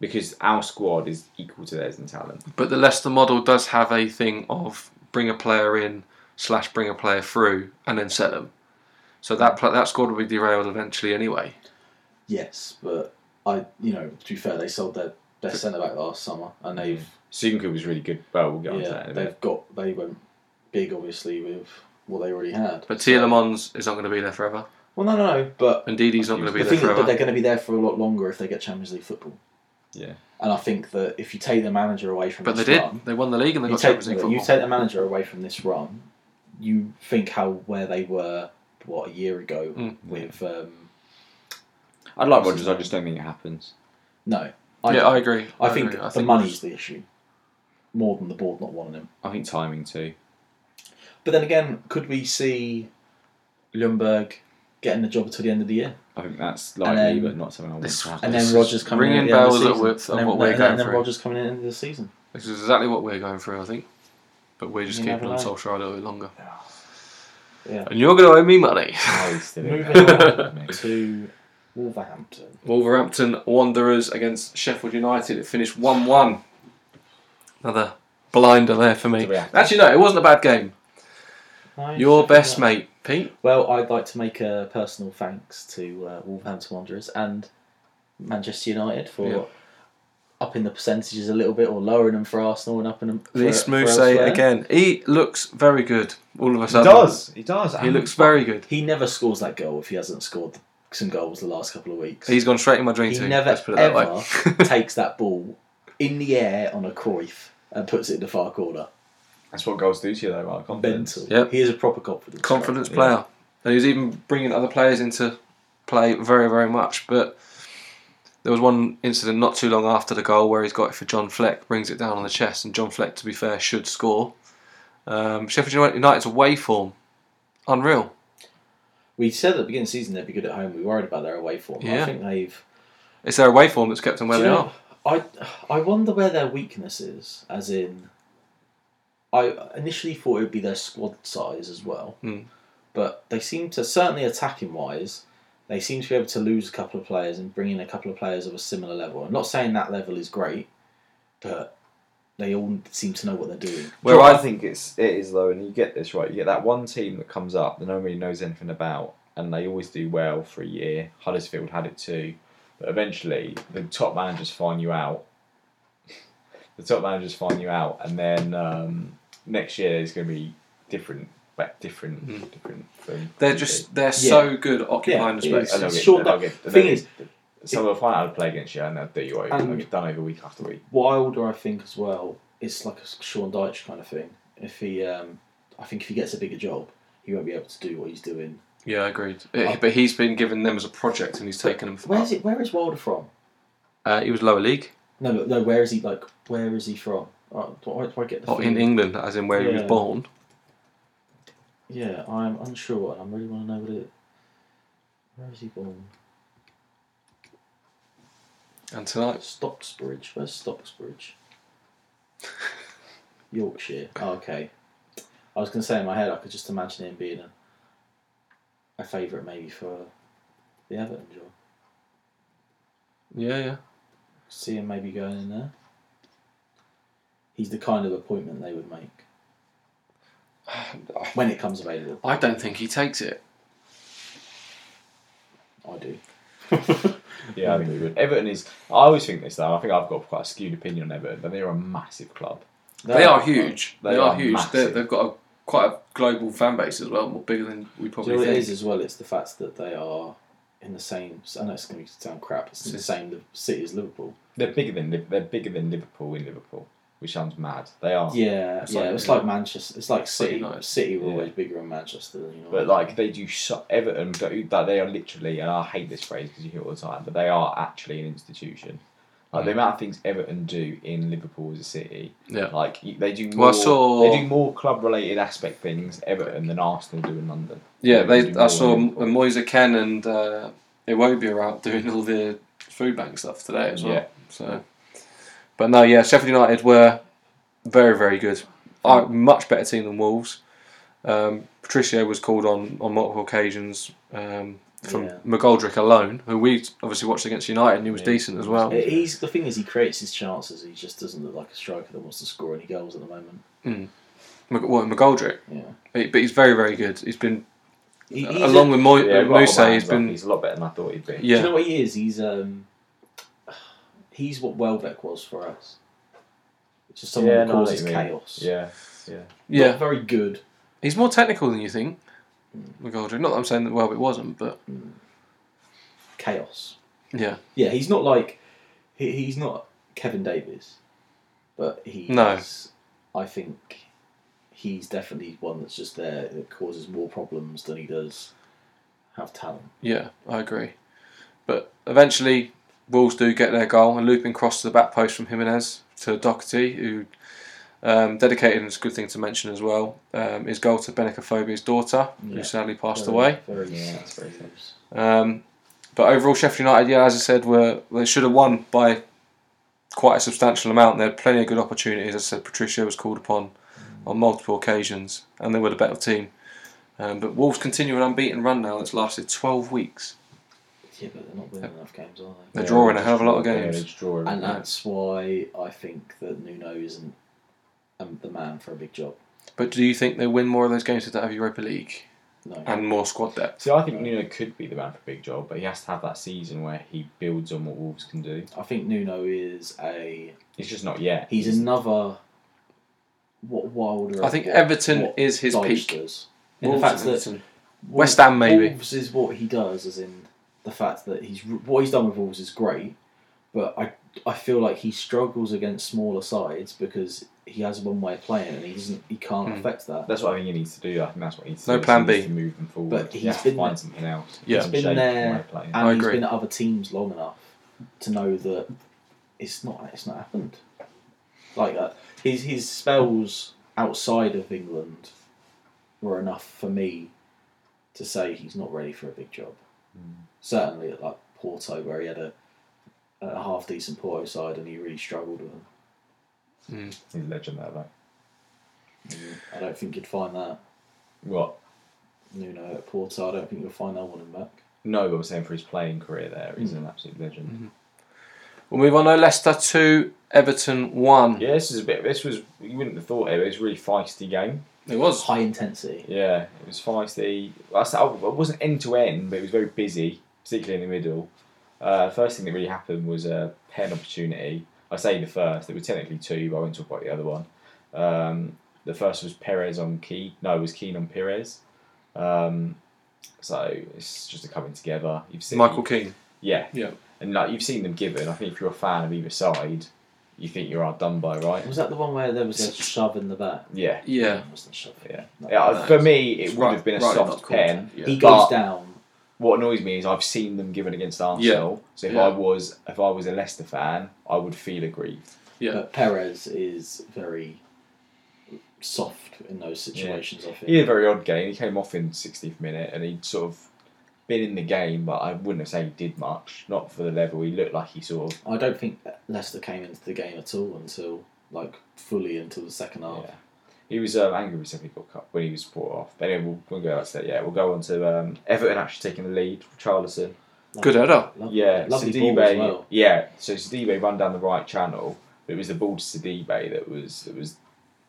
Speaker 3: Because our squad is equal to theirs in talent.
Speaker 1: But the Leicester model does have a thing of bring a player in slash bring a player through and then set them. So that pla that squad will be derailed eventually anyway.
Speaker 2: Yes, but I, you know, to be fair, they sold their best centre back last summer, and they've
Speaker 3: Sunku was really good. Well,
Speaker 1: Mm,
Speaker 3: we'll get onto
Speaker 2: yeah,
Speaker 3: that in a minute.
Speaker 2: they've got they went big obviously with what they already had.
Speaker 1: But Tielemans is not going to be there forever,
Speaker 2: Well, no, no, no, but
Speaker 1: and Didi's not going to be
Speaker 2: the
Speaker 1: there
Speaker 2: thing is, but
Speaker 1: forever.
Speaker 2: they're going to be there for a lot longer if they get Champions League football.
Speaker 4: Yeah.
Speaker 2: And I think that if you take the manager away from
Speaker 1: But they
Speaker 2: this
Speaker 1: did.
Speaker 2: run,
Speaker 1: They won the league and they
Speaker 2: you
Speaker 1: got
Speaker 2: take,
Speaker 1: Champions League
Speaker 2: you
Speaker 1: football.
Speaker 2: take the manager away from this run, you think how where they were what a year ago
Speaker 1: Mm.
Speaker 2: with um,
Speaker 4: I'd like Rogers. I just don't think it happens.
Speaker 2: no.
Speaker 1: yeah, I agree.
Speaker 2: I, think
Speaker 1: agree.
Speaker 2: the money's the issue more than the board not wanting him.
Speaker 4: I think timing too.
Speaker 2: But then again, could we see Lundberg getting the job until the end of the year,
Speaker 4: I think that's
Speaker 2: then-
Speaker 4: likely, but not something I want
Speaker 1: This-
Speaker 4: to happen.
Speaker 2: and
Speaker 1: This
Speaker 2: then
Speaker 1: is
Speaker 2: Rogers coming in at
Speaker 1: ringing
Speaker 2: the end of the
Speaker 1: bells at
Speaker 2: season,
Speaker 1: with-
Speaker 2: and
Speaker 1: of
Speaker 2: then,
Speaker 1: what we're
Speaker 2: and
Speaker 1: going
Speaker 2: then
Speaker 1: through.
Speaker 2: Rogers coming in at the end of the season?
Speaker 1: This is exactly what we're going through, I think. But we're just
Speaker 2: You
Speaker 1: keeping
Speaker 2: never
Speaker 1: on
Speaker 2: know.
Speaker 1: Solskjaer a little bit longer.
Speaker 2: Yeah.
Speaker 1: And you're going to owe me money.
Speaker 4: Oh, he's still in
Speaker 2: Moving
Speaker 4: there.
Speaker 2: on to Wolverhampton.
Speaker 1: Wolverhampton Wanderers against Sheffield United. It finished 1 1. Another blinder there for me.
Speaker 3: Do we have to-
Speaker 1: Actually, no, it wasn't a bad game. Your best mate, Pete.
Speaker 2: Well, I'd like to make a personal thanks to uh, Wolverhampton Wanderers and Manchester United for
Speaker 1: Yeah.
Speaker 2: upping the percentages a little bit or lowering them for Arsenal and upping them for,
Speaker 1: This
Speaker 2: for
Speaker 1: Moussa
Speaker 2: elsewhere.
Speaker 1: again. He looks very good all of a
Speaker 3: He
Speaker 1: sudden.
Speaker 3: does. He does.
Speaker 1: He
Speaker 3: And
Speaker 1: looks very good.
Speaker 2: He never scores that goal if he hasn't scored some goals the last couple of weeks.
Speaker 1: He's gone straight in my dream
Speaker 2: he
Speaker 1: team.
Speaker 2: never
Speaker 1: Let's put it that
Speaker 2: ever
Speaker 1: way.
Speaker 2: takes that ball in the air on a Cruyff and puts it in the far corner.
Speaker 3: That's what goals do to you, though. Right? Confidence.
Speaker 2: Mental.
Speaker 1: Yep.
Speaker 2: He is a proper confidence.
Speaker 1: Confidence player. And he's even bringing other players into play very, very much. But there was one incident not too long after the goal where he's got it for John Fleck, brings it down on the chest, and John Fleck, to be fair, should score. Um, Sheffield United's away form, unreal.
Speaker 2: We said at the beginning of the season they'd be good at home. We worried about their away form.
Speaker 1: Yeah.
Speaker 2: I think they've
Speaker 1: It's their away form that's kept them where
Speaker 2: Do
Speaker 1: they
Speaker 2: you
Speaker 1: are.
Speaker 2: know, I I wonder where their weakness is, as in. I initially thought it would be their squad size as well,
Speaker 1: Mm.
Speaker 2: but they seem to certainly attacking wise, they seem to be able to lose a couple of players and bring in a couple of players of a similar level. I'm not saying that level is great, but they all seem to know what they're doing.
Speaker 3: Where
Speaker 1: Where
Speaker 3: I
Speaker 1: I,
Speaker 3: think it's it is though, and you get this right. You get that one team that comes up that no one really knows anything about, and they always do well for a year. Huddersfield had it too, but eventually the top managers find you out. the top managers find you out, and then um, next year there's going to be different, but different,
Speaker 1: Mm.
Speaker 3: different. From
Speaker 1: they're
Speaker 3: Uh,
Speaker 1: just they're so good at occupying the
Speaker 2: Yeah, it
Speaker 1: space.
Speaker 2: is.
Speaker 3: And they'll get,
Speaker 2: Sure,
Speaker 3: they'll
Speaker 2: but
Speaker 3: get,
Speaker 2: the
Speaker 3: they'll
Speaker 2: thing
Speaker 3: get- someone will find out how to play against you, and they'll do you over. and they'll get done over week after week.
Speaker 2: Wilder, I think as well, it's like a Sean Dyche kind of thing. If he, um, I think if he gets a bigger job, he won't be able to do what he's doing
Speaker 1: Yeah, I agreed. Uh, but he's been given them as a project and he's taken them. For
Speaker 2: Where is it? Where is Wilder from?
Speaker 1: Uh, he was lower league,
Speaker 2: No, no, no. Where is he? Like, where is he from? Uh, do, I, do I get the?
Speaker 1: not in
Speaker 2: feeling-
Speaker 1: England, as in where he was
Speaker 2: Yeah.
Speaker 1: born.
Speaker 2: Yeah, I'm unsure, and I really want to know what it. Where is he born?
Speaker 1: And tonight,
Speaker 2: Stocksbridge. Where's Stocksbridge? Yorkshire. Oh, okay. I was going to say in my head, I could just imagine him being a, a favourite maybe for the Everton job.
Speaker 1: yeah, yeah.
Speaker 2: See him maybe going in there. He's the kind of appointment they would make when it comes available.
Speaker 1: I don't think he takes it.
Speaker 2: I do.
Speaker 3: Yeah, I think we would. Everton is. I always think this though. I think I've got quite a skewed opinion on Everton, but they're a massive club.
Speaker 1: They are huge. They,
Speaker 3: They
Speaker 1: are,
Speaker 3: are
Speaker 1: huge. They,
Speaker 3: massive.
Speaker 1: they've got a, quite a global fan base as well, more bigger than we
Speaker 2: Do you
Speaker 1: probably
Speaker 2: know what it
Speaker 1: think.
Speaker 2: is as well? It's the fact that they are in the same. I know it's going to sound crap. It's in the same city as Liverpool.
Speaker 3: They're bigger than Liv- they're bigger than Liverpool in Liverpool, which sounds mad. They are.
Speaker 2: Yeah,
Speaker 3: It's
Speaker 2: yeah.
Speaker 3: like-
Speaker 2: it's like Manchester. It's like City.
Speaker 1: United.
Speaker 2: City were
Speaker 3: Yeah.
Speaker 2: always bigger than Manchester. You know.
Speaker 3: But like they do so Everton go that they are literally and I hate this phrase because you hear it all the time, but they are actually an institution. Like the amount of things Everton do in Liverpool as a city,
Speaker 1: Mm. Yeah.
Speaker 3: like you- they do more.
Speaker 1: Well, I saw-
Speaker 3: They do more club-related aspect things Everton than Arsenal do in London.
Speaker 1: Yeah,
Speaker 3: do
Speaker 1: they. I
Speaker 3: more
Speaker 1: saw
Speaker 3: than
Speaker 1: M-
Speaker 3: Liverpool.
Speaker 1: Moise Ken and uh, Iwobi are out doing all the food bank stuff today as well.
Speaker 3: Yeah.
Speaker 1: So, but no, yeah, Sheffield United were very, very good. I,
Speaker 3: Mm.
Speaker 1: much better team than Wolves. Um, Patricio was called on on multiple occasions um, from
Speaker 2: Yeah.
Speaker 1: McGoldrick alone, who we obviously watched against United, and he was
Speaker 3: Yeah.
Speaker 1: decent as well.
Speaker 2: He- He's the thing is he creates his chances. He just doesn't look like a striker that wants to score any goals at the moment.
Speaker 1: Mm. Mc, well, McGoldrick,
Speaker 2: Yeah,
Speaker 1: he, but he's very, very good. He's been
Speaker 2: he, he's
Speaker 1: Uh, along
Speaker 2: a-
Speaker 1: with Mo-
Speaker 3: Yeah, we've got
Speaker 1: Moussa,
Speaker 3: our
Speaker 1: he's
Speaker 3: hands up.
Speaker 1: been
Speaker 3: he's a lot better than I thought he'd be.
Speaker 2: Do you know
Speaker 1: yeah,
Speaker 2: what he is? He's um, he's what Welbeck was for us. It's just someone
Speaker 3: Yeah,
Speaker 2: who
Speaker 3: no, I know
Speaker 2: causes
Speaker 3: what you mean.
Speaker 2: chaos.
Speaker 3: Yeah, yeah.
Speaker 2: Not
Speaker 1: yeah.
Speaker 2: very good.
Speaker 1: He's more technical than you think, McGoldrick. Not that I'm saying that well, it wasn't, but
Speaker 2: Chaos.
Speaker 1: yeah,
Speaker 2: Yeah, he's not like he, he's not Kevin Davies, but he's.
Speaker 1: No.
Speaker 2: I think he's definitely one that's just there that causes more problems than he does have talent.
Speaker 1: yeah, I agree. But eventually, Wolves do get their goal, and looping cross to the back post from Jimenez to Doherty, who um, dedicated, and it's a good thing to mention as well, um, his goal to Benicophobia's daughter,
Speaker 2: Yeah.
Speaker 1: who sadly passed
Speaker 2: Very-
Speaker 1: away.
Speaker 2: Very
Speaker 3: Yeah,
Speaker 2: sad
Speaker 3: that's very sad.
Speaker 2: news.
Speaker 1: Um, but overall, Sheffield United, yeah, as I said, were they should have won by quite a substantial amount. They had plenty of good opportunities. As I said, Patricio was called upon on multiple occasions, and they were the better team. Um, but Wolves continue an unbeaten run now that's lasted 12 weeks.
Speaker 2: Yeah, but they're not winning enough games, are they?
Speaker 1: They're
Speaker 3: Yeah,
Speaker 1: drawing a
Speaker 3: just
Speaker 1: hell of a lot of
Speaker 3: draw- yeah,
Speaker 1: games.
Speaker 3: just drawing.
Speaker 2: And that's why I think that Nuno isn't um, the man for a big job.
Speaker 1: But do you think they win more of those games that have Europa League
Speaker 2: No.
Speaker 1: and more squad depth?
Speaker 3: See, I think Nuno could be the man for a big job, but he has to have that season where he builds on what Wolves can do.
Speaker 2: I think Nuno is a
Speaker 3: It's just not yet.
Speaker 2: he's another what wilder.
Speaker 1: I think Everton
Speaker 2: what
Speaker 1: is his
Speaker 2: Dyche
Speaker 1: peak.
Speaker 2: Does. In
Speaker 1: Wolves
Speaker 2: the fact
Speaker 1: and
Speaker 2: that
Speaker 1: Everton. West Ham maybe.
Speaker 2: Wolves is what he does, as in the fact that he's what he's done with Wolves is great, but I I feel like he struggles against smaller sides because he has one way of playing and he doesn't he can't
Speaker 1: Hmm.
Speaker 2: affect that.
Speaker 3: That's what I think he needs to do. I think that's what he needs to
Speaker 1: No
Speaker 3: do.
Speaker 1: plan
Speaker 3: He needs
Speaker 1: B.
Speaker 3: to move them forward.
Speaker 2: But
Speaker 3: he
Speaker 2: he's
Speaker 3: has to
Speaker 2: been-
Speaker 3: find something else.
Speaker 1: Yeah.
Speaker 2: He's
Speaker 3: Some
Speaker 2: been
Speaker 3: shape
Speaker 2: there
Speaker 3: and way of playing.
Speaker 2: and
Speaker 1: I
Speaker 2: he's
Speaker 1: agree.
Speaker 2: been at other teams long enough to know that it's not it's not happened. Like uh, his his spells outside of England were enough for me to say he's not ready for a big job.
Speaker 1: Mm.
Speaker 2: Certainly at like Porto, where he had a, a half decent Porto side and he really struggled with them.
Speaker 3: He's a legend there, though.
Speaker 2: I don't think you'd find that
Speaker 3: What?
Speaker 2: Nuno at Porto. I don't think you'll find that one in back.
Speaker 3: No, but I'm saying for his playing career there, he's
Speaker 1: Hmm.
Speaker 3: an absolute legend.
Speaker 1: Mm-hmm. We'll move on to Leicester 2, Everton 1.
Speaker 3: Yeah, this is a bit. This was you wouldn't have thought it. It was a really feisty game.
Speaker 1: It was.
Speaker 2: High intensity.
Speaker 3: Yeah, it was feisty. I s- I- It wasn't end to end, but it was very busy, particularly in the middle. Uh, first thing that really happened was a pen opportunity. I say the first. There were technically two, but I won't talk about the other one. Um, the first was Perez on Key. No, it was Keen on Perez. Um, so it's just a coming together. You've seen
Speaker 1: Michael Keane.
Speaker 3: Yeah.
Speaker 1: Yeah.
Speaker 3: And like you've seen them given. I think if you're a fan of either side, you think you're hard done by, right?
Speaker 2: Was that the one where there was a shove in the back?
Speaker 3: Yeah.
Speaker 1: Yeah.
Speaker 2: It wasn't a shove.
Speaker 3: Yeah.
Speaker 2: No.
Speaker 3: yeah
Speaker 1: No,
Speaker 3: for me, it
Speaker 1: It's
Speaker 3: would
Speaker 1: right-
Speaker 3: have been a
Speaker 1: right
Speaker 3: soft
Speaker 1: about called
Speaker 3: pen.
Speaker 1: that, yeah.
Speaker 2: He
Speaker 3: But-
Speaker 2: goes down.
Speaker 3: what annoys me is I've seen them given against Arsenal. So if
Speaker 1: Yeah.
Speaker 3: I was if I was a Leicester fan, I would feel aggrieved.
Speaker 1: Yeah.
Speaker 2: But Perez is very soft in those situations. I think.
Speaker 3: He had a very odd game. He came off in 60th minute and he sort of been in the game, but I wouldn't say he did much. Not for the level. He looked like he sort of
Speaker 2: I don't think Leicester came into the game at all until like fully until the second half.
Speaker 3: Yeah. He was um, angry with Seven People Cup when he was brought off. But anyway, we'll, we'll go back to that. Yeah, we'll go on to um, Everton actually taking the lead. Charlison.
Speaker 1: Good header.
Speaker 2: Lovely,
Speaker 3: Yeah,
Speaker 2: lovely
Speaker 3: Sidibe.
Speaker 2: ball as well.
Speaker 3: Yeah, so Sidibe run down the right channel. But it was the ball to Sidibe that was that was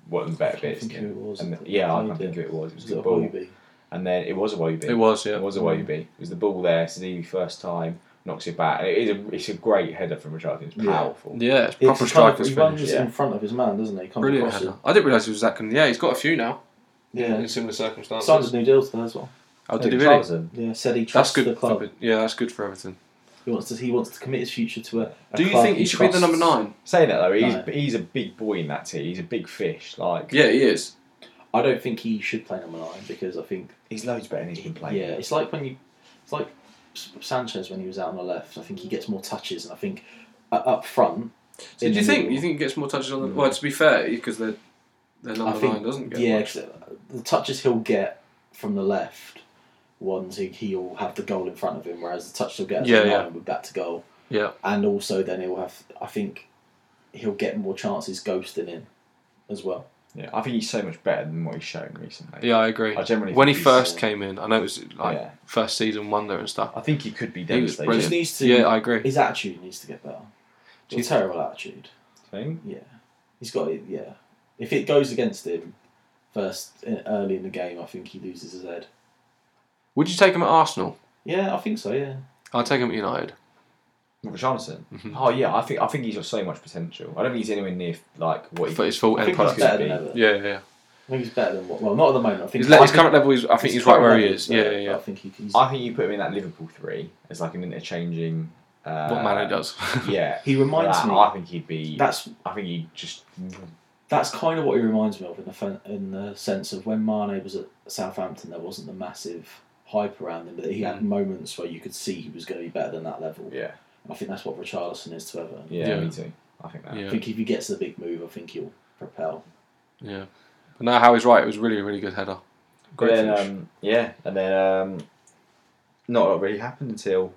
Speaker 3: one of the better
Speaker 2: I can't
Speaker 3: bits.
Speaker 2: think who it was.
Speaker 3: And
Speaker 2: that
Speaker 3: yeah, I
Speaker 2: played
Speaker 3: can't think
Speaker 2: it.
Speaker 3: who it was. It
Speaker 2: Was
Speaker 3: was, a good
Speaker 2: it
Speaker 3: ball.
Speaker 2: Iwobi?
Speaker 3: And then it was a Wobie.
Speaker 1: It was, yeah.
Speaker 3: It was a
Speaker 2: Mm.
Speaker 3: Wobie. It was the ball there. Sidibe first time knocks it back. And it is a it's a great header from Richardson. It's
Speaker 2: Yeah.
Speaker 3: powerful.
Speaker 1: Yeah, it's
Speaker 2: It's
Speaker 1: proper
Speaker 2: kind of-
Speaker 1: striker's
Speaker 2: He runs
Speaker 1: finish.
Speaker 3: yeah.
Speaker 2: in front of his man, doesn't he? Comes
Speaker 1: Brilliant
Speaker 2: across it.
Speaker 1: header. I didn't realise he was that good. Yeah, he's got a few now
Speaker 2: Yeah.
Speaker 1: in similar circumstances.
Speaker 2: Signs a new deal today as well.
Speaker 1: oh, did he
Speaker 3: Hey,
Speaker 1: really?
Speaker 3: Richarlison.
Speaker 2: Yeah, said he
Speaker 1: That's
Speaker 2: trusts
Speaker 1: good.
Speaker 2: the club.
Speaker 1: For, yeah, that's good for Everton.
Speaker 2: He wants to. He wants to commit his future to a. a
Speaker 1: Do you
Speaker 2: club
Speaker 1: think he should be the number
Speaker 2: trusts.
Speaker 1: nine?
Speaker 3: Saying that though, he's
Speaker 2: No.
Speaker 3: he's a big boy in that team. He's a big fish. Like
Speaker 1: Yeah, he is.
Speaker 2: I don't think he should play number nine because I think
Speaker 3: he's loads better than he's been playing.
Speaker 2: yeah, it's like when you, it's like S- Sanchez when he was out on the left. I think he gets more touches, and I think uh, up front.
Speaker 1: So
Speaker 2: in
Speaker 1: do you
Speaker 2: the
Speaker 1: think
Speaker 2: middle-
Speaker 1: you think he gets more touches on the? Well, to be fair, because their their
Speaker 2: I
Speaker 1: number
Speaker 2: think
Speaker 1: nine doesn't get.
Speaker 2: yeah,
Speaker 1: much.
Speaker 2: 'cause, uh, the touches he'll get from the left ones he- he'll have the goal in front of him, whereas the touch he'll get as
Speaker 1: Yeah,
Speaker 2: a
Speaker 1: yeah.
Speaker 2: nine will be back to goal.
Speaker 1: Yeah.
Speaker 2: and also then he'll have. I think he'll get more chances ghosting in as well.
Speaker 3: Yeah, I think he's so much better than what he's shown recently.
Speaker 1: Yeah, I agree.
Speaker 3: I generally
Speaker 1: when he
Speaker 3: think he's-
Speaker 1: first
Speaker 2: uh,
Speaker 1: came in, I know it was like
Speaker 3: Yeah.
Speaker 1: first season wonder and stuff.
Speaker 3: I think he could be
Speaker 1: He was
Speaker 2: He just
Speaker 3: devastating.
Speaker 1: brilliant.
Speaker 2: needs to.
Speaker 1: Yeah, I agree.
Speaker 2: His attitude needs to get better.
Speaker 1: Do
Speaker 2: It's
Speaker 1: you
Speaker 2: a terrible attitude.
Speaker 3: Thing.
Speaker 2: Yeah, he's got it. Yeah, if it goes against him first in, early in the game, I think he loses his head.
Speaker 1: Would you take him at Arsenal?
Speaker 2: Yeah, I think so. Yeah,
Speaker 1: I'll take him at United.
Speaker 3: Richarlison.
Speaker 1: Mm-hmm.
Speaker 3: Oh yeah, I think I think he's got so much potential. I don't think he's anywhere near like what he.
Speaker 1: For his full
Speaker 2: I
Speaker 1: end
Speaker 2: think
Speaker 3: Empire
Speaker 2: he's
Speaker 1: product.
Speaker 3: that's-
Speaker 2: better
Speaker 3: could
Speaker 2: than
Speaker 3: be.
Speaker 2: ever.
Speaker 1: Yeah, yeah.
Speaker 2: I think he's better than what. Well, not at the moment. I think
Speaker 1: His, le-
Speaker 2: I
Speaker 1: his
Speaker 2: think-
Speaker 1: current level is. I think
Speaker 2: his
Speaker 1: he's right
Speaker 2: current
Speaker 1: where he
Speaker 2: level
Speaker 1: is.
Speaker 2: better,
Speaker 1: Yeah, yeah.
Speaker 2: but I think he can.
Speaker 3: I think you put him in that Liverpool three as like an interchanging. Uh,
Speaker 1: What Mane does.
Speaker 3: Yeah,
Speaker 2: He reminds
Speaker 3: that,
Speaker 2: me-
Speaker 3: I think he'd be.
Speaker 2: That's
Speaker 3: I think he'd just.
Speaker 2: that's kind of what he reminds me of in the fen- in the sense of when Mane was at Southampton, there wasn't the massive hype around him, but he
Speaker 1: Mm.
Speaker 2: had moments where you could see he was going to be better than that level.
Speaker 3: Yeah.
Speaker 2: I think that's what Richarlison is to Everton.
Speaker 3: Yeah,
Speaker 1: Yeah.
Speaker 3: me too. I think that.
Speaker 2: I
Speaker 1: yeah,
Speaker 2: think if he gets the big move, I think he'll propel.
Speaker 1: yeah. But now Howie's right. It was really, really good header. Great
Speaker 3: and then,
Speaker 1: finish.
Speaker 3: um, yeah, and then um, not a lot really happened until.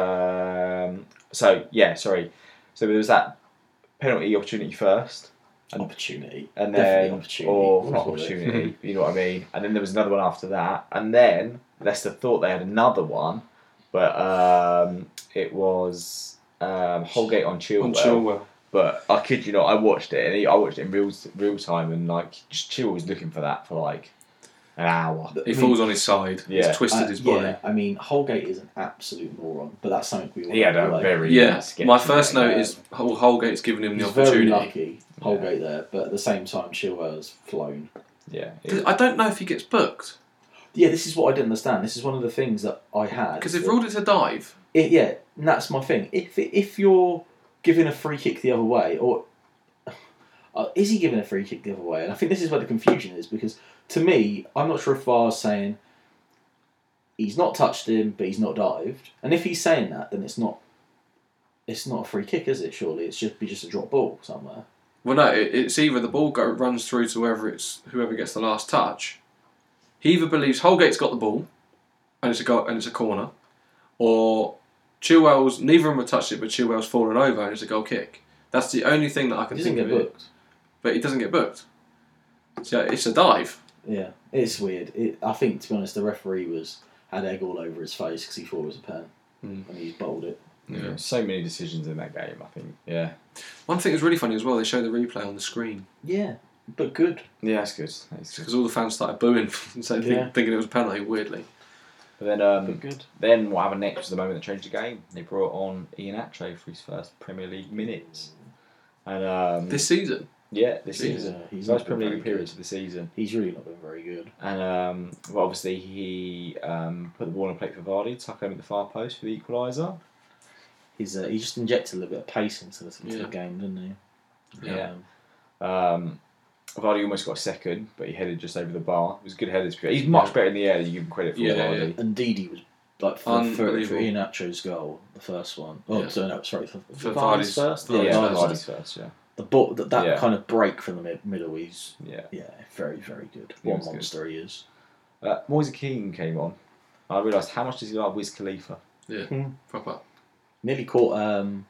Speaker 3: Um, so yeah, sorry. So there was that penalty opportunity first, And-
Speaker 2: opportunity.
Speaker 3: and
Speaker 2: Definitely
Speaker 3: then
Speaker 2: opportunity.
Speaker 3: or
Speaker 2: That's
Speaker 3: not
Speaker 2: what it is.
Speaker 3: opportunity, you know what I mean. And then there was another one after that, and then Leicester thought they had another one, but um, it was um, Holgate on Chilwell.
Speaker 1: On Chilwell.
Speaker 3: But I kid you not, I watched it, and he, I watched it in real real time, and like just Chilwell was looking for that for like an hour.
Speaker 1: He
Speaker 2: I mean,
Speaker 1: falls on his side.
Speaker 3: Yeah.
Speaker 1: He's twisted
Speaker 2: uh,
Speaker 1: his body.
Speaker 2: Yeah, I mean, Holgate is an absolute moron, but that's something we all
Speaker 3: He had a
Speaker 2: know, like,
Speaker 3: very
Speaker 1: Yeah,
Speaker 3: sketchy
Speaker 1: my first
Speaker 3: game.
Speaker 1: note is Hol- Holgate's given him the
Speaker 2: He's very
Speaker 1: opportunity.
Speaker 2: lucky, Holgate there, but at the same time, Chilwell's flown.
Speaker 3: yeah, it-
Speaker 1: 'Cause I don't know if he gets booked
Speaker 2: Yeah, this is what I didn't understand. This is one of the things that I had.
Speaker 1: because they've
Speaker 2: that-
Speaker 1: ruled it a dive.
Speaker 2: it- yeah, and that's my thing. If if you're giving a free kick the other way, or uh, is he giving a free kick the other way? And I think this is where the confusion is because to me, I'm not sure if VAR's saying he's not touched him, but he's not dived. And if he's saying that, then it's not it's not a free kick, is it? Surely it's just be just a drop ball somewhere.
Speaker 1: Well, no, it, it's either the ball go, runs through to whoever it's whoever gets the last touch. He either believes Holgate's got the ball, and it's a goal, and it's a corner, or Chilwell's neither of them have touched it, but Chilwell's fallen over and it's a goal kick. That's the only thing that I can
Speaker 2: He doesn't
Speaker 1: think
Speaker 2: get
Speaker 1: of. It,
Speaker 2: booked.
Speaker 1: but he doesn't get booked. So it's a dive.
Speaker 2: Yeah, it's weird. It, I think to be honest, the referee was had egg all over his face because he thought it was a pen,
Speaker 1: Mm.
Speaker 2: and he bowled it.
Speaker 1: Yeah.
Speaker 3: so many decisions in that game. I think. Yeah.
Speaker 1: One thing that's really funny as well, they show the replay on the screen.
Speaker 2: Yeah, but good.
Speaker 3: Yeah, that's good. That's good.
Speaker 1: because all the fans started booing, so think-
Speaker 2: Yeah.
Speaker 1: thinking it was a penalty. Weirdly,
Speaker 3: But then,
Speaker 2: But
Speaker 3: um,
Speaker 2: good.
Speaker 3: then what happened next was the moment that changed the game. They brought on Ian Acho for his first Premier League minutes, and um,
Speaker 1: this season
Speaker 3: yeah, this
Speaker 1: Jesus.
Speaker 3: season.
Speaker 2: he's
Speaker 3: His
Speaker 2: not
Speaker 3: first
Speaker 2: been
Speaker 3: Premier
Speaker 2: very
Speaker 3: League appearance
Speaker 2: good.
Speaker 3: of the season,
Speaker 2: He's really not been very good.
Speaker 3: and um, well, obviously he um, put the ball on a plate for Vardy, tuck home at the far post for the equaliser.
Speaker 2: He's uh, he just injected a little bit of pace into the, into
Speaker 1: Yeah.
Speaker 2: the game, didn't he?
Speaker 3: Yeah.
Speaker 2: Um,
Speaker 3: Um, Vardy almost got a second, but he headed just over the bar. It was a good header. to be- He's much better in the air than you give him credit for.
Speaker 1: Yeah, yeah,
Speaker 3: Vardy.
Speaker 2: and Didi was like for, for, for
Speaker 1: Unbelievable.
Speaker 2: Ian Acho's goal, the first one. Oh,
Speaker 1: Yeah.
Speaker 2: so no, sorry, for,
Speaker 1: For Vardy's-
Speaker 2: Vardy's first.
Speaker 1: Vardy's
Speaker 3: Yeah,
Speaker 2: yeah,
Speaker 1: first.
Speaker 2: Vardy's.
Speaker 3: Vardy's first. Yeah,
Speaker 2: The ball, that, that
Speaker 3: Yeah.
Speaker 2: kind of break from the mid- middle, he's
Speaker 3: yeah.
Speaker 2: yeah, very very good.
Speaker 3: He
Speaker 2: What a
Speaker 3: was good.
Speaker 2: monster he is.
Speaker 3: Uh, Moise Keane came on I realised how much does he like Wiz Khalifa?
Speaker 1: Proper.
Speaker 2: Nearly caught. Um,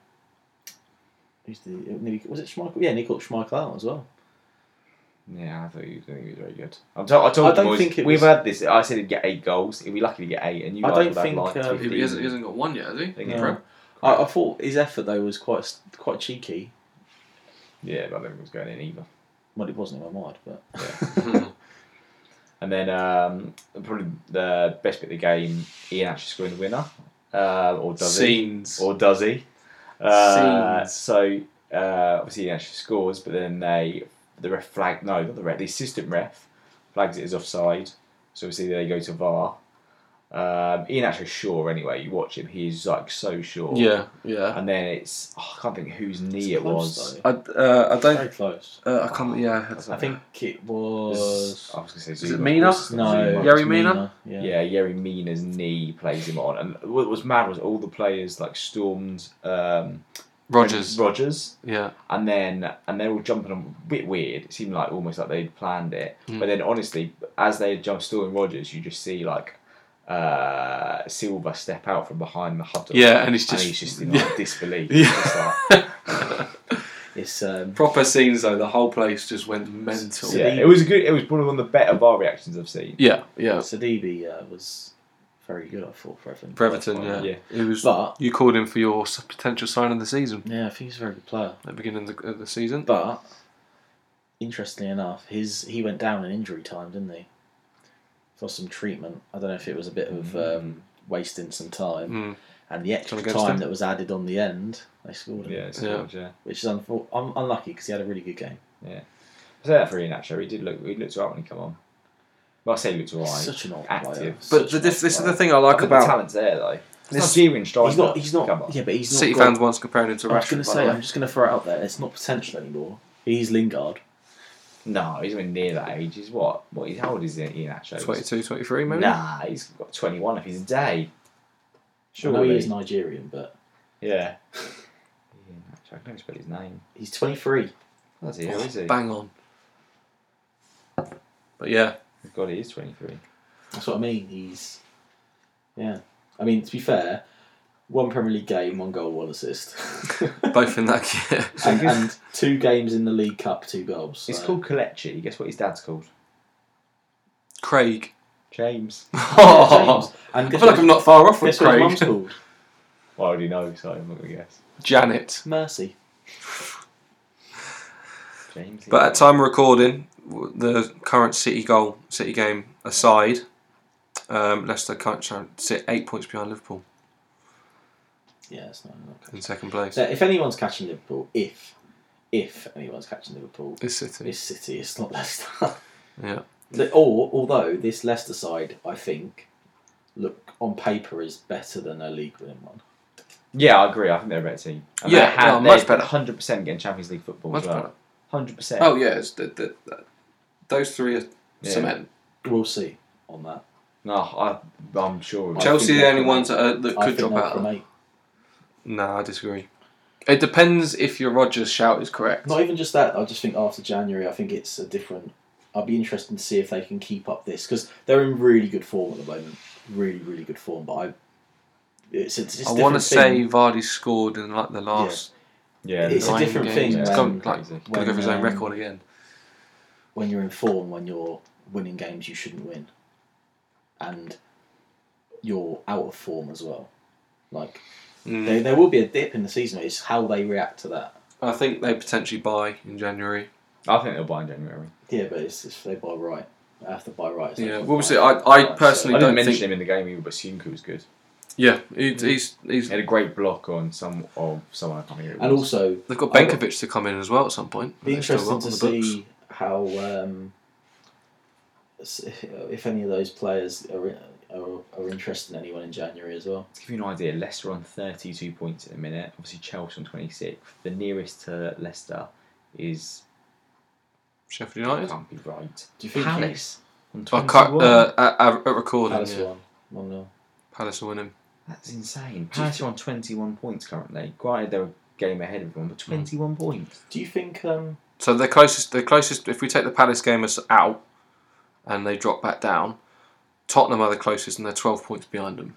Speaker 2: who's the? it Nearly, was it Schmeichel? Yeah, nearly caught Schmeichel out as well.
Speaker 3: Yeah, I thought he was, I think he was very good. I'm told, I, told
Speaker 2: I
Speaker 3: you
Speaker 2: don't
Speaker 3: boys,
Speaker 2: think it
Speaker 3: we've
Speaker 2: was-
Speaker 3: had this. I said he'd get eight goals. He'd be lucky to get eight, and you
Speaker 2: I
Speaker 3: guys
Speaker 2: don't
Speaker 3: would have
Speaker 2: think,
Speaker 3: liked
Speaker 2: uh,
Speaker 1: He, he, hasn't, he hasn't got one yet, has he?
Speaker 3: think
Speaker 2: No.
Speaker 1: Prem?
Speaker 2: I, I thought his effort though was quite quite cheeky.
Speaker 3: Yeah, but I don't think it was going in either.
Speaker 2: Well, it wasn't in my mind, but
Speaker 3: And then um, probably the best bit of the game, Ian actually scoring the winner, uh, or does he?
Speaker 1: Scenes.
Speaker 3: or does he? Uh,
Speaker 1: Scenes.
Speaker 3: so uh, obviously he actually scores, but then they the ref flag no not the ref the assistant ref flags it as offside. So obviously they go to VAR. Um, Ian actually sure anyway. You watch him, he's like so sure.
Speaker 1: yeah, yeah.
Speaker 3: And then it's oh, I can't think whose knee
Speaker 2: It's
Speaker 3: it
Speaker 2: close,
Speaker 3: was.
Speaker 2: though.
Speaker 1: I, uh, I don't.
Speaker 2: very close.
Speaker 1: Uh, I can't. Yeah. I
Speaker 2: I think it
Speaker 3: I was
Speaker 2: was
Speaker 3: gonna say
Speaker 1: it Mina?
Speaker 2: no
Speaker 3: Zuma.
Speaker 2: it
Speaker 1: Yerry
Speaker 2: was
Speaker 1: Mina?
Speaker 2: Yeah.
Speaker 3: Yeah, Yerry Mina's knee plays him on, and what was mad was all the players like stormed um,
Speaker 1: Rogers.
Speaker 3: Rogers,
Speaker 1: Yeah.
Speaker 3: and then and they're all jumping on a bit weird. It seemed like almost like they'd planned it.
Speaker 1: Mm.
Speaker 3: But then honestly, as they jump still in Rogers, you just see like uh, Silva step out from behind the huddle.
Speaker 1: Yeah, and he's
Speaker 3: and
Speaker 1: just.
Speaker 3: he's just in like, disbelief.
Speaker 1: Yeah.
Speaker 3: It's like,
Speaker 2: It's um,
Speaker 1: Proper scenes though. The whole place just went mental.
Speaker 3: yeah, it was a good. It was probably one of the better bar reactions I've seen.
Speaker 1: Yeah. Yeah.
Speaker 2: Sadibi uh, was very good. I thought for Everton.
Speaker 1: Breverton. Yeah.
Speaker 3: Yeah.
Speaker 1: It was.
Speaker 2: But
Speaker 1: You called him for your s- potential sign of the season
Speaker 2: yeah, I think he's a very good player.
Speaker 1: at the beginning of the, of the season.
Speaker 2: But interestingly enough, his he went down in injury time, didn't he? For some treatment. I don't know if it was a bit of um, wasting some time
Speaker 1: Mm.
Speaker 2: and the extra
Speaker 1: Trying to get us
Speaker 2: time
Speaker 1: down.
Speaker 2: that was added on the end. They scored him,
Speaker 3: Yeah, it's
Speaker 1: Yeah.
Speaker 3: Good, yeah.
Speaker 2: which is unfor- un- unlucky because he had a really good game.
Speaker 3: I say that for Ian actually. He did look. He looked alright when he come on. Well, I say he looked alright.
Speaker 2: Such an old
Speaker 3: active.
Speaker 2: player.
Speaker 1: But
Speaker 2: Such
Speaker 3: But
Speaker 1: the,
Speaker 2: an
Speaker 1: this,
Speaker 2: odd
Speaker 1: this is
Speaker 2: player.
Speaker 1: the thing I
Speaker 3: I
Speaker 1: like
Speaker 3: think the
Speaker 1: about
Speaker 3: talent's there though. It's
Speaker 2: This-
Speaker 3: Nigerian striker.
Speaker 2: He's not. He's
Speaker 3: Come on.
Speaker 2: not. Yeah, but he's not.
Speaker 1: City
Speaker 2: got-
Speaker 1: fans once comparing him to
Speaker 2: I was going
Speaker 1: Rashford.
Speaker 2: to
Speaker 1: by
Speaker 2: say.
Speaker 1: the
Speaker 2: I'm
Speaker 1: way.
Speaker 2: just going to throw it out there. It's not potential anymore. He's Lingard.
Speaker 3: No, he's nowhere near that age. He's what? What? How old is Ian actually?
Speaker 1: 22, 23 maybe.
Speaker 3: Nah, he's got 21 if he's a day.
Speaker 2: I know
Speaker 3: Surely.
Speaker 2: he is Nigerian, but
Speaker 3: Yeah. Ian, actually, I can't spell his name.
Speaker 2: he's 23.
Speaker 3: That's it, is he?
Speaker 1: Oh, Bang on. But yeah,
Speaker 3: God, he is 23.
Speaker 2: That's what I mean. He's yeah. I mean, to be fair, one Premier League game, one goal, one assist,
Speaker 1: both in that year.
Speaker 2: and, and two games in the League Cup, two goals.
Speaker 3: It's
Speaker 2: so-
Speaker 3: called Kalechi. Guess what his dad's called?
Speaker 1: Craig.
Speaker 3: James.
Speaker 2: Yeah, James. And
Speaker 1: I
Speaker 2: guess
Speaker 1: feel like I'm not far off with
Speaker 2: guess what his
Speaker 1: Craig.
Speaker 2: mum's called?
Speaker 3: Well, I already know, so I'm not going to guess.
Speaker 1: Janet.
Speaker 2: Mercy.
Speaker 3: James.
Speaker 1: But at time of recording, w- the current City goal, City game aside, um, Leicester can't try- sit eight points behind Liverpool
Speaker 2: Yeah, it's not. not
Speaker 1: in second place.
Speaker 2: so if anyone's catching Liverpool, if if anyone's catching Liverpool,
Speaker 1: It's City.
Speaker 2: it's City. It's not Leicester.
Speaker 1: Yeah.
Speaker 2: The- Or although this Leicester side, I think, look on paper is better than a league winning one.
Speaker 3: yeah, I agree. I think they're a better team.
Speaker 1: Yeah,
Speaker 3: they had-
Speaker 1: no, much
Speaker 3: they're
Speaker 1: better.
Speaker 3: 100% getting Champions League football
Speaker 1: Much
Speaker 3: as well.
Speaker 1: better.
Speaker 3: 100%.
Speaker 1: Oh yeah, it's the, the, the- those three are
Speaker 3: Yeah.
Speaker 1: cement.
Speaker 2: We'll see on that.
Speaker 3: No, I, I'm sure. of it.
Speaker 1: Chelsea are the
Speaker 2: think they'll
Speaker 1: only
Speaker 2: come
Speaker 1: ones that, are, that
Speaker 2: I
Speaker 1: could
Speaker 2: think
Speaker 1: drop
Speaker 2: they'll
Speaker 1: out.
Speaker 2: promote.
Speaker 1: No, I disagree. It depends if your Rogers shout is correct.
Speaker 2: Not even just that. I just think after January, I think it's a different. I'd be interested to see if they can keep up this because they're in really good form at the moment. Really, really good form. But I, it's, it's, it's
Speaker 1: I want to
Speaker 2: different
Speaker 1: say
Speaker 2: thing.
Speaker 1: Vardy scored in like the last.
Speaker 3: Yeah,
Speaker 2: It's a
Speaker 1: nine
Speaker 2: different thing
Speaker 1: games. It's
Speaker 2: when-
Speaker 1: gone like
Speaker 3: Crazy.
Speaker 1: gonna go for his own
Speaker 2: um,
Speaker 1: record again.
Speaker 2: when you're in form, when you're winning games you shouldn't win, and you're out of form as well. Like there, there will be a dip in the season. It's how they react to that.
Speaker 1: Mm. I think they potentially buy in January.
Speaker 3: I think they'll buy in January.
Speaker 2: Yeah, but it's, it's they buy right. They have to buy right. It's
Speaker 1: Yeah,
Speaker 2: like-
Speaker 1: well, obviously, I- I
Speaker 2: Right, so-
Speaker 3: I
Speaker 1: personally-
Speaker 3: didn't
Speaker 1: don't
Speaker 3: mention
Speaker 1: think-
Speaker 3: him in the game either, but Sunku was good.
Speaker 1: Yeah, he, he's he's
Speaker 3: He had a great block on some of someone I can't remember. who it
Speaker 2: and
Speaker 3: was.
Speaker 2: also
Speaker 1: they've got
Speaker 2: I would-
Speaker 1: Benkovic to come in as well at some point.
Speaker 2: be
Speaker 1: They've still got
Speaker 2: interesting to
Speaker 1: on the books.
Speaker 2: see how um, s- if any of those players are, are are interested in anyone in January as well.
Speaker 3: To give you an idea, Leicester on 32 points at the minute. Obviously, Chelsea on 26. The nearest to Leicester is.
Speaker 1: Sheffield United.
Speaker 3: Can't be right.
Speaker 2: Do you think
Speaker 3: Palace on
Speaker 1: I
Speaker 3: 21.
Speaker 1: can't, uh, at, at at recording,
Speaker 2: Palace
Speaker 1: Palace, yeah.
Speaker 2: won one 0
Speaker 1: Palace will win him.
Speaker 3: That's insane. Palace are on 21 points currently. Granted, they're a game ahead of everyone, but 21 points.
Speaker 2: Do you think um,
Speaker 1: So the closest, the closest, if we take the Palace game as out, and they drop back down, Tottenham are the closest, and they're 12 points behind them.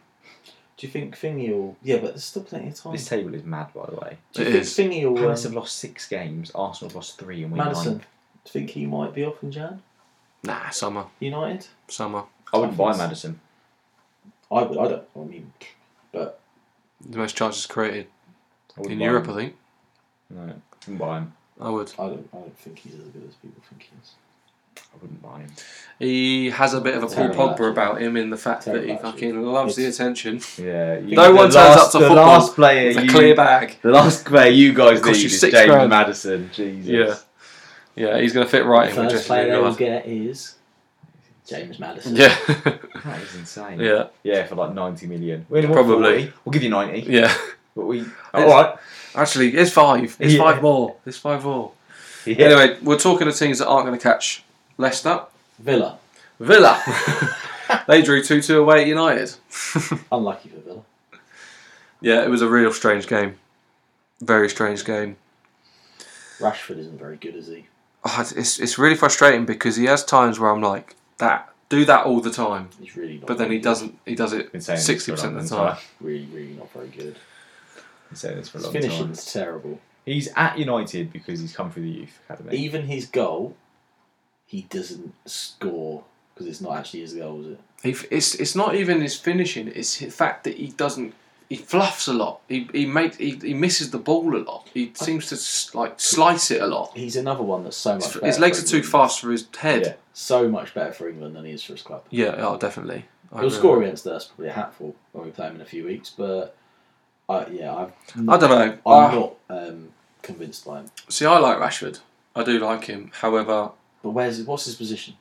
Speaker 2: Do you think Thingy will? Yeah, but there's still plenty of time.
Speaker 3: This table is mad, by the way.
Speaker 2: Do you
Speaker 1: It
Speaker 2: think
Speaker 1: is.
Speaker 2: Thingy will?
Speaker 3: Palace
Speaker 2: Um,
Speaker 3: have lost six games. Arsenal have lost three, and we
Speaker 2: Madison,
Speaker 3: nine.
Speaker 2: do you think he might be off in Jan
Speaker 1: Nah, summer,
Speaker 2: United?
Speaker 1: summer.
Speaker 3: I wouldn't buy
Speaker 2: Toughness.
Speaker 3: Madison.
Speaker 2: I would. I don't. I mean, but
Speaker 1: The most chances created
Speaker 3: I wouldn't
Speaker 1: in
Speaker 3: buy
Speaker 1: Europe,
Speaker 3: him.
Speaker 1: I think.
Speaker 3: No, wouldn't buy him.
Speaker 1: I would.
Speaker 2: I don't. I don't think he's as good as people think he is.
Speaker 3: I wouldn't buy him.
Speaker 1: He has a bit of a Paul
Speaker 2: Terrible
Speaker 1: Pogba
Speaker 2: attitude.
Speaker 1: about him in the fact that he
Speaker 2: Terrible attitude.
Speaker 1: fucking loves the
Speaker 2: It's-
Speaker 1: attention.
Speaker 3: Yeah. You,
Speaker 1: No
Speaker 3: the
Speaker 1: one turns
Speaker 3: last,
Speaker 1: up to
Speaker 3: the
Speaker 1: football
Speaker 3: Last player
Speaker 1: It's a
Speaker 3: you,
Speaker 1: clear bag.
Speaker 3: The last player you guys
Speaker 1: It costs
Speaker 3: need
Speaker 1: you
Speaker 3: is
Speaker 1: six
Speaker 3: James
Speaker 1: grand.
Speaker 3: Madison. Jesus.
Speaker 1: Yeah. Yeah, he's going to fit right
Speaker 2: the
Speaker 1: in with
Speaker 2: first
Speaker 1: Jesse
Speaker 2: player they will
Speaker 1: Lingard.
Speaker 2: get is James Madison.
Speaker 1: Yeah,
Speaker 3: That is insane.
Speaker 1: yeah,
Speaker 3: Yeah, for like 90 million. We only want
Speaker 1: Probably.
Speaker 3: 40. We'll give you 90.
Speaker 1: yeah.
Speaker 3: But we.
Speaker 1: It's-
Speaker 3: Alright.
Speaker 1: Actually, it's five. It's
Speaker 3: Yeah.
Speaker 1: five more. It's five more.
Speaker 3: Yeah.
Speaker 1: Anyway, we're talking of teams that aren't going to catch Leicester.
Speaker 2: Villa.
Speaker 1: Villa. they drew 2 2 away at United.
Speaker 2: Unlucky for Villa.
Speaker 1: yeah, it was a real strange game. Very strange game.
Speaker 2: Rashford isn't very good, is he?
Speaker 1: Oh, it's- it's, it's really frustrating because he has times where I'm like, that do that all the time.
Speaker 2: He's really not.
Speaker 1: But then
Speaker 2: very
Speaker 1: he
Speaker 2: good.
Speaker 1: doesn't. He does it
Speaker 3: Been saying this
Speaker 1: sixty percent
Speaker 3: for a
Speaker 1: of the
Speaker 3: long
Speaker 1: time.
Speaker 2: Really, really not very good.
Speaker 3: Been saying this for a
Speaker 2: His
Speaker 3: long time.
Speaker 2: finishing's terrible.
Speaker 3: He's at United because he's come through the youth academy.
Speaker 2: Even his goal, he doesn't score because it's not actually his goal, is it?
Speaker 1: He, f- it's it's not even his finishing. It's the fact that he doesn't. He fluffs a lot. He he makes he, he misses the ball a lot. He seems to s- like slice it a lot.
Speaker 2: He's another one that's so much.
Speaker 1: His,
Speaker 2: better
Speaker 1: his legs
Speaker 2: for
Speaker 1: are too
Speaker 2: England.
Speaker 1: fast for his head.
Speaker 2: So much better for England than he is for his club.
Speaker 1: Yeah, oh, definitely. I
Speaker 2: He'll
Speaker 1: agree.
Speaker 2: score against us probably a hatful when we play him in a few weeks. But I yeah, I've
Speaker 1: I don't know. Ah.
Speaker 2: I'm
Speaker 1: I-
Speaker 2: not um, convinced by him.
Speaker 1: See, I like Rashford. I do like him. However,
Speaker 2: But where's his, what's his position?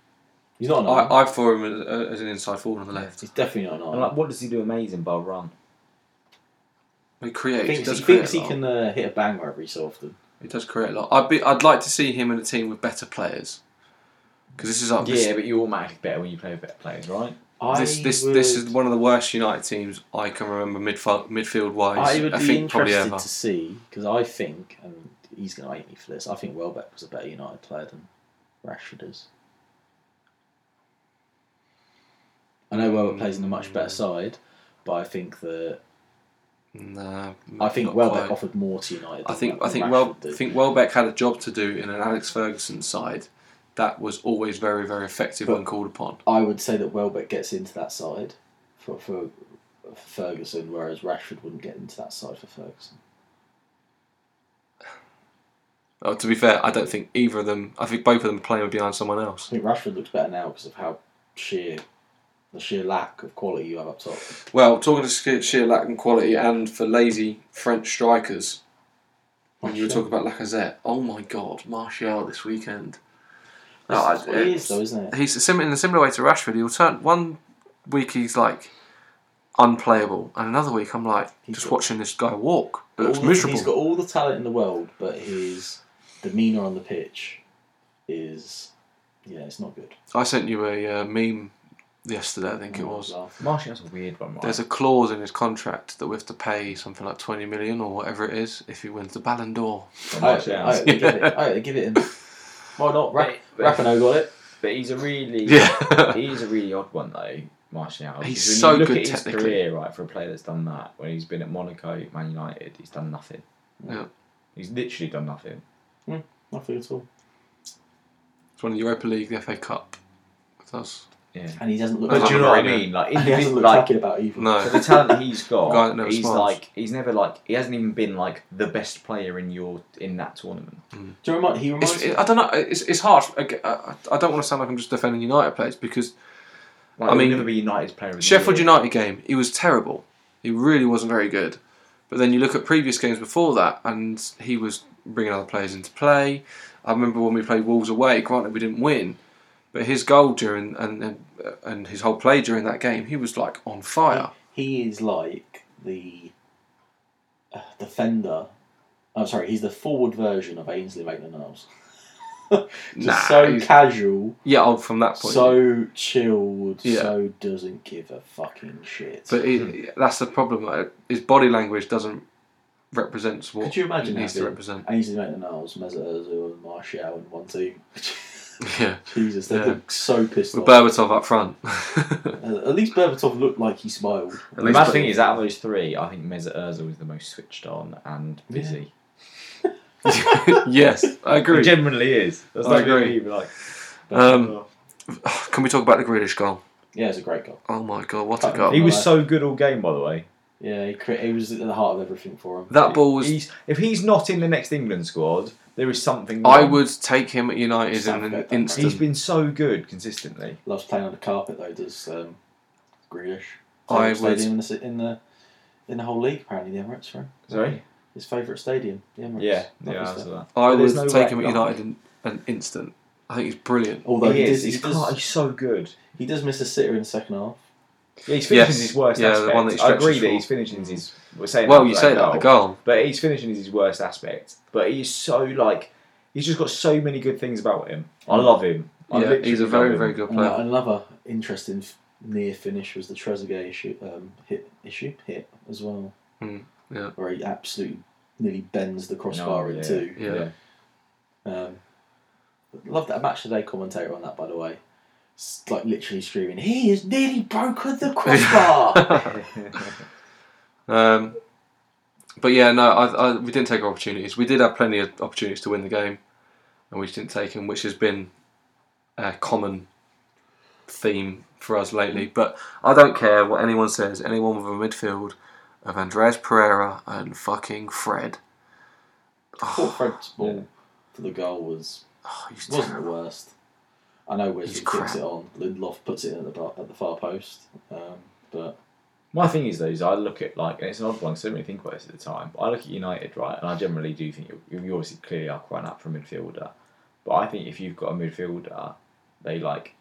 Speaker 2: He's not an nine.
Speaker 1: I, I for him as, uh, as an inside forward on the left.
Speaker 2: He's definitely not
Speaker 3: And
Speaker 2: an nine.
Speaker 3: like, what does he do amazing but run?
Speaker 1: He
Speaker 2: He
Speaker 1: creates. He
Speaker 2: thinks,
Speaker 1: does
Speaker 2: he,
Speaker 1: create
Speaker 2: thinks
Speaker 1: a
Speaker 2: he
Speaker 1: lot.
Speaker 2: can uh, hit a banger every so often.
Speaker 1: He does create a lot. I'd be. I'd like to see him in a team with better players. Because this is like this,
Speaker 3: Yeah, but you're automatically better when you play with better players, right?
Speaker 2: I
Speaker 1: this this,
Speaker 2: would,
Speaker 1: this is one of the worst United teams I can remember midfield midfield wise.
Speaker 2: I would be
Speaker 1: think probably
Speaker 2: interested
Speaker 1: ever.
Speaker 2: to see because I think, and he's going to hate me for this. I think Welbeck was a better United player than Rashford is. I know Welbeck plays in a much
Speaker 1: Mm.
Speaker 2: better side, but I think that
Speaker 1: Nah,
Speaker 2: I think
Speaker 1: not
Speaker 2: Welbeck
Speaker 1: quite.
Speaker 2: offered more to United.
Speaker 1: I
Speaker 2: than
Speaker 1: think I
Speaker 2: Rashford
Speaker 1: think well I
Speaker 2: did.
Speaker 1: think Welbeck had a job to do in an Alex Ferguson side that was always very very effective
Speaker 2: But-
Speaker 1: when called upon.
Speaker 2: I would say that Welbeck gets into that side for, for for Ferguson, whereas Rashford wouldn't get into that side for Ferguson.
Speaker 1: Oh, to be fair, I don't think either of them. I think both of them are playing behind someone
Speaker 2: I
Speaker 1: else.
Speaker 2: think Rashford looks better now because of how sheer the sheer lack of quality you have up top.
Speaker 1: Well, talking to ske- sheer lack and quality, and for lazy French strikers, when you were
Speaker 2: Martial.
Speaker 1: talking about Lacazette, oh my God, Martial this weekend.
Speaker 2: That's,
Speaker 1: No,
Speaker 2: that's what he
Speaker 1: it's-
Speaker 2: is, though, isn't it?
Speaker 1: he's a sim- in a similar way to Rashford. He'll turn one week he's like unplayable, and another week I'm like
Speaker 2: He's
Speaker 1: just
Speaker 2: got-
Speaker 1: watching this guy walk. It looks
Speaker 2: All the-
Speaker 1: miserable.
Speaker 2: He's got all the talent in the world, but his demeanour on the pitch is, yeah, it's not good.
Speaker 1: I sent you a uh, meme yesterday, I think it was.
Speaker 3: Martial's a weird one, right?
Speaker 1: There's a clause in his contract that we have to pay something like 20 million or whatever it is if he wins the Ballon d'Or.
Speaker 3: Not
Speaker 2: I, I,
Speaker 3: Martial.
Speaker 2: I, give it, I, I give it him. Why not? Ra-
Speaker 3: But- but-
Speaker 2: Rapinoe got it.
Speaker 3: But he's a really
Speaker 1: Yeah.
Speaker 3: he's a really odd one though, Martial. because
Speaker 1: He's so
Speaker 3: when you look
Speaker 1: good
Speaker 3: at his
Speaker 1: technically.
Speaker 3: career, right, for a player that's done that, when he's been at Monaco, Man United, he's done nothing.
Speaker 1: Yeah.
Speaker 3: He's literally done nothing.
Speaker 2: Nothing at all.
Speaker 1: it's one of the Europa League, the FA Cup. With us.
Speaker 3: Yeah.
Speaker 2: And he doesn't look.
Speaker 1: But
Speaker 3: But
Speaker 2: like
Speaker 3: do you know what I
Speaker 1: Marino.
Speaker 3: mean? Like,
Speaker 2: and he hasn't
Speaker 3: individ-
Speaker 2: looked
Speaker 3: like
Speaker 2: like it about either.
Speaker 1: No.
Speaker 3: so the talent he's got,
Speaker 1: Guy that never
Speaker 3: he's
Speaker 1: smiles.
Speaker 3: like he's never like he hasn't even been like the best player in your in that tournament.
Speaker 2: Do you remind? He
Speaker 1: It's,
Speaker 2: reminds. me
Speaker 1: it, I don't know. It's, it's hard. I, g- I- I don't want to sound like I'm just defending United players because
Speaker 3: Like,
Speaker 1: I
Speaker 3: I
Speaker 1: mean,
Speaker 3: mean, never be United's player. Of the
Speaker 1: Sheffield
Speaker 3: year.
Speaker 1: United game, he was terrible. He really wasn't very good. But then you look at previous games before that, and he was bringing other players into play. I remember when we played Wolves away. Granted, we didn't win, but his goal during and and, and his whole play during that game, he was like on fire.
Speaker 2: he is like the uh, defender. I'm sorry, he's the forward version of Ainsley Maitland-Niles. Just
Speaker 1: Nah,
Speaker 2: so
Speaker 1: he's-
Speaker 2: casual,
Speaker 1: Yeah, oh, from that point.
Speaker 2: so chilled,
Speaker 1: Yeah.
Speaker 2: so doesn't give a fucking shit.
Speaker 1: but
Speaker 2: Hmm.
Speaker 1: it, that's the problem. like, His body language doesn't represent what
Speaker 2: Could you imagine
Speaker 1: it needs
Speaker 2: that
Speaker 1: to
Speaker 2: being
Speaker 1: represent.
Speaker 2: Ainsley Maitland-Niles, Mesut Ozil, and Martial in one team.
Speaker 1: Yeah,
Speaker 2: Jesus, they
Speaker 1: Yeah.
Speaker 2: look so pissed
Speaker 1: with
Speaker 2: off.
Speaker 1: Berbatov up front.
Speaker 2: Uh, at least Berbatov looked like he smiled.
Speaker 1: At
Speaker 4: the
Speaker 1: least-
Speaker 4: bad thing is, out of those three, I think Mesut Ozil is the most switched on and
Speaker 2: Yeah.
Speaker 4: busy.
Speaker 1: yes, I
Speaker 3: It
Speaker 1: agree.
Speaker 3: generally is. That's
Speaker 1: I
Speaker 3: not really
Speaker 1: agree.
Speaker 3: even like.
Speaker 1: Um, Can we talk about the Grealish goal?
Speaker 2: Yeah, it's a great goal.
Speaker 1: Oh my god, what a
Speaker 2: Oh,
Speaker 3: he
Speaker 1: goal!
Speaker 3: was
Speaker 2: no.
Speaker 3: so good all game, by the way.
Speaker 2: Yeah, he, cre- he was at the heart of everything for him.
Speaker 1: That ball was.
Speaker 3: He's, if he's not in the next England squad, there is something.
Speaker 1: I
Speaker 3: wrong.
Speaker 1: would take him at United in an
Speaker 2: Southgate,
Speaker 3: He's
Speaker 1: instant.
Speaker 3: been so good consistently.
Speaker 2: Loves playing on the carpet though. Does um, Grealish?
Speaker 1: I
Speaker 2: Favourite
Speaker 1: would-
Speaker 2: stadium in the si- in the in the whole league apparently the Emirates for him.
Speaker 3: Sorry.
Speaker 2: His favourite stadium, the Emirates.
Speaker 3: Yeah.
Speaker 2: Lovely
Speaker 3: Yeah. I
Speaker 2: stuff.
Speaker 3: saw that.
Speaker 1: I
Speaker 3: There's
Speaker 1: would
Speaker 3: no
Speaker 1: take
Speaker 3: way
Speaker 1: him at
Speaker 3: not.
Speaker 1: United in an instant. I think he's brilliant.
Speaker 2: Although
Speaker 3: he,
Speaker 2: he,
Speaker 3: is.
Speaker 2: does, he
Speaker 3: he's, cla-
Speaker 2: does
Speaker 3: he's so good.
Speaker 2: he does miss a sitter in the second half.
Speaker 3: Yeah, he's
Speaker 1: Yes.
Speaker 3: finishing his worst
Speaker 1: Yeah, the
Speaker 3: aspect.
Speaker 1: one that he
Speaker 3: I agree
Speaker 1: stretches
Speaker 3: that
Speaker 1: for.
Speaker 3: he's finishing his. We're saying
Speaker 1: Well,
Speaker 3: that
Speaker 1: you
Speaker 3: for
Speaker 1: say that the goal.
Speaker 3: but he's finishing is his worst aspect. But he's so like, he's just got so many good things about him. I love him. I
Speaker 1: Mm. Yeah, he's a
Speaker 3: literally
Speaker 1: very
Speaker 3: love
Speaker 1: very
Speaker 3: him.
Speaker 1: good
Speaker 2: And
Speaker 1: player.
Speaker 2: another interesting f- near finish was the Trezeguet issue, um, hit issue hit as well.
Speaker 1: Mm, yeah.
Speaker 2: Where he absolutely nearly bends the crossbar
Speaker 3: No,
Speaker 2: in
Speaker 3: yeah.
Speaker 2: two.
Speaker 1: Yeah.
Speaker 2: Um, love that match today commentator on that, by the way. S- Like literally screaming, he has nearly broken the crossbar.
Speaker 1: Um, but yeah, no, I, I, we didn't take our opportunities. We did have plenty of opportunities to win the game, and we just didn't take them, which has been a common theme for us lately.
Speaker 3: Mm.
Speaker 1: But I don't care what anyone says. Anyone with a midfield of Andres Pereira and fucking Fred.
Speaker 2: Poor Fred's ball for the goal was
Speaker 1: Oh, he's
Speaker 2: wasn't
Speaker 1: terrible.
Speaker 2: the worst. I know
Speaker 1: He's
Speaker 2: Wesley puts
Speaker 1: crap.
Speaker 2: it on. Lindelof puts it in at the bar, at the far post, um, but
Speaker 3: My thing is though, is I look at like, and it's an odd one. 'cause I didn't really think about this at the time. But I look at United right, and I generally do think you, you obviously clearly are quite an up for a midfielder. But I think if you've got a midfielder, they like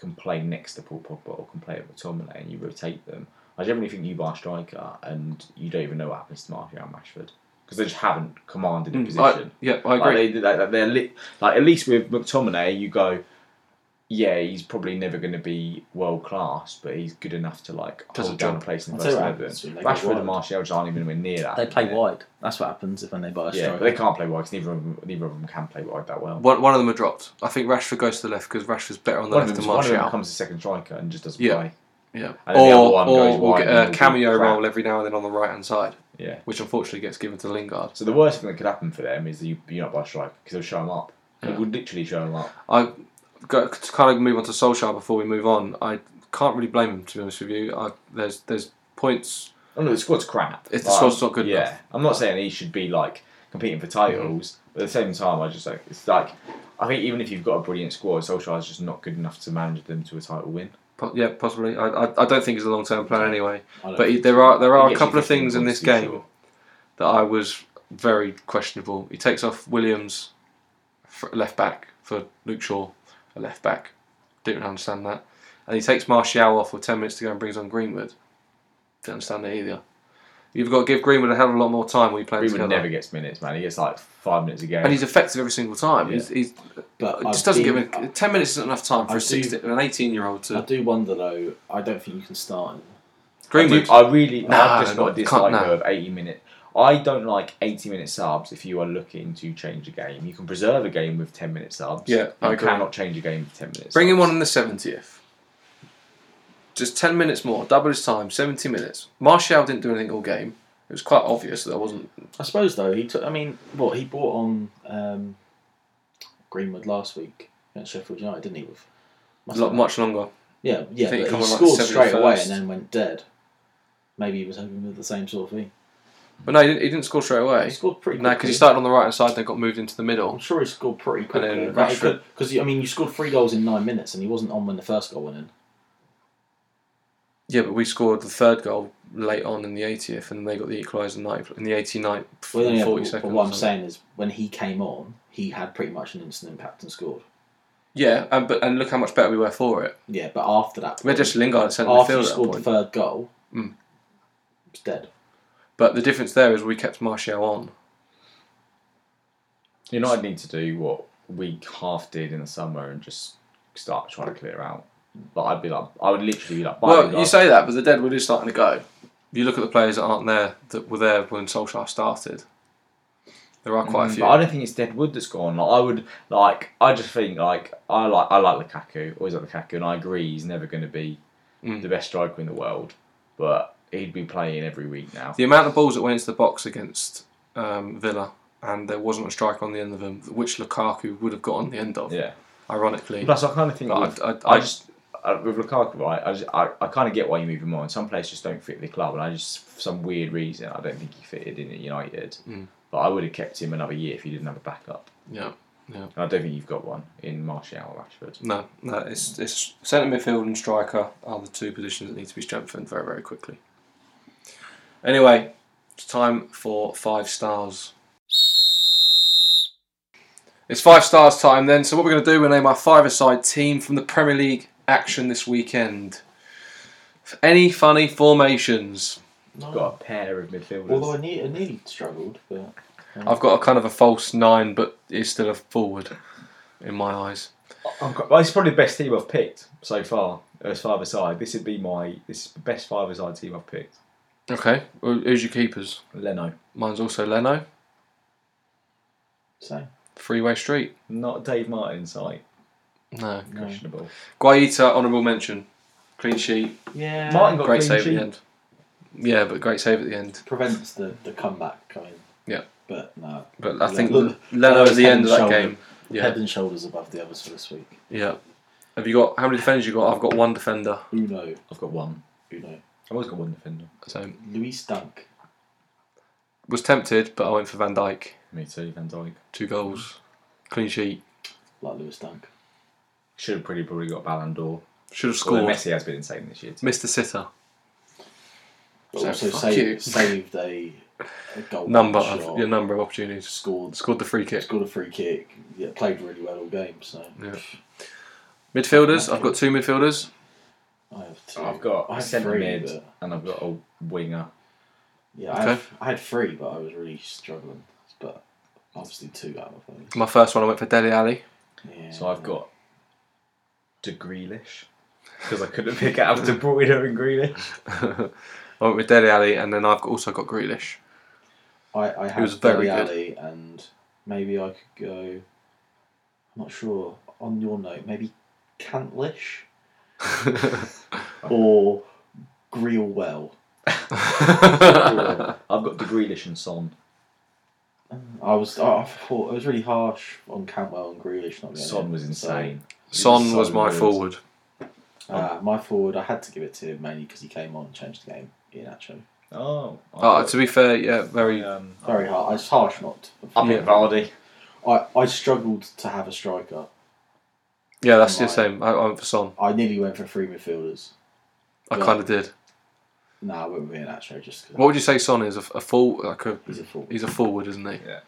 Speaker 3: can play next to Paul Pogba or can play at McTominay, and you rotate them. I generally think you buy a striker, and you don't even know what happens to Martial and Rashford because they just haven't commanded a
Speaker 1: Mm,
Speaker 3: position.
Speaker 1: I, yeah, I
Speaker 3: Like
Speaker 1: agree.
Speaker 3: they, they, they're li- like at least with McTominay, you go, yeah, he's probably never going to be world class, but he's good enough to like
Speaker 1: Does
Speaker 3: hold
Speaker 1: a
Speaker 3: down
Speaker 1: job.
Speaker 3: a place in
Speaker 2: I'll
Speaker 3: the
Speaker 2: tell you
Speaker 3: first
Speaker 2: what
Speaker 3: eleven.
Speaker 2: happens when they go
Speaker 3: Rashford
Speaker 2: wide.
Speaker 3: and Martial just aren't even near that.
Speaker 2: they play
Speaker 3: yeah.
Speaker 2: wide. That's what happens if when they buy a
Speaker 3: Yeah,
Speaker 2: striker.
Speaker 3: but they can't play wide because neither of them, neither of them can play wide that well.
Speaker 1: One, one of them had dropped. I think Rashford goes to the left because Rashford's better on the
Speaker 3: One of,
Speaker 1: left
Speaker 3: them's-
Speaker 1: than
Speaker 3: one of them
Speaker 1: Martial.
Speaker 3: becomes a second striker and just doesn't
Speaker 1: Yeah.
Speaker 3: play.
Speaker 1: Yeah.
Speaker 3: And then the other
Speaker 1: Or,
Speaker 3: one
Speaker 1: or
Speaker 3: goes
Speaker 1: we'll
Speaker 3: wide
Speaker 1: get
Speaker 3: and
Speaker 1: a
Speaker 3: it'll be
Speaker 1: cameo
Speaker 3: crap.
Speaker 1: role every now and then on the right hand side,
Speaker 3: Yeah.
Speaker 1: which unfortunately gets given to Lingard.
Speaker 3: So the worst thing that could happen for them is that you you not buy a striker because they'll show him up. They
Speaker 1: Yeah.
Speaker 3: would literally show him up.
Speaker 1: I go, to kind of move on to Solskjaer before we move on. I can't really blame him to be honest with you. I, there's there's points.
Speaker 3: Oh no, the squad's crap.
Speaker 1: If the
Speaker 3: Like,
Speaker 1: squad's not good
Speaker 3: yeah.
Speaker 1: enough. Mm-hmm.
Speaker 3: I'm not saying he should be like competing for titles, but at the same time, I just like it's like I think even if you've got a brilliant squad, Solskjaer's just not good enough to manage them to a title win.
Speaker 1: Po- yeah, possibly. I, I, I don't think it's a long term plan anyway.
Speaker 2: I don't
Speaker 1: But
Speaker 2: think
Speaker 1: he- there are there
Speaker 3: He
Speaker 1: are a
Speaker 3: gets
Speaker 1: couple
Speaker 3: you
Speaker 1: of things
Speaker 3: 15
Speaker 1: in this
Speaker 3: points,
Speaker 1: game
Speaker 3: he's sure.
Speaker 1: that I was very questionable. He takes off Williams, for left back for Luke Shaw, a left back. Didn't understand that. And he takes Martial off with ten minutes to go and brings on Greenwood. Didn't understand that either. You've got to give Greenwood a hell of a lot more time when you play
Speaker 3: Greenwood
Speaker 1: together.
Speaker 3: never gets minutes, man. He gets like five minutes a game.
Speaker 1: and he's effective every single time. He's, he's
Speaker 2: But
Speaker 1: It
Speaker 2: I
Speaker 1: just doesn't
Speaker 2: do-
Speaker 1: give him ten minutes isn't enough time for
Speaker 2: I
Speaker 1: a
Speaker 2: do-
Speaker 1: 16, an eighteen year old
Speaker 2: I
Speaker 1: to
Speaker 2: do wonder though. I don't think you can start him.
Speaker 3: I, do-
Speaker 1: Greenwood.
Speaker 3: I really,
Speaker 1: Nah,
Speaker 3: I've just got a
Speaker 1: no, can't,
Speaker 3: dislike
Speaker 1: no.
Speaker 3: of 80 minute. I don't like 80 minute subs if you are looking to change a game. You can preserve a game with 10 minute subs.
Speaker 1: Yeah,
Speaker 3: you
Speaker 1: I agree.
Speaker 3: cannot change a game with 10 minutes.
Speaker 1: Bring him
Speaker 3: subs.
Speaker 1: on in the seventieth. Just ten minutes more, double his time, seventy minutes. Martial didn't do anything all game. It was quite obvious that I wasn't.
Speaker 2: I suppose though he took. I mean, what he bought on um, Greenwood last week against Sheffield United, didn't he? With
Speaker 1: A lot, much longer.
Speaker 2: Yeah, yeah.
Speaker 1: I think he
Speaker 2: But
Speaker 1: come
Speaker 2: he
Speaker 1: on, like,
Speaker 2: scored straight
Speaker 1: 71st.
Speaker 2: away and then went dead. Maybe he was hoping for the same sort of thing.
Speaker 1: But no, he didn't, he didn't score straight
Speaker 2: He
Speaker 1: away.
Speaker 2: scored pretty.
Speaker 1: No,
Speaker 2: quickly.
Speaker 1: because he started on the right hand side, then got moved into the
Speaker 2: I'm
Speaker 1: middle.
Speaker 2: sure he scored pretty quickly.
Speaker 1: then
Speaker 2: Like, he
Speaker 1: Rashford.
Speaker 2: could- Because I mean, you scored three goals in nine minutes, and he wasn't on when the first goal went in.
Speaker 1: Yeah, but we scored the third goal late on in the 80th, and they got the equaliser in the 90th in the 89th,
Speaker 2: Well,
Speaker 1: 40
Speaker 2: yeah, but, but
Speaker 1: seconds.
Speaker 2: what I'm saying is, when he came on, he had pretty much an instant impact and scored.
Speaker 1: Yeah, and but and look how much better we were for it.
Speaker 2: Yeah, but after that,
Speaker 1: We had just Lingard at centre
Speaker 2: after he
Speaker 1: midfield at that
Speaker 2: scored the
Speaker 1: point.
Speaker 2: third goal,
Speaker 1: Mm.
Speaker 2: it's dead.
Speaker 1: But the difference there is we kept Martial on.
Speaker 3: United need to do what we half did in the summer and just start trying to clear out. But I'd be like, I would literally be like, buying
Speaker 1: Well, you
Speaker 3: like-
Speaker 1: say that, but the deadwood is starting to go. You look at the players that aren't there that were there when Solskjaer started. There are quite
Speaker 3: Mm,
Speaker 1: a few.
Speaker 3: But I don't think it's dead wood that's gone. Like, I would like. I just think like I like I like Lukaku. Always like Lukaku, and I agree he's never going to be
Speaker 1: Mm.
Speaker 3: the best striker in the world, but he'd be playing every week now.
Speaker 1: The amount of balls that went into the box against um, Villa and there wasn't a strike on the end of them, which Lukaku would have got on the end of,
Speaker 3: Yeah.
Speaker 1: ironically.
Speaker 3: Plus, I kind of think
Speaker 1: But
Speaker 3: with,
Speaker 1: I, I,
Speaker 3: I
Speaker 1: I
Speaker 3: just I, with Lukaku, right? I just I, I kind of get why you move him on. Some players just don't fit the club, and I just for some weird reason I don't think he fitted in at United.
Speaker 1: Mm.
Speaker 3: But I would have kept him another year if he didn't have a backup.
Speaker 1: yeah,
Speaker 3: And I don't think you've got one in Martial or Rashford.
Speaker 1: no, no, it's, it's centre midfield and striker are the two positions that need to be strengthened very, very quickly. Anyway, it's time for five stars. It's five stars time then. So what we're going to do, we're going to name our five-a-side team from the Premier League action this weekend. Any funny formations?
Speaker 2: No.
Speaker 3: Got a pair of midfielders.
Speaker 2: Although I nearly, I nearly struggled, but
Speaker 1: I've got a kind of a false nine, but it's still a forward in my eyes.
Speaker 3: I'm quite- well, it's probably the best team I've picked so far as five aside. This would be my this is the best five aside team I've picked.
Speaker 1: Okay, well, who's your keepers?
Speaker 3: Leno,
Speaker 1: Mine's also Leno,
Speaker 2: so
Speaker 1: three-way street.
Speaker 3: not Dave Martin side,
Speaker 1: No,
Speaker 2: no.
Speaker 3: questionable.
Speaker 1: Guaita, honourable mention, clean sheet,
Speaker 2: yeah,
Speaker 3: Martin got
Speaker 1: great
Speaker 3: clean
Speaker 1: save at
Speaker 3: sheet.
Speaker 1: the end. Yeah, but great save at the end.
Speaker 2: prevents the, the comeback coming.
Speaker 1: Yeah.
Speaker 2: but no,
Speaker 1: But I
Speaker 2: Le-
Speaker 1: think
Speaker 2: Le-
Speaker 1: Leno at the
Speaker 2: head
Speaker 1: end of
Speaker 2: and
Speaker 1: that
Speaker 2: shoulder.
Speaker 1: game. Yeah,
Speaker 2: head and shoulders above the others for this week.
Speaker 1: yeah. Have you got how many defenders you got? I've got one defender.
Speaker 2: Uno,
Speaker 3: I've got one.
Speaker 2: Uno,
Speaker 3: I've always got one defender.
Speaker 1: So
Speaker 2: Luis Dunk.
Speaker 1: was tempted, but I went for Van Dijk.
Speaker 3: Me too. Van Dijk
Speaker 1: Two goals, clean sheet.
Speaker 2: like Lewis Dunk.
Speaker 3: should have pretty probably got Ballon d'Or.
Speaker 1: Should have
Speaker 3: Although
Speaker 1: scored.
Speaker 3: Messi has been insane this year. Too.
Speaker 1: Missed the sitter.
Speaker 2: But
Speaker 1: So
Speaker 2: also
Speaker 1: fuck you.
Speaker 2: saved, saved a, a goal
Speaker 1: Number
Speaker 2: shot,
Speaker 1: of your number of opportunities.
Speaker 2: scored
Speaker 1: Scored the free kick.
Speaker 2: scored a free kick. Yeah, played really well all game. So
Speaker 1: Yeah. Midfielders, I've got two midfielders.
Speaker 2: I have two.
Speaker 3: I've got
Speaker 2: I
Speaker 3: a
Speaker 2: have
Speaker 3: centre
Speaker 2: three,
Speaker 3: mid
Speaker 2: but-
Speaker 3: and I've got a winger.
Speaker 2: yeah,
Speaker 1: Okay.
Speaker 2: I, have, I had three, but I was really struggling. But obviously two out of those.
Speaker 1: My first one I went for Deli Alley.
Speaker 2: Yeah.
Speaker 3: So I've got De Grealish because I couldn't pick out of De Bruyne and Grealish.
Speaker 1: I went with Deli Alley, and then I've also got Grealish.
Speaker 2: I, I had
Speaker 1: was very
Speaker 2: Dele
Speaker 1: good.
Speaker 2: Alli and maybe I could go. I'm not sure. On your note, maybe Cantlish or Greelwell.
Speaker 3: I've got De Grealish and Son.
Speaker 2: I was I thought it was really harsh on Cantwell and Grealish not getting
Speaker 3: Son
Speaker 2: in,
Speaker 3: was
Speaker 2: so-
Speaker 3: insane. Oh.
Speaker 1: Son was
Speaker 3: So
Speaker 1: my
Speaker 3: good.
Speaker 1: forward.
Speaker 2: Uh, my forward, I had to give it to him mainly because he came on and changed the game. Ian Acho.
Speaker 3: Oh,
Speaker 1: Oh, to be fair, yeah, very.
Speaker 3: um,
Speaker 2: Very hard. It's harsh not.
Speaker 3: up
Speaker 1: Yeah.
Speaker 3: at Vardy.
Speaker 2: I, I struggled to have a striker.
Speaker 1: Yeah, that's the
Speaker 2: Mine.
Speaker 1: same. I, I went for Son.
Speaker 2: I nearly went for three midfielders.
Speaker 1: I
Speaker 2: Yeah.
Speaker 1: kind of did.
Speaker 2: No, I went with Ian Acho just because
Speaker 1: What would you say Son is? A, a full, like a,
Speaker 2: he's a forward.
Speaker 1: he's a forward, isn't he?
Speaker 2: Yeah.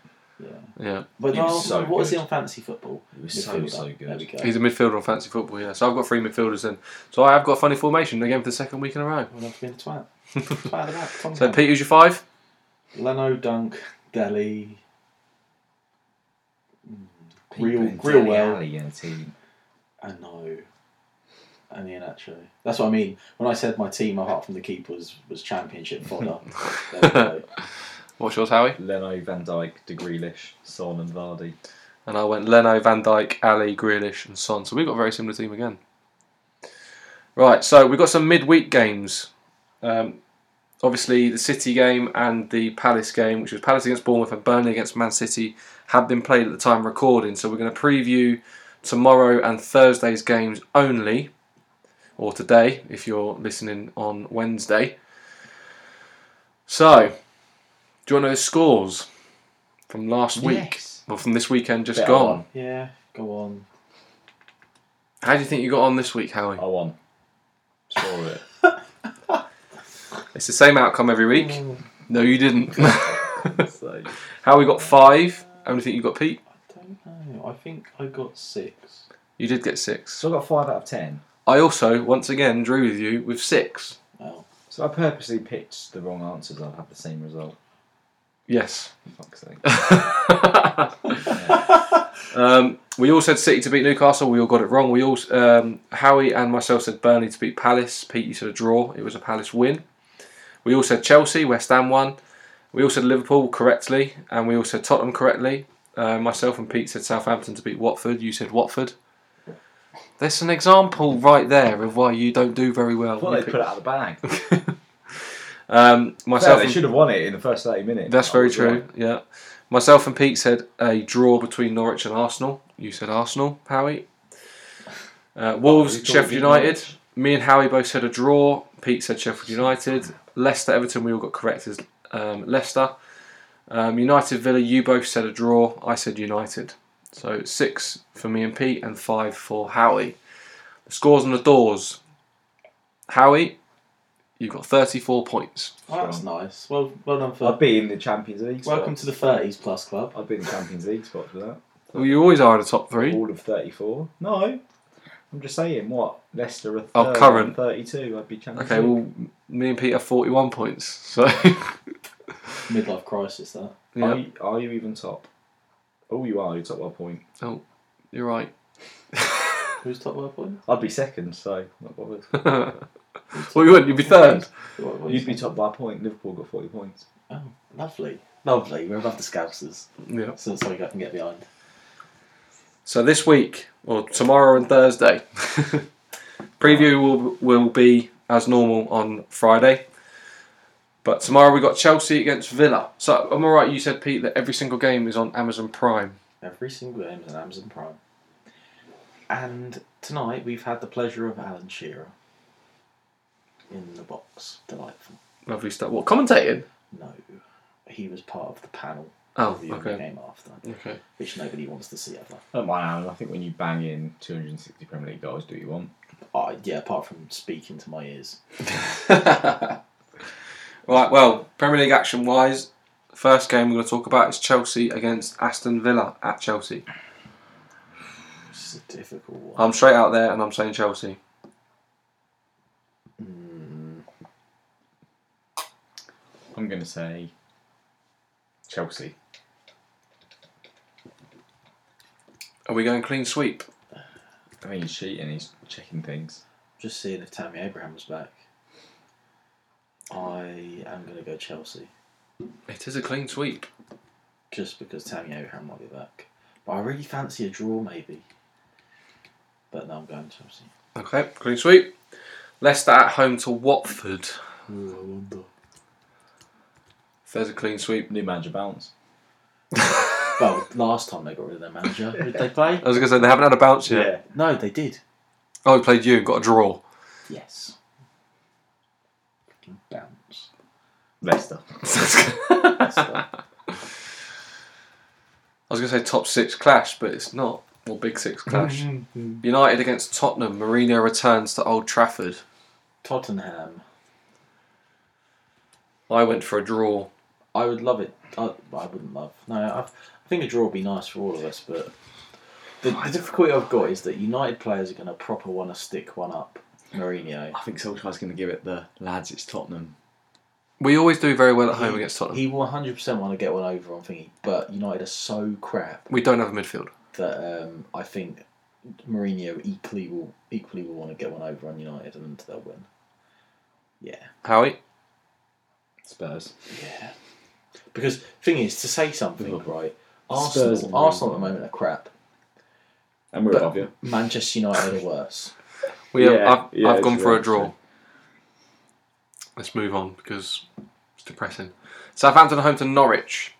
Speaker 1: Yeah,
Speaker 2: But
Speaker 3: He
Speaker 2: no,
Speaker 3: was so
Speaker 2: what was he
Speaker 3: good.
Speaker 2: on fantasy football?
Speaker 3: He was so
Speaker 2: Midfielder.
Speaker 3: so
Speaker 2: There we
Speaker 3: good.
Speaker 2: go.
Speaker 1: he's a midfielder on fancy football. Yeah, so I've got three midfielders then. So I have got a funny formation again for the second week in a row.
Speaker 2: Well, I've been a twat. twat about. Tom
Speaker 1: So
Speaker 2: so
Speaker 1: Pete, who's your five?
Speaker 2: Leno, Dunk, Delhi. Real,
Speaker 3: People in
Speaker 2: real
Speaker 3: Dele
Speaker 2: well.
Speaker 3: Alli in the team.
Speaker 2: I know. And Ian Acho. That's what I mean. When I said my team, apart from the keepers, was championship fodder. there we go.
Speaker 1: What's yours, Howie?
Speaker 3: Leno, Van Dijk, De Grealish, Son, and Vardy.
Speaker 1: And I went Leno, Van Dyke, Ali, Grealish, and Son. So we've got a very similar team again. Right, so we've got some midweek games. Um, obviously, the City game and the Palace game, which was Palace against Bournemouth and Burnley against Man City, have been played at the time of recording. So we're going to preview tomorrow and Thursday's games only, or today if you're listening on Wednesday. So, do you want to know the scores from last week?
Speaker 3: Yes.
Speaker 1: Well, from this weekend just
Speaker 3: Bet I
Speaker 1: gone.
Speaker 3: won.
Speaker 2: Yeah, go on.
Speaker 1: How do you think you got on this week, Howie?
Speaker 3: I won. Saw it.
Speaker 1: It's the same outcome every week. No, you didn't.
Speaker 3: so,
Speaker 1: Howie got five. How many think you got, Pete?
Speaker 2: I don't know. I think I got six.
Speaker 1: You did get six.
Speaker 3: so I got five out of ten.
Speaker 1: I also, once again, drew with you with six.
Speaker 2: Oh,
Speaker 3: So I purposely picked the wrong answers. I've had the same result.
Speaker 1: Yes.
Speaker 3: For fuck's sake.
Speaker 1: um, we all said City to beat Newcastle. We all got it wrong. We all um, Howie and myself said Burnley to beat Palace. Pete, you said a draw. It was a Palace win. We all said Chelsea. West Ham won. We all said Liverpool correctly, and we all said Tottenham correctly. Uh, myself and Pete said Southampton to beat Watford. You said Watford. There's an example right there of why you don't do very well.
Speaker 3: I thought
Speaker 1: You
Speaker 3: they
Speaker 1: pick-
Speaker 3: put it out of the bag.
Speaker 1: um, myself
Speaker 3: they
Speaker 1: and-
Speaker 3: should have won it in the first 30 minutes.
Speaker 1: That's
Speaker 3: I
Speaker 1: very
Speaker 3: was
Speaker 1: true.
Speaker 3: right.
Speaker 1: Yeah, myself and Pete said a draw between Norwich and Arsenal. You said Arsenal, Howie. Uh, Wolves,
Speaker 3: we Oh, thought
Speaker 1: Sheffield
Speaker 3: we beat
Speaker 1: United.
Speaker 3: Norwich.
Speaker 1: Me and Howie both said a draw. Pete said Sheffield United. Leicester, Everton. We all got correct as um, Leicester. Um, United, Villa. You both said a draw. I said United. So six for me and Pete, and five for Howie. The scores and the doors. Howie, you've got thirtyfour points.
Speaker 2: Oh, that's nice. Well, well done for.
Speaker 3: I'd be in the Champions League.
Speaker 2: Welcome to
Speaker 3: spots.
Speaker 2: the thirties plus club.
Speaker 3: I'd be in the Champions League spot for that.
Speaker 1: Well, you always are in the top three.
Speaker 3: All of 34. No. I'm just saying, what? Leicester are third,
Speaker 1: Oh, current.
Speaker 3: I'm 32. I'd be Champions
Speaker 1: Okay,
Speaker 3: League.
Speaker 1: well, me and Pete have 41 points, so.
Speaker 2: Midlife crisis. That.
Speaker 3: Are,
Speaker 1: yeah,
Speaker 3: you, are you even top? Oh, you are. You're top one point.
Speaker 1: Oh, you're right.
Speaker 2: Who's top world point?
Speaker 3: I'd be second, so not bothered.
Speaker 1: well, you wouldn't, you'd be third.
Speaker 2: What- what
Speaker 3: You'd
Speaker 2: is
Speaker 3: be
Speaker 2: it?
Speaker 3: top by a point. Liverpool got 40 points.
Speaker 2: Oh, lovely, lovely. We're above the Scousers,
Speaker 1: Yeah.
Speaker 2: so that's something I can get behind.
Speaker 1: So this week, or tomorrow and Thursday, preview will, will be as normal on Friday. But tomorrow we've got Chelsea against Villa. So am I right? You said, Pete, that every single game is on Amazon Prime.
Speaker 2: Every single game is on Amazon Prime. And tonight we've had the pleasure of Alan Shearer in the box. Delightful.
Speaker 1: Lovely stuff. What, commentating?
Speaker 2: No, he was part of the panel
Speaker 1: Oh,
Speaker 2: reviewing the
Speaker 1: okay.
Speaker 2: game after,
Speaker 1: Okay.
Speaker 2: which nobody wants to see ever.
Speaker 3: I don't mind, Alan. I think when you bang in 260 Premier League goals, do what you want.
Speaker 2: Oh, yeah, apart from speaking to my ears.
Speaker 1: right, well, Premier League action wise, first game we're going to talk about is Chelsea against Aston Villa at Chelsea.
Speaker 2: It's a difficult one.
Speaker 1: I'm straight out there and I'm saying Chelsea.
Speaker 2: Mm,
Speaker 3: I'm going to say Chelsea.
Speaker 1: Are we going clean sweep?
Speaker 3: I think he's cheating. He's checking things.
Speaker 2: just seeing if Tammy Abraham was back. I am going to go Chelsea.
Speaker 1: It is a clean sweep.
Speaker 2: just because Tammy Abraham might be back. But I really fancy a draw, maybe. But no, I'm going Chelsea.
Speaker 1: Okay, clean sweep. Leicester at home to Watford.
Speaker 2: Ooh, I wonder.
Speaker 1: If there's a clean sweep.
Speaker 3: New manager bounce.
Speaker 2: Well, last time they got rid of their manager, who did they play?
Speaker 1: I was going to say they haven't had a bounce yet.
Speaker 2: No, they did.
Speaker 1: Oh, we played you and got a draw.
Speaker 2: Yes. Fucking Bounce.
Speaker 3: Leicester.
Speaker 1: I
Speaker 2: That's the-
Speaker 1: was going to say top six clash, but it's not. Or big six clash. United against Tottenham. Mourinho returns to Old Trafford.
Speaker 2: Tottenham.
Speaker 1: I went for a draw.
Speaker 2: I would love it. I, I wouldn't love. No, I, I think a draw would be nice for all of us, but the, the difficulty I've got is that United players are going to proper want to stick one up Mourinho.
Speaker 3: I think Solskjaer's going to give it the lads. It's Tottenham.
Speaker 1: We always do very well at home against Tottenham.
Speaker 2: He will 100% want to get one over on thingy, but United are so crap
Speaker 1: we don't have a midfield.
Speaker 2: that um, I think Mourinho equally will equally will want to get one over on United and they'll win. Yeah,
Speaker 1: Howie?
Speaker 3: Spurs.
Speaker 2: yeah. Because thing is, to say something right,
Speaker 3: Spurs
Speaker 2: Arsenal,
Speaker 3: and Mourinho.
Speaker 2: Arsenal at the moment are crap.
Speaker 3: And we're
Speaker 2: But-
Speaker 3: above you.
Speaker 2: Manchester United are worse.
Speaker 1: We have,
Speaker 3: Yeah,
Speaker 1: I've,
Speaker 3: yeah,
Speaker 1: I've gone for a
Speaker 3: sure,
Speaker 1: draw.
Speaker 3: sure.
Speaker 1: Let's move on because it's depressing. Southampton at home to Norwich.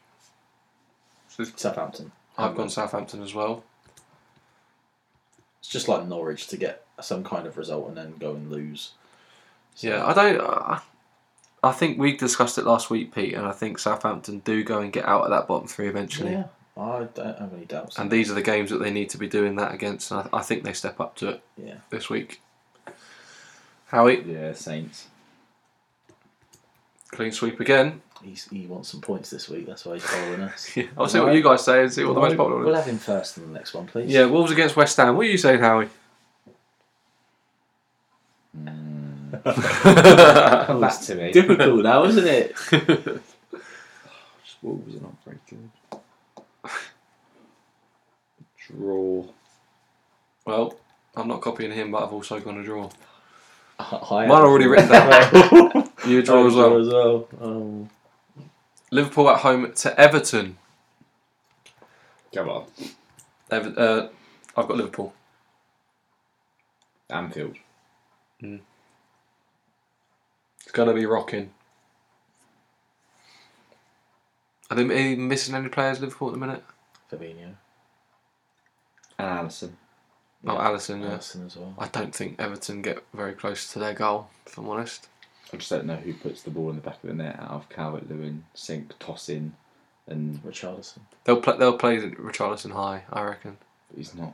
Speaker 1: So
Speaker 2: Southampton.
Speaker 1: I've gone Southampton as well.
Speaker 2: It's just like Norwich to get some kind of result and then go and lose.
Speaker 1: Yeah, I don't. I I think we discussed it last week, Pete, and I think Southampton do go and get out of that bottom three eventually.
Speaker 2: Yeah, I don't have any doubts.
Speaker 1: And these are the games that they need to be doing that against, and I, I think they step up to it
Speaker 2: Yeah.
Speaker 1: this week. Howie,
Speaker 3: Yeah, Saints.
Speaker 1: clean sweep again.
Speaker 2: He's, he wants some points this week. That's why he's following us.
Speaker 1: I'll see what you guys say and see what the most popular one is.
Speaker 2: We'll have him first in the next one, please.
Speaker 1: Yeah, Wolves against West Ham. What are you saying, Howie?
Speaker 3: Mm. That's to me.
Speaker 2: Difficult now, isn't it?
Speaker 4: Wolves are not very good. Draw.
Speaker 1: well, I'm not copying him, but I've also gone a draw.
Speaker 2: I
Speaker 1: Mine already written down. You a draw as well.
Speaker 2: Um, as well. Oh.
Speaker 1: Liverpool at home to Everton.
Speaker 5: Come on.
Speaker 1: Ever- uh, I've got Liverpool.
Speaker 5: Anfield.
Speaker 1: It's gonna be rocking. Are they are they missing any players? Liverpool at the minute.
Speaker 2: Fabinho,
Speaker 5: And Allison.
Speaker 1: Oh, Allison. Yes.
Speaker 2: Nelson as well.
Speaker 1: I don't think Everton get very close to their goal. If I'm honest.
Speaker 3: I just don't know who puts the ball in the back of the net out of Calvert Lewin, Sink, tossing, and
Speaker 2: Richarlison.
Speaker 1: They'll play. They'll play Richarlison high. I reckon
Speaker 3: he's not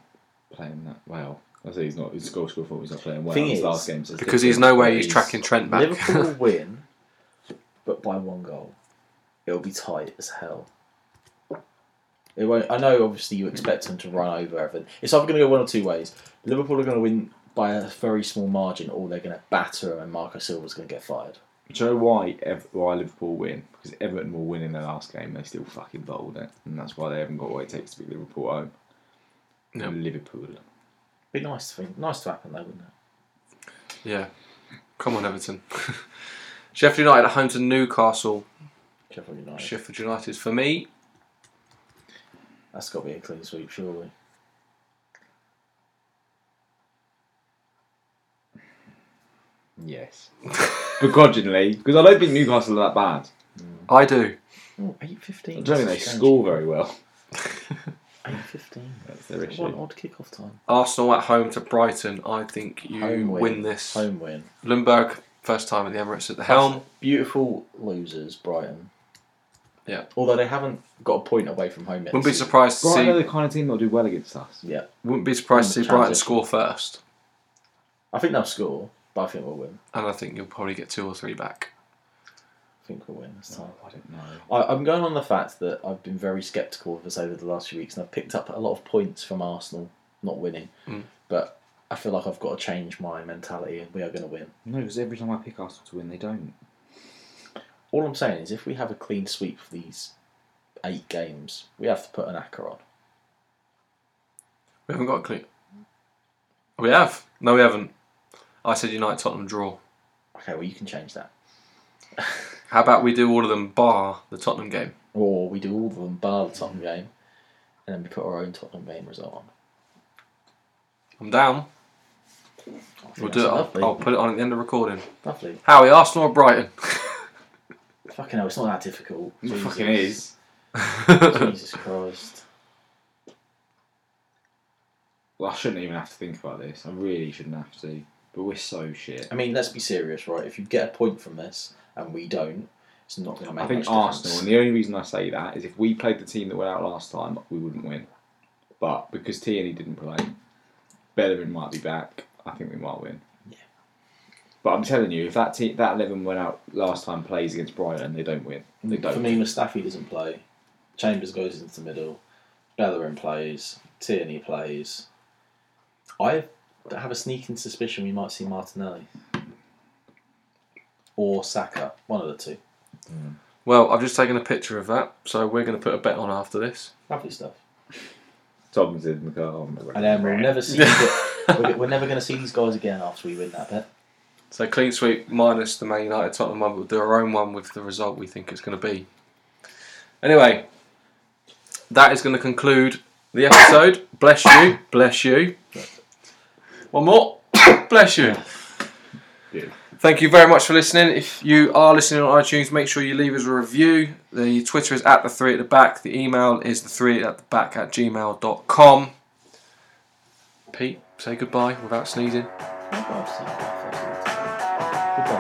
Speaker 3: playing that well. I say he's not. His score score thought he's not playing well.
Speaker 2: Thing
Speaker 3: His
Speaker 2: is,
Speaker 3: last game says
Speaker 1: because he's
Speaker 3: different,
Speaker 1: nowhere.
Speaker 3: but
Speaker 1: He's tracking Trent back.
Speaker 2: Liverpool will win, but by one goal. It'll be tight as hell. It won't, I know, obviously, you expect them to run over everything. It's either going to go one or two ways. Liverpool are going to win by a very small margin, or they're going to batter him, and Marco Silva's going to get fired.
Speaker 3: Do you know why, Ev- why Liverpool win? Because Everton will win in their last game. They still fucking bottled it. And that's why they haven't got what it takes to beat Liverpool home.
Speaker 1: Yep.
Speaker 3: Liverpool.
Speaker 2: Be nice to think, nice to happen, though, wouldn't it?
Speaker 1: Yeah. Come on, Everton. Sheffield United at home to Newcastle.
Speaker 2: Sheffield United.
Speaker 1: Sheffield United for me.
Speaker 2: That's got to be a clean sweep, surely.
Speaker 3: Yes.
Speaker 5: Begrudgingly, because I don't think Newcastle are that bad.
Speaker 1: I do.
Speaker 2: Oh,
Speaker 5: I
Speaker 2: 8.15.
Speaker 5: don't think they score very well.
Speaker 2: 8.15.
Speaker 3: That's their issue.
Speaker 2: What an odd kickoff time.
Speaker 1: Arsenal at home to Brighton. I think you
Speaker 2: Home
Speaker 1: win.
Speaker 2: win.
Speaker 1: this.
Speaker 2: Home win.
Speaker 1: Lundberg, first time at the Emirates at the helm.
Speaker 2: Beautiful losers, Brighton.
Speaker 1: Yeah.
Speaker 2: Although they haven't got a point away from home yet.
Speaker 1: Wouldn't be
Speaker 2: this
Speaker 1: surprised to
Speaker 3: Brighton are
Speaker 1: see.
Speaker 3: the kind of team that'll do well against us.
Speaker 2: season. Yeah.
Speaker 1: Wouldn't be surprised to see
Speaker 2: Transition.
Speaker 1: Brighton score first.
Speaker 2: I think they'll score, but I think we'll win.
Speaker 1: And I think you'll probably get two or three back.
Speaker 2: I think we'll win this time.
Speaker 3: Oh, I don't know.
Speaker 2: I, I'm going on the fact that I've been very sceptical of us over the last few weeks, and I've picked up a lot of points from Arsenal not winning.
Speaker 1: Mm.
Speaker 2: But I feel like I've got to change my mentality, and we are going to win.
Speaker 3: No, because every time I pick Arsenal to win, they don't.
Speaker 2: All I'm saying is, if we have a clean sweep for these eight games, we have to put an acca on.
Speaker 1: We haven't got a clue. Oh, We have. No, we haven't. I said United Tottenham draw.
Speaker 2: Okay, well you can change that,
Speaker 1: How about we do all of them bar the Tottenham game?
Speaker 2: or we do all of them bar the Tottenham game, and then we put our own Tottenham game result on.
Speaker 1: I'm down.
Speaker 2: I think
Speaker 1: We'll
Speaker 2: that's
Speaker 1: do it. I'll,
Speaker 2: Lovely.
Speaker 1: I'll put it on at the end of recording.
Speaker 2: lovely.
Speaker 1: Howie, Arsenal or Brighton?
Speaker 2: Fucking hell, it's not that difficult.
Speaker 3: It
Speaker 2: Jesus.
Speaker 3: fucking is.
Speaker 2: Jesus Christ.
Speaker 3: Well, I shouldn't even have to think about this. I really shouldn't have to. But we're so shit.
Speaker 2: I mean, let's be serious, right? If you get a point from this and we don't, it's not going to make
Speaker 3: I think
Speaker 2: much
Speaker 3: Arsenal, and
Speaker 2: difference.
Speaker 3: the only reason I say that is if we played the team that went out last time, we wouldn't win. But because Tierney didn't play, Bellerin might be back. I think we might win.
Speaker 2: Yeah.
Speaker 3: But I'm telling you, if that team, that eleven went out last time plays against Brighton, they don't win. They don't.
Speaker 2: For me, Mustafi doesn't play. Chambers goes into the middle. Bellerin plays. Tierney plays. I have a sneaking suspicion we might see Martinelli or Saka, one of the two.
Speaker 1: Well, I've just taken a picture of that, so we're going to put a bet on after this.
Speaker 2: Lovely stuff.
Speaker 3: Tom's in the car. I'm not
Speaker 2: And then we'll never see. we're, we're never going to see these guys again after we win that bet.
Speaker 1: So clean sweep minus the Man United Tottenham one. We'll do our own one with the result we think it's going to be. Anyway, that is going to conclude the episode. Bless you. Bless you. One more. Bless you.
Speaker 3: Good.
Speaker 1: Thank you very much for listening. If you are listening on iTunes, make sure you leave us a review. The Twitter is at the three at the back. The email is the three at the back at gmail.com. Pete, say goodbye without sneezing.
Speaker 2: Goodbye.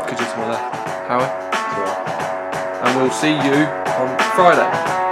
Speaker 1: Could you to my left? Howard? And we'll see you on Friday.